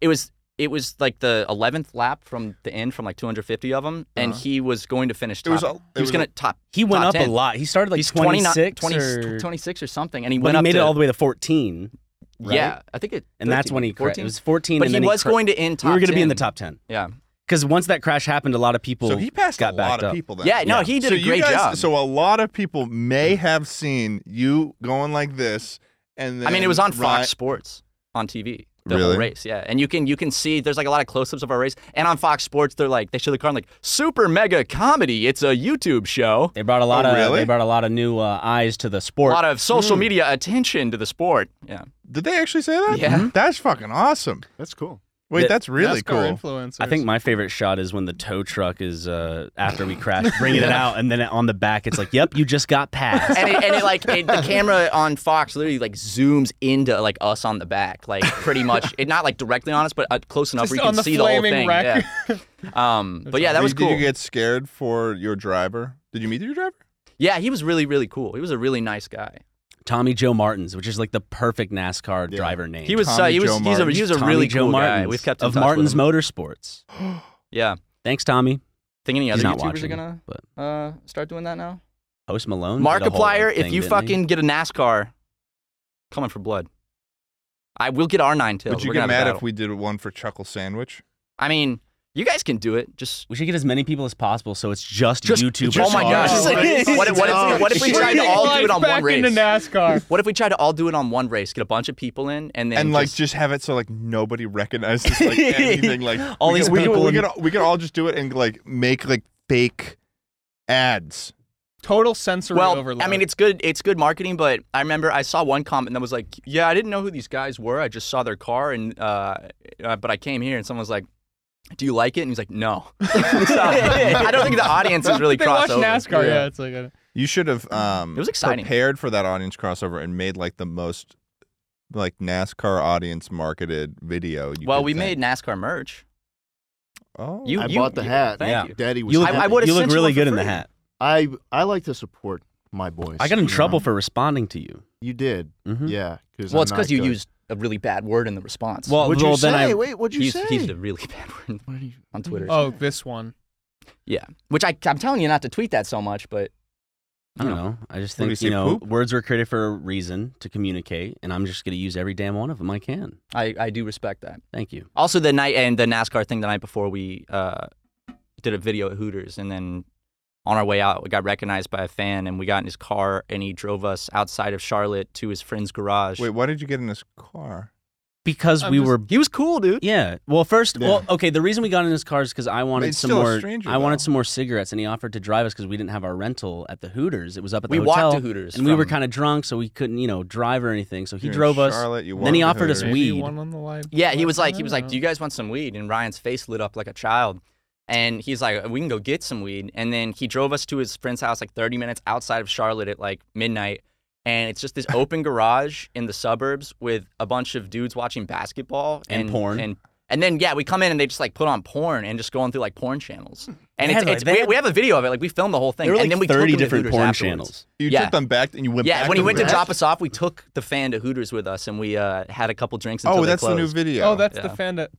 Speaker 4: it was it was like the eleventh lap from the end, from like 250 of them, and
Speaker 1: Uh-huh.
Speaker 4: he was going to finish.
Speaker 1: It
Speaker 4: Top,
Speaker 1: was a- it
Speaker 4: he was,
Speaker 1: was
Speaker 4: gonna
Speaker 1: a-
Speaker 4: top.
Speaker 2: He went
Speaker 4: top
Speaker 2: up
Speaker 4: 10.
Speaker 2: a lot. He started like
Speaker 4: He's 29
Speaker 2: 26
Speaker 4: 20
Speaker 2: or
Speaker 4: 26 or something, and he
Speaker 2: but
Speaker 4: went
Speaker 2: he
Speaker 4: up
Speaker 2: made
Speaker 4: to,
Speaker 2: it all the way to 14. right?
Speaker 4: Yeah, I think it.
Speaker 2: And that's
Speaker 4: 13,
Speaker 2: when he crashed.
Speaker 4: 14.
Speaker 2: It was 14
Speaker 4: But
Speaker 2: and
Speaker 4: he
Speaker 2: then
Speaker 4: was
Speaker 2: cra-
Speaker 4: going to end top.
Speaker 2: We were going to be in the
Speaker 4: 10.
Speaker 2: top 10.
Speaker 4: Yeah,
Speaker 2: Cuz once that crash happened a lot of people
Speaker 1: So he passed
Speaker 2: got
Speaker 1: a
Speaker 2: backed
Speaker 1: lot of
Speaker 2: up.
Speaker 1: people then.
Speaker 4: yeah. No,
Speaker 2: Yeah.
Speaker 4: he did
Speaker 1: so
Speaker 4: a great
Speaker 1: you guys,
Speaker 4: job.
Speaker 1: So a lot of people may have seen you going like this, and then
Speaker 4: I mean, it was on Fox
Speaker 1: Ryan-
Speaker 4: Sports on TV. The
Speaker 1: Really?
Speaker 4: whole race, yeah, and you can you can see there's like a lot of close-ups of our race, and on Fox Sports they're like they show the car and like super mega comedy. It's a YouTube show,
Speaker 2: They brought a lot
Speaker 1: Oh,
Speaker 2: of
Speaker 1: really?
Speaker 2: they brought a lot of new uh, eyes to the
Speaker 4: a
Speaker 2: sport.
Speaker 4: lot of social media attention to the sport. Yeah,
Speaker 1: Did they actually say that? Mm-hmm.
Speaker 4: Yeah. Mhm.
Speaker 1: that's fucking awesome.
Speaker 3: That's cool.
Speaker 1: Wait,
Speaker 2: That-
Speaker 1: that's really
Speaker 5: NASCAR
Speaker 1: cool.
Speaker 5: influencers.
Speaker 2: I think my favorite shot is when the tow truck is uh, after we crash, bringing it out, and then on the back it's like, "Yep, you just got passed."
Speaker 4: and it, and it like it, the camera on Fox literally like zooms into like us on the back, like pretty much it not like directly on us, but uh, close enough
Speaker 5: Just
Speaker 4: where you can
Speaker 5: on the
Speaker 4: see the whole
Speaker 5: flaming
Speaker 4: thing.
Speaker 5: wreck.
Speaker 4: Yeah. Um, but yeah, that
Speaker 1: Did-
Speaker 4: was cool.
Speaker 1: Did you get scared for your driver? Did you meet your driver?
Speaker 4: yeah, he was really really cool. He was a really nice guy.
Speaker 2: Tommy Joe Martins, which is like the perfect NASCAR
Speaker 3: Yeah.
Speaker 2: driver name.
Speaker 4: He was uh,
Speaker 1: Tommy
Speaker 4: he was
Speaker 1: Joe
Speaker 4: he's a, he was a
Speaker 2: Tommy
Speaker 4: really
Speaker 2: Joe
Speaker 4: cool
Speaker 2: Martins
Speaker 4: guy. We've kept in
Speaker 2: of
Speaker 4: touch
Speaker 2: Martins
Speaker 4: with him.
Speaker 2: Motorsports.
Speaker 4: Yeah.
Speaker 2: Thanks, Tommy.
Speaker 4: Think any other
Speaker 2: He's not
Speaker 4: YouTubers
Speaker 2: watching,
Speaker 4: are gonna
Speaker 2: but-
Speaker 4: uh, start doing that now?
Speaker 2: Post Malone. did a whole thing,
Speaker 4: Markiplier, if you
Speaker 2: didn't he?
Speaker 4: fucking get a NASCAR, coming for blood. I will get R9 too.
Speaker 1: Would you
Speaker 4: We're
Speaker 1: get
Speaker 4: gonna have a
Speaker 1: mad if
Speaker 4: battle.
Speaker 1: we did one for Chuckle Sandwich?
Speaker 4: I mean, you guys can do it. Just
Speaker 2: We should get as many people as possible, so it's just,
Speaker 4: Just-
Speaker 2: you two.
Speaker 1: just-
Speaker 4: oh my
Speaker 1: Oh,
Speaker 4: gosh!
Speaker 5: right.
Speaker 4: what, if, what, if, what if we
Speaker 5: We're
Speaker 4: tried to
Speaker 5: getting
Speaker 4: all do it
Speaker 5: life
Speaker 4: on
Speaker 5: back
Speaker 4: one race?
Speaker 5: into NASCAR.
Speaker 4: What if we tried to all do it on one race? Get a bunch of people in, and then
Speaker 1: and like
Speaker 4: just-
Speaker 1: just have it so like nobody recognizes like anything like
Speaker 2: All
Speaker 1: we
Speaker 2: these
Speaker 1: could- we, could-
Speaker 2: people
Speaker 1: we,
Speaker 2: in-
Speaker 1: could, all- we could all just do it and like make like fake ads
Speaker 5: Total sensory
Speaker 4: well,
Speaker 5: overload.
Speaker 4: I mean, it's good. It's good marketing, but I remember I saw one comment that was like, "Yeah, I didn't know who these guys were. I just saw their car, and uh, uh, but I came here, and someone was like." Do you like it? And he's like, no. so, I don't think the audience is really
Speaker 5: they watch
Speaker 4: crossed over.
Speaker 5: NASCAR. Yeah,
Speaker 4: Yeah.
Speaker 5: it's like a,
Speaker 1: you should have um
Speaker 4: Mm. It was exciting.
Speaker 1: prepared for that audience crossover and made like the most like NASCAR audience marketed video you
Speaker 4: Well,
Speaker 1: could
Speaker 4: we
Speaker 1: think.
Speaker 4: made NASCAR merch.
Speaker 1: oh
Speaker 4: You,
Speaker 3: I
Speaker 4: you-
Speaker 3: bought the
Speaker 4: you-
Speaker 3: hat.
Speaker 4: Thank
Speaker 2: Yeah.
Speaker 4: you.
Speaker 3: Daddy was.
Speaker 2: you look,
Speaker 4: I- I
Speaker 3: happy.
Speaker 4: would've
Speaker 2: you look
Speaker 4: sent you
Speaker 2: really
Speaker 4: one for
Speaker 2: good in the
Speaker 4: free.
Speaker 2: hat.
Speaker 3: I I like to support my boys.
Speaker 2: I got in
Speaker 3: you
Speaker 2: trouble
Speaker 3: know?
Speaker 2: for responding to you.
Speaker 3: You did,
Speaker 2: Mhm.
Speaker 3: yeah. Cause
Speaker 4: Hmm?
Speaker 3: I'm
Speaker 4: Well, it's
Speaker 3: not
Speaker 4: because you
Speaker 3: good.
Speaker 4: used a really bad word in the response.
Speaker 2: Well,
Speaker 3: What'd you
Speaker 2: well,
Speaker 3: say?
Speaker 2: then I
Speaker 3: Wait, what'd you
Speaker 4: he's,
Speaker 3: say?
Speaker 4: he's a really bad word
Speaker 3: What are you-
Speaker 4: on Twitter.
Speaker 5: oh, this one.
Speaker 4: Yeah, which I, I'm telling you not to tweet that so much, but
Speaker 2: I don't know. I just
Speaker 1: What do
Speaker 2: think
Speaker 1: you say,
Speaker 2: you, know
Speaker 1: poop?
Speaker 2: words were created for a reason to communicate, and I'm just going to use every damn one of them I can.
Speaker 4: I, I do respect that.
Speaker 2: Thank you.
Speaker 4: Also, the night and the NASCAR thing the night before, we uh, did a video at Hooters, and then on our way out, we got recognized by a fan, and we got in his car, and he drove us outside of Charlotte to his friend's garage.
Speaker 1: wait why did you get in this car
Speaker 2: Because
Speaker 5: I'm
Speaker 2: we
Speaker 5: just-
Speaker 2: were
Speaker 4: he was cool, dude.
Speaker 2: Yeah. Well, first,
Speaker 3: Yeah.
Speaker 2: well, okay. The reason we got in his car is because I wanted
Speaker 1: It's
Speaker 2: some
Speaker 1: still a
Speaker 2: more.
Speaker 1: stranger,
Speaker 2: I wanted
Speaker 1: though.
Speaker 2: some more cigarettes, and he offered to drive us because we didn't have our rental at the Hooters. It was up at the
Speaker 4: We
Speaker 2: hotel,
Speaker 4: walked to Hooters,
Speaker 2: and we were
Speaker 4: from-
Speaker 2: kind of drunk, so we couldn't, you know, drive or anything. So he
Speaker 1: You're in
Speaker 2: drove us.
Speaker 1: Charlotte, you
Speaker 2: and then he
Speaker 1: walked to
Speaker 2: offered us
Speaker 1: Hooters.
Speaker 5: Maybe
Speaker 2: weed.
Speaker 5: one on the live. Oh.
Speaker 4: Yeah, he was
Speaker 5: I
Speaker 4: like, he
Speaker 5: don't
Speaker 4: was like, "Do you
Speaker 5: know.
Speaker 4: guys want some weed?" And Ryan's face lit up like a child, and he's like, "We can go get some weed." And then he drove us to his friend's house like 30 minutes outside of Charlotte at like midnight, and it's just this open garage in the suburbs with a bunch of dudes watching basketball
Speaker 2: And porn.
Speaker 4: and and then yeah, we come in and they just like put on porn and just going through like porn channels. And
Speaker 2: Hmm. They
Speaker 4: it's,
Speaker 2: had, like,
Speaker 4: it's
Speaker 2: they
Speaker 4: we,
Speaker 2: had-
Speaker 4: we have a video of it. Like we filmed the whole thing,
Speaker 2: There were like
Speaker 4: and then we took
Speaker 2: thirty
Speaker 4: him to
Speaker 2: different
Speaker 4: Hooters
Speaker 2: porn
Speaker 4: afterwards.
Speaker 2: channels.
Speaker 1: you
Speaker 4: Yeah.
Speaker 1: took them back and you went
Speaker 4: Yeah,
Speaker 1: back
Speaker 4: when he
Speaker 1: to
Speaker 4: went to
Speaker 1: the
Speaker 4: drop us off, we took the fan to Hooters with us, and we uh, had a couple drinks.
Speaker 1: oh
Speaker 4: Until they
Speaker 1: that's the new
Speaker 4: closed.
Speaker 1: video
Speaker 5: Oh, that's the
Speaker 4: Yeah.
Speaker 5: fan that.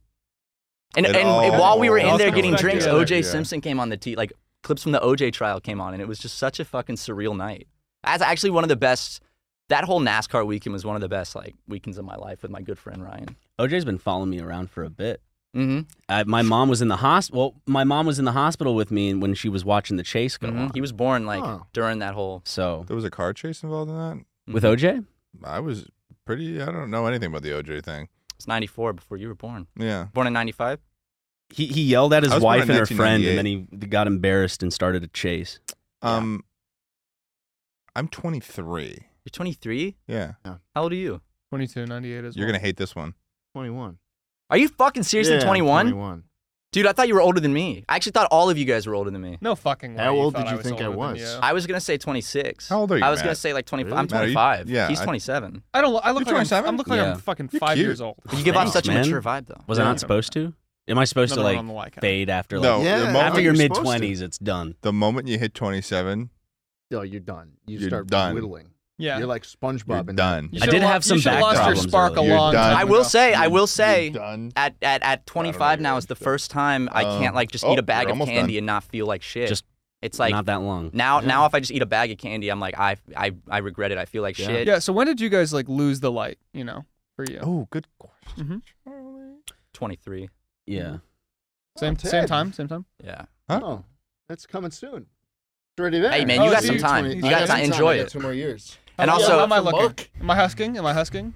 Speaker 4: And,
Speaker 1: It
Speaker 4: and
Speaker 1: all-
Speaker 4: while we were in
Speaker 5: all
Speaker 4: there
Speaker 5: comes
Speaker 4: getting
Speaker 5: back
Speaker 4: drinks,
Speaker 5: together,
Speaker 4: OJ
Speaker 1: yeah.
Speaker 4: Simpson came on the T. Like clips from the OJ trial came on, and it was just such a fucking surreal night. That's actually one of the best. That whole NASCAR weekend was one of the best like weekends of my life with my good friend Ryan.
Speaker 2: OJ's been following me around for a bit.
Speaker 4: Mm-hmm.
Speaker 2: I, my mom was in the hospital. Well, my mom was in the hospital with me when she was watching the chase go
Speaker 1: Mm-hmm.
Speaker 2: on.
Speaker 4: He was born like
Speaker 3: Oh.
Speaker 4: during that whole. Mm-hmm.
Speaker 2: So
Speaker 1: there was a car chase involved in that
Speaker 2: with OJ,
Speaker 1: I was pretty. I don't know anything about the OJ thing.
Speaker 4: It's '94 before you were born.
Speaker 1: Yeah.
Speaker 4: Born in '95.
Speaker 2: he he yelled at
Speaker 1: I
Speaker 2: his
Speaker 1: was born
Speaker 2: wife
Speaker 1: in
Speaker 2: and her friend,
Speaker 1: 1998.
Speaker 2: and then he got embarrassed and started a chase.
Speaker 4: Yeah.
Speaker 1: Um. I'm 23.
Speaker 4: You're 23.
Speaker 1: Yeah.
Speaker 4: How old are you?
Speaker 5: 22, 98 as
Speaker 1: You're
Speaker 5: well.
Speaker 1: gonna hate this one.
Speaker 3: 21.
Speaker 4: Are you fucking seriously
Speaker 3: Yeah, I'm
Speaker 4: 21?
Speaker 3: 21.
Speaker 4: Dude, I thought you were older than me. I actually thought all of you guys were older than me.
Speaker 5: No fucking way.
Speaker 3: How old
Speaker 5: thought
Speaker 3: did you
Speaker 5: was
Speaker 3: think I
Speaker 5: older than
Speaker 3: was?
Speaker 5: you.
Speaker 4: I was gonna say 26.
Speaker 1: How old are you,
Speaker 4: I was gonna
Speaker 1: Matt?
Speaker 4: say like 25.
Speaker 3: Really?
Speaker 4: I'm
Speaker 1: Matt, are you-
Speaker 4: 25.
Speaker 1: yeah,
Speaker 4: He's
Speaker 1: I-
Speaker 4: 27.
Speaker 5: I don't. lo- I look
Speaker 1: You're
Speaker 5: like I'm,
Speaker 1: 27?
Speaker 5: I'm look like
Speaker 2: Yeah.
Speaker 5: I'm fucking
Speaker 1: You're
Speaker 5: five
Speaker 1: cute.
Speaker 5: years old.
Speaker 4: You give off
Speaker 2: Thanks,
Speaker 4: such a
Speaker 2: man.
Speaker 4: mature vibe, though.
Speaker 2: Was I
Speaker 3: Yeah.
Speaker 2: not supposed to? Am I supposed
Speaker 5: Another one
Speaker 2: to
Speaker 5: on the
Speaker 2: like
Speaker 5: like out.
Speaker 2: fade after like
Speaker 1: No.
Speaker 3: Yeah,
Speaker 1: The
Speaker 3: I
Speaker 1: moment,
Speaker 2: after
Speaker 3: think
Speaker 2: your
Speaker 3: you're
Speaker 2: mid
Speaker 3: supposed to.
Speaker 2: twenties? It's done.
Speaker 1: the moment you hit 27,
Speaker 3: No, you're done. You
Speaker 1: You're
Speaker 3: start
Speaker 1: done.
Speaker 3: whittling.
Speaker 5: Yeah.
Speaker 3: You're like SpongeBob.
Speaker 1: you're
Speaker 3: and
Speaker 1: done.
Speaker 5: You
Speaker 2: I
Speaker 5: should've
Speaker 2: did
Speaker 5: lo-
Speaker 2: have some
Speaker 5: you should've
Speaker 2: back
Speaker 5: lost your
Speaker 2: problems
Speaker 5: spark a
Speaker 1: earlier. You're
Speaker 5: long
Speaker 1: done.
Speaker 5: time
Speaker 4: I will
Speaker 5: ago.
Speaker 4: say, I will
Speaker 1: You're
Speaker 4: say,
Speaker 1: done.
Speaker 4: at, at, at 25
Speaker 1: your
Speaker 4: now
Speaker 1: age,
Speaker 4: is the
Speaker 1: but-
Speaker 4: first time I
Speaker 1: Um,
Speaker 4: can't like just
Speaker 1: oh,
Speaker 4: eat a bag
Speaker 1: you're
Speaker 4: of
Speaker 1: almost
Speaker 4: candy
Speaker 1: done.
Speaker 4: and not feel like shit.
Speaker 2: Just
Speaker 4: it's like
Speaker 2: not that long.
Speaker 4: now now if I just eat a bag of candy, I'm like I I, I regret it. I feel like
Speaker 3: Yeah.
Speaker 4: shit.
Speaker 5: Yeah. So when did you guys like lose the light? You know, for you.
Speaker 1: Oh, good question.
Speaker 5: Mhm.
Speaker 1: Charlie.
Speaker 4: 23.
Speaker 2: Yeah.
Speaker 5: Same
Speaker 1: Ted.
Speaker 5: same time. Same time.
Speaker 4: Yeah.
Speaker 1: Huh?
Speaker 3: Oh, that's coming soon. It's already there.
Speaker 4: Hey, man, you
Speaker 5: Oh, got some
Speaker 3: dude,
Speaker 4: time.
Speaker 3: 20
Speaker 4: You
Speaker 3: I
Speaker 4: got
Speaker 3: got
Speaker 4: time.
Speaker 3: some
Speaker 4: Enjoy
Speaker 3: I got
Speaker 4: it.
Speaker 3: Two more years.
Speaker 4: And
Speaker 5: How-
Speaker 4: also-
Speaker 5: how am I looking?
Speaker 3: Look.
Speaker 5: Am I husking? Am I husking?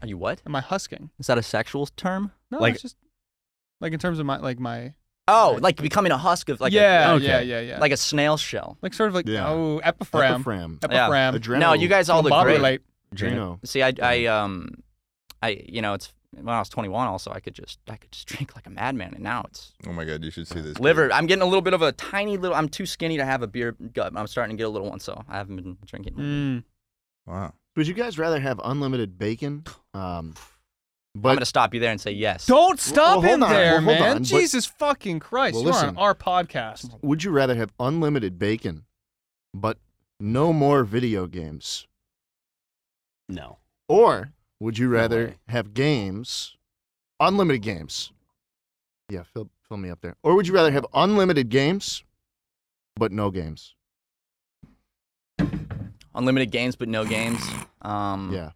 Speaker 4: Are you what?
Speaker 5: Am I husking?
Speaker 4: Is that a sexual term?
Speaker 5: No,
Speaker 2: Like-
Speaker 5: it's just like in terms of my like my
Speaker 4: Oh, like becoming a husk of like
Speaker 5: yeah
Speaker 4: a,
Speaker 2: okay.
Speaker 5: yeah yeah yeah
Speaker 4: like a snail shell.
Speaker 5: like sort of like
Speaker 3: Yeah.
Speaker 5: oh epiphragm
Speaker 3: Epiphragm.
Speaker 4: Yeah.
Speaker 5: epiphragm
Speaker 3: Adrenal.
Speaker 4: No, you guys all look great.
Speaker 5: Like,
Speaker 2: Janet.
Speaker 3: Adrenal.
Speaker 4: See, I, I, um, I, you know, it's when I was 21. Also, I could just, I could just drink like a madman, and now it's
Speaker 1: Oh my God, you should see this. kid.
Speaker 4: liver. I'm getting a little bit of a tiny little. I'm too skinny to have a beer gut. I'm starting to get a little one, so I haven't been drinking.
Speaker 5: mm,
Speaker 1: Wow.
Speaker 3: Would you guys rather have unlimited bacon? Um,
Speaker 4: I'm
Speaker 3: but
Speaker 4: gonna stop you there and say yes.
Speaker 5: don't stop
Speaker 3: Well, hold
Speaker 5: him
Speaker 3: on,
Speaker 5: there
Speaker 3: well, hold
Speaker 5: man
Speaker 3: on, but-
Speaker 5: Jesus fucking Christ
Speaker 3: Well,
Speaker 5: you're
Speaker 3: listen.
Speaker 5: on our podcast
Speaker 3: would you rather have unlimited bacon, but no more video games,
Speaker 2: No.
Speaker 3: or would
Speaker 4: Oh,
Speaker 3: you rather
Speaker 2: way.
Speaker 3: have games, unlimited games? Yeah, fill fill me up there. Or would you rather have unlimited games, but no games?
Speaker 4: Unlimited games, but no games. Um,
Speaker 3: Yeah.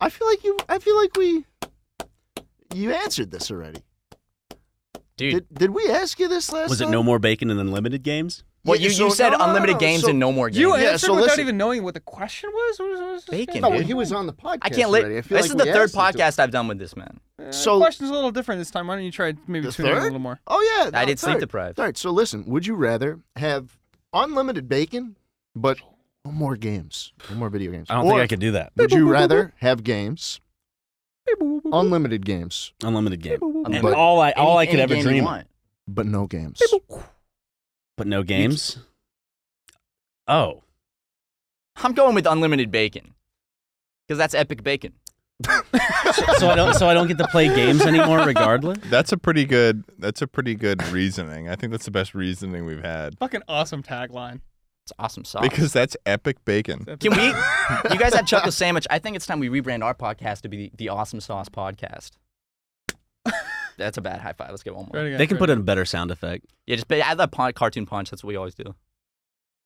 Speaker 3: I feel like you. I feel like we. You answered this already.
Speaker 4: dude.
Speaker 3: Did, did we ask you this last?
Speaker 2: Was it
Speaker 3: time?
Speaker 2: no more bacon and unlimited games?
Speaker 4: Well,
Speaker 3: Yeah,
Speaker 4: you,
Speaker 3: so-
Speaker 4: you said
Speaker 3: no, no, no,
Speaker 4: unlimited
Speaker 3: no,
Speaker 4: games
Speaker 3: so
Speaker 4: and no more games.
Speaker 5: You
Speaker 3: Yeah,
Speaker 5: answered
Speaker 3: so
Speaker 5: without
Speaker 3: listen-
Speaker 5: even knowing what the question was. What was- what was this
Speaker 4: Bacon,
Speaker 5: thing?
Speaker 3: No,
Speaker 4: dude.
Speaker 3: he was on the podcast.
Speaker 4: I can't let.
Speaker 3: already. I feel
Speaker 4: this
Speaker 3: like
Speaker 4: is the
Speaker 3: we
Speaker 4: third
Speaker 3: asked it to him.
Speaker 4: podcast I've done with this man.
Speaker 5: Uh,
Speaker 3: So-
Speaker 5: the question's a little different this time. Why don't you try maybe
Speaker 3: The
Speaker 5: tuning in a
Speaker 3: third?
Speaker 5: little more?
Speaker 3: Oh yeah,
Speaker 4: I
Speaker 3: no,
Speaker 4: did sleep
Speaker 3: third.
Speaker 4: deprived.
Speaker 3: All right, so listen, would you rather have unlimited bacon, but no more games, no more video games?
Speaker 2: I don't
Speaker 3: or
Speaker 2: think I could do that.
Speaker 3: Would you rather have games, unlimited games,
Speaker 2: Unlimited game. And
Speaker 4: But
Speaker 2: all I all I could
Speaker 4: any
Speaker 2: ever
Speaker 4: game you
Speaker 2: dream, of,
Speaker 4: want.
Speaker 3: but no games?
Speaker 2: but no games. Oh,
Speaker 4: I'm going with unlimited bacon because that's epic bacon.
Speaker 2: so I don't so I don't get to play games anymore, regardless.
Speaker 1: That's a pretty good. That's a pretty good reasoning. I think that's the best reasoning we've had
Speaker 5: Fucking awesome tagline.
Speaker 4: It's awesome sauce.
Speaker 1: because that's epic bacon.
Speaker 5: That's-
Speaker 4: Can we? you guys have Chuckle Sandwich. I think it's time we rebrand our podcast to be the Awesome Sauce Podcast. That's a bad high five. Let's get one more.
Speaker 5: Right again,
Speaker 2: They can
Speaker 5: right
Speaker 2: put
Speaker 5: again.
Speaker 2: in a better sound effect,
Speaker 4: Yeah, just add that pun- cartoon punch. That's what we always do.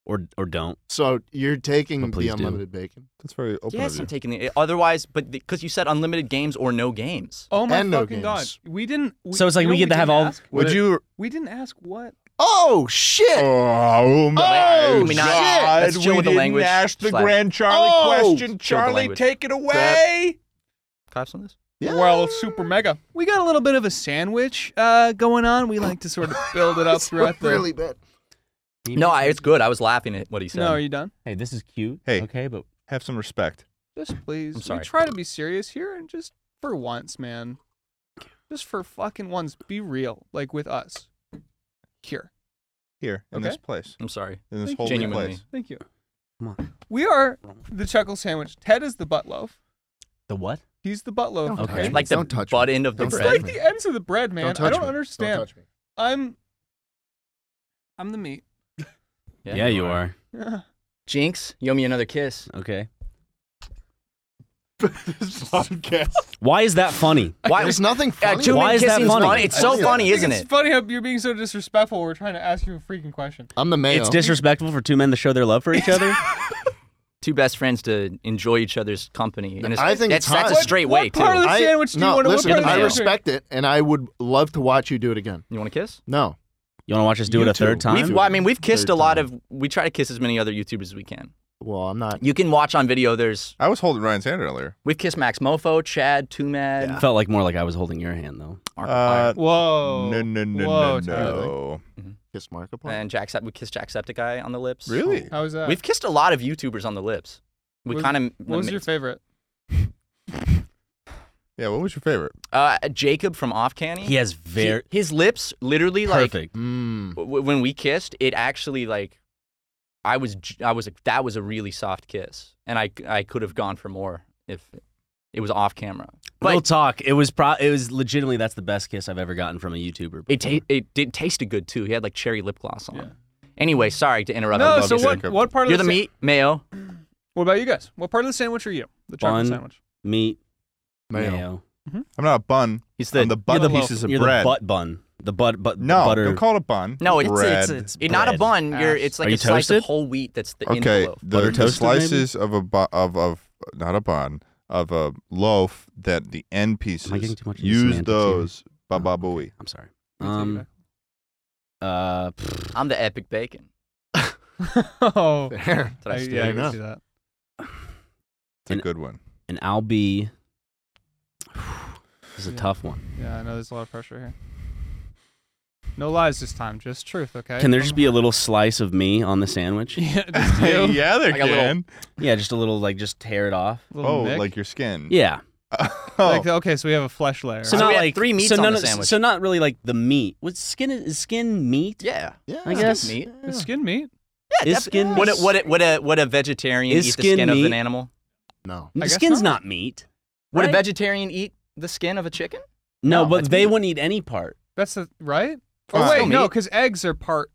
Speaker 2: or or don't.
Speaker 3: So you're taking
Speaker 2: But
Speaker 3: the
Speaker 2: please do.
Speaker 3: unlimited bacon
Speaker 1: That's very open.
Speaker 4: Yes, I'm
Speaker 1: of you.
Speaker 4: taking the. Otherwise, but because you said unlimited games or no games.
Speaker 5: Oh my
Speaker 3: And no
Speaker 5: fucking god!
Speaker 3: games.
Speaker 5: We didn't. We,
Speaker 2: So it's like
Speaker 5: you know
Speaker 2: we get to
Speaker 5: what
Speaker 2: have
Speaker 5: didn't
Speaker 2: all-
Speaker 5: ask?
Speaker 1: Would you?
Speaker 5: We didn't ask what.
Speaker 3: Oh shit!
Speaker 1: Oh my
Speaker 4: Let me not-
Speaker 1: God!
Speaker 4: let's chill
Speaker 1: we
Speaker 4: with the
Speaker 1: didn't
Speaker 4: language.
Speaker 1: ask the
Speaker 4: Slide.
Speaker 1: grand Charlie
Speaker 5: Oh!
Speaker 1: question.
Speaker 4: Chill with the
Speaker 1: Charlie,
Speaker 4: language.
Speaker 1: take it away.
Speaker 4: Claps on this.
Speaker 3: Yeah.
Speaker 5: Well, super mega. We got a little bit of a sandwich uh, going on. We like to sort of build it up
Speaker 3: It's
Speaker 5: throughout the.
Speaker 3: really bad.
Speaker 4: No, I, it's good. I was laughing at what he said.
Speaker 5: no, are you done?
Speaker 2: Hey, this is cute.
Speaker 1: Hey.
Speaker 2: okay, but
Speaker 1: Have some respect.
Speaker 5: Just please.
Speaker 4: sorry.
Speaker 5: We try to be serious here and just for once, man. Just for fucking once, be real, like with us. Here.
Speaker 1: Here in
Speaker 5: Okay.
Speaker 1: this place,
Speaker 4: I'm sorry.
Speaker 1: in this
Speaker 5: Thank
Speaker 1: whole
Speaker 4: you. Genuinely.
Speaker 1: place.
Speaker 5: Thank you.
Speaker 2: come on.
Speaker 5: We are the Chuckle Sandwich. Ted is the butt loaf.
Speaker 2: The what?
Speaker 5: He's the butt loaf.
Speaker 3: Don't touch
Speaker 5: okay.
Speaker 3: me.
Speaker 4: Like the
Speaker 3: Don't touch
Speaker 4: butt
Speaker 3: me.
Speaker 4: end of the
Speaker 3: Don't
Speaker 5: it's
Speaker 3: touch
Speaker 4: bread.
Speaker 5: like
Speaker 3: me.
Speaker 5: the ends of the bread, man.
Speaker 3: Don't touch
Speaker 5: I don't
Speaker 3: me.
Speaker 5: understand.
Speaker 3: Don't touch me.
Speaker 5: I'm I'm the meat.
Speaker 2: Yeah, you are.
Speaker 5: Yeah.
Speaker 4: Jinx, you owe me another kiss.
Speaker 2: Okay.
Speaker 3: this podcast.
Speaker 2: Why is that funny?
Speaker 4: Why?
Speaker 3: There's nothing
Speaker 4: Uh,
Speaker 3: funny.
Speaker 4: two
Speaker 2: Why is that
Speaker 4: kissing's
Speaker 2: funny?
Speaker 4: It's so
Speaker 3: Yeah.
Speaker 4: funny,
Speaker 5: I think
Speaker 4: isn't
Speaker 5: it's
Speaker 4: it?
Speaker 5: funny how you're being so disrespectful. We're trying to ask you a freaking question.
Speaker 3: I'm the mayo.
Speaker 2: It's disrespectful for two men to show their love for each other.
Speaker 4: Two best friends to enjoy each other's company. And it's,
Speaker 3: I think
Speaker 4: that's,
Speaker 3: it's
Speaker 4: that's a
Speaker 3: hot.
Speaker 4: straight
Speaker 5: What
Speaker 4: way too.
Speaker 5: part of the
Speaker 3: I,
Speaker 5: sandwich do you
Speaker 3: no,
Speaker 5: want to
Speaker 3: listen,
Speaker 4: what part of
Speaker 3: I
Speaker 4: the
Speaker 3: respect it, and I would love to watch you do it again.
Speaker 4: you want to kiss?
Speaker 3: No,
Speaker 2: You want to watch us do
Speaker 3: You
Speaker 2: it a
Speaker 3: too.
Speaker 2: third time?
Speaker 3: We've-
Speaker 4: Well, I mean, we've kissed
Speaker 3: Third
Speaker 4: a lot
Speaker 3: time.
Speaker 4: of. We try to kiss as many other YouTubers as we can.
Speaker 3: well, I'm not.
Speaker 4: You can watch on video. There's
Speaker 1: I was holding Ryan's hand earlier.
Speaker 4: we've kissed Max Mofo, Chad, Too Mad,
Speaker 2: Felt like more like I was holding your hand though.
Speaker 1: Uh,
Speaker 4: Markiplier,
Speaker 5: Whoa.
Speaker 1: no, no, no, no,
Speaker 5: Whoa, Tyler.
Speaker 1: no.
Speaker 3: Kiss Markiplier.
Speaker 4: and Jacksep. We kissed Jacksepticeye on the lips.
Speaker 1: Really?
Speaker 5: How was that?
Speaker 4: We've kissed a lot of YouTubers on the lips. We
Speaker 5: What-
Speaker 4: kind of
Speaker 5: what was your favorite?
Speaker 1: Yeah. What was your favorite?
Speaker 4: uh, Jacob from Off Canny.
Speaker 2: He has very
Speaker 4: He- his lips literally like
Speaker 2: perfect.
Speaker 3: Mm.
Speaker 4: w- when we kissed, it actually like I was j- I was like that was a really soft kiss, and I I could have gone for more if it was off camera. But
Speaker 2: Real talk. It was pro. It was legitimately that's the best kiss I've ever gotten from a YouTuber.
Speaker 4: it ta- it did tasted good too. He had like cherry lip gloss on. Anyway, sorry to interrupt.
Speaker 5: No,
Speaker 1: love
Speaker 5: so
Speaker 1: you,
Speaker 5: what,
Speaker 1: Jacob.
Speaker 5: what part
Speaker 4: You're
Speaker 5: of the
Speaker 4: the
Speaker 5: sa-
Speaker 4: meat mayo.
Speaker 5: What about you guys? What part of the sandwich are you? The chocolate
Speaker 2: Bun.
Speaker 5: sandwich.
Speaker 2: Meat,
Speaker 3: Mayo.
Speaker 2: mayo.
Speaker 1: I'm not a bun.
Speaker 2: He's
Speaker 1: I'm the butt
Speaker 5: you're the
Speaker 1: pieces of
Speaker 2: You're
Speaker 1: bread.
Speaker 2: the butt bun. The butt, but
Speaker 1: no,
Speaker 2: butter.
Speaker 1: don't call it a bun.
Speaker 4: No, it's-
Speaker 1: bread.
Speaker 2: It's, it's,
Speaker 4: It, not a
Speaker 2: bread.
Speaker 4: bun. You're
Speaker 5: Ass.
Speaker 4: it's
Speaker 2: Are
Speaker 4: like
Speaker 2: you
Speaker 4: a slice of
Speaker 2: toasted?
Speaker 4: whole wheat. That's the
Speaker 1: okay.
Speaker 4: envelope.
Speaker 1: The,
Speaker 2: Butter
Speaker 1: the
Speaker 2: toasted, maybe?
Speaker 1: slices of a bu- of of not a bun of a loaf that the end pieces.
Speaker 2: getting too much into
Speaker 1: use
Speaker 2: semantics here?
Speaker 1: those. Ba ba
Speaker 2: Oh,
Speaker 1: booey.
Speaker 2: I'm sorry.
Speaker 5: Let me take it
Speaker 2: Um,
Speaker 5: back.
Speaker 2: uh, pfft,
Speaker 4: I'm the epic bacon.
Speaker 5: oh,
Speaker 3: Fair.
Speaker 4: Did I,
Speaker 5: I-
Speaker 4: steal
Speaker 5: yeah, I
Speaker 4: yours?
Speaker 5: can
Speaker 3: enough.
Speaker 5: see that.
Speaker 1: It's a
Speaker 2: And-
Speaker 1: good one.
Speaker 2: and I'll be. This is a
Speaker 5: Yeah.
Speaker 2: tough one.
Speaker 5: Yeah, I know there's a lot of pressure here. No lies this time, just truth. Okay.
Speaker 2: Can there just be a little slice of me on the sandwich?
Speaker 5: yeah, just you.
Speaker 1: yeah, there
Speaker 4: Like a little-
Speaker 1: can.
Speaker 2: Yeah, just a little, like just tear it off.
Speaker 5: Little
Speaker 1: Oh,
Speaker 5: Nick.
Speaker 1: like your skin.
Speaker 4: Mm.
Speaker 2: Yeah.
Speaker 5: Like,
Speaker 1: oh,
Speaker 5: okay, so we have a flesh layer.
Speaker 4: So we had three meats
Speaker 2: so
Speaker 4: on
Speaker 2: none
Speaker 4: the
Speaker 2: of-
Speaker 4: sandwich.
Speaker 2: So not really like the meat. What skin is, is skin meat?
Speaker 4: Yeah.
Speaker 3: Yeah,
Speaker 2: I guess.
Speaker 4: Meat.
Speaker 5: Is skin meat.
Speaker 2: is skin
Speaker 4: Would a, would a, would a, would a vegetarian
Speaker 2: Is
Speaker 4: eat the
Speaker 2: skin
Speaker 4: skin of
Speaker 2: meat?
Speaker 4: an animal?
Speaker 3: No.
Speaker 5: I guess
Speaker 2: skin's
Speaker 5: not.
Speaker 2: not, meat.
Speaker 4: Would a
Speaker 2: Right?
Speaker 4: vegetarian eat the skin of a chicken?
Speaker 2: No,
Speaker 4: No,
Speaker 2: but
Speaker 4: that's
Speaker 2: they
Speaker 4: meat.
Speaker 2: wouldn't eat any part.
Speaker 5: That's the right.
Speaker 1: Fine.
Speaker 5: Oh wait,
Speaker 4: Still
Speaker 5: no,
Speaker 4: meat.
Speaker 5: because eggs are part.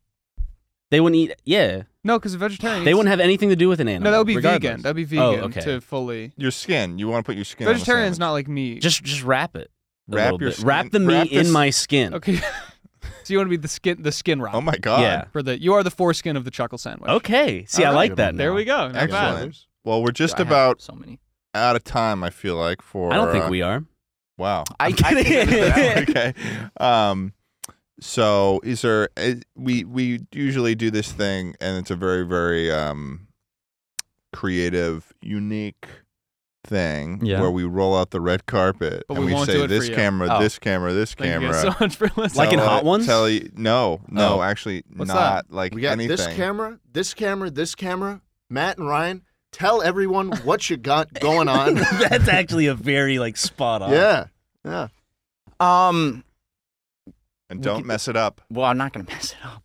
Speaker 2: They wouldn't eat. Yeah,
Speaker 5: No, because a vegetarian.
Speaker 2: they
Speaker 5: eats-
Speaker 2: wouldn't have anything to do with an animal.
Speaker 5: No, that would be
Speaker 2: regardless. Oh,
Speaker 5: vegan. That'd be vegan
Speaker 2: okay.
Speaker 5: to fully.
Speaker 1: your skin. You want to put your skin. on a
Speaker 5: Vegetarian's
Speaker 1: sandwich.
Speaker 5: not like meat.
Speaker 2: Just just wrap it. a
Speaker 1: Wrap
Speaker 2: little
Speaker 1: your
Speaker 2: bit. wrap
Speaker 1: skin-
Speaker 2: the
Speaker 1: wrap
Speaker 2: meat in
Speaker 1: this-
Speaker 2: my skin.
Speaker 5: okay. so you want to be the skin, the skin rock
Speaker 1: Oh my god.
Speaker 2: Yeah.
Speaker 5: for the. You are the foreskin of the chuckle sandwich.
Speaker 2: Okay. See, I
Speaker 5: All
Speaker 2: like
Speaker 3: right.
Speaker 2: that.
Speaker 5: There
Speaker 2: now.
Speaker 5: we go. Not bad.
Speaker 1: Excellent. Well, we're just
Speaker 4: I have
Speaker 1: about
Speaker 4: so many.
Speaker 1: out of time. I feel like for
Speaker 2: I don't think
Speaker 1: uh,
Speaker 2: we are.
Speaker 1: Wow.
Speaker 4: I,
Speaker 2: I'm kidding.
Speaker 1: okay. Um, so is there? eh, We we usually do this thing, and it's a very very um, creative, unique thing
Speaker 4: Yeah.
Speaker 1: where we roll out the red carpet
Speaker 5: But
Speaker 1: and
Speaker 5: we
Speaker 1: we
Speaker 5: won't
Speaker 1: say
Speaker 5: do it for
Speaker 1: this
Speaker 5: you."
Speaker 1: camera,
Speaker 4: Oh.
Speaker 1: this camera, this
Speaker 5: Thank
Speaker 1: camera.
Speaker 5: you guys so much for listening.
Speaker 2: Like in
Speaker 1: Tell-
Speaker 2: Hot Ones?
Speaker 1: Tell you, no, no,
Speaker 2: Oh.
Speaker 1: actually
Speaker 5: What's
Speaker 1: not like
Speaker 3: We got
Speaker 1: anything.
Speaker 3: this camera, this camera, this camera. Matt and Ryan, tell everyone what you got going on.
Speaker 2: That's actually a very like spot on.
Speaker 3: yeah, yeah.
Speaker 4: um,
Speaker 1: and
Speaker 4: We
Speaker 1: don't
Speaker 4: could-
Speaker 1: mess it up.
Speaker 4: Well, I'm not gonna mess it up.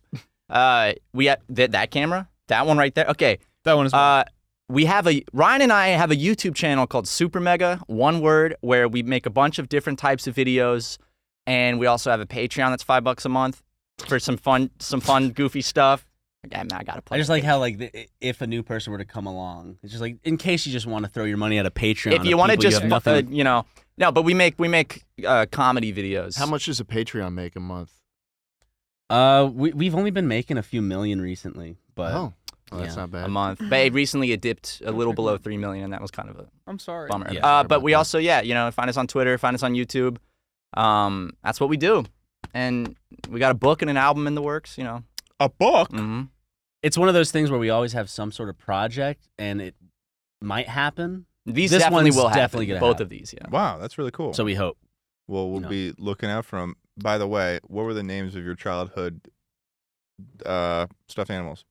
Speaker 4: Uh, we have th- that camera, that one right there. Okay.
Speaker 5: That one is
Speaker 4: Uh, we have a Ryan and I have a YouTube channel called Super Mega, one word, where we make a bunch of different types of videos, and we also have a Patreon that's five bucks a month for some fun, some fun, goofy stuff. Yeah, man, I gotta play.
Speaker 2: I just
Speaker 4: it.
Speaker 2: like how like the, if a new person were to come along, it's just like in case you just want to throw your money at a Patreon.
Speaker 4: if you want to
Speaker 2: people have
Speaker 4: just, fu-
Speaker 2: nothing.
Speaker 4: uh, you know, no, but we make we make uh, comedy videos.
Speaker 3: How much does a Patreon make a month?
Speaker 2: Uh, we we've only been making a few million recently, but
Speaker 3: oh, well, that's
Speaker 2: yeah.
Speaker 3: not
Speaker 4: a
Speaker 3: bad.
Speaker 4: month? But hey, recently it dipped a little below three million, and that was kind of a
Speaker 5: I'm sorry.
Speaker 4: bummer.
Speaker 2: Yeah.
Speaker 4: uh,
Speaker 3: Sorry
Speaker 4: but
Speaker 3: about
Speaker 4: we
Speaker 3: that.
Speaker 4: also, yeah, you know, find us on Twitter, find us on YouTube. Um, that's what we do, and we got a book and an album in the works. You know,
Speaker 1: A book.
Speaker 4: hmm
Speaker 2: it's one of those things where we always have some sort of project, and it might happen.
Speaker 4: these
Speaker 2: This
Speaker 4: definitely
Speaker 2: one's
Speaker 4: will happen.
Speaker 2: definitely gonna
Speaker 4: both
Speaker 2: happen.
Speaker 4: of these. Yeah.
Speaker 1: Wow, that's really cool.
Speaker 2: So we hope.
Speaker 1: Well, we'll
Speaker 2: No.
Speaker 1: be looking out for 'em. By the way, what were the names of your childhood uh, stuffed animals?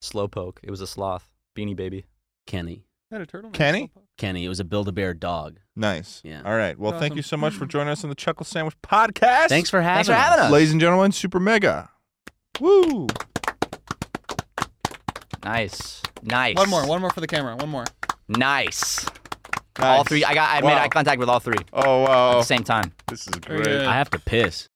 Speaker 4: Slowpoke. It was a sloth. Beanie Baby.
Speaker 2: Kenny,
Speaker 5: Had a turtleneck.
Speaker 1: Kenny?
Speaker 2: Kenny, it was a Build a Bear dog.
Speaker 1: Nice.
Speaker 2: Yeah.
Speaker 1: All right. Well, thank you so
Speaker 5: Awesome.
Speaker 1: much for joining us on the Chuckle Sandwich Podcast.
Speaker 2: Thanks for having
Speaker 4: Thanks for having us.
Speaker 1: ladies and gentlemen. Super mega. Woo!
Speaker 4: Nice. Nice.
Speaker 5: One more. One more for the camera. One more.
Speaker 4: Nice. All
Speaker 1: Nice.
Speaker 4: three. I got. I made
Speaker 1: Wow.
Speaker 4: eye contact with all three at
Speaker 1: Oh wow!
Speaker 4: the same time.
Speaker 1: This is
Speaker 5: Very
Speaker 1: great.
Speaker 5: good.
Speaker 2: I have to piss.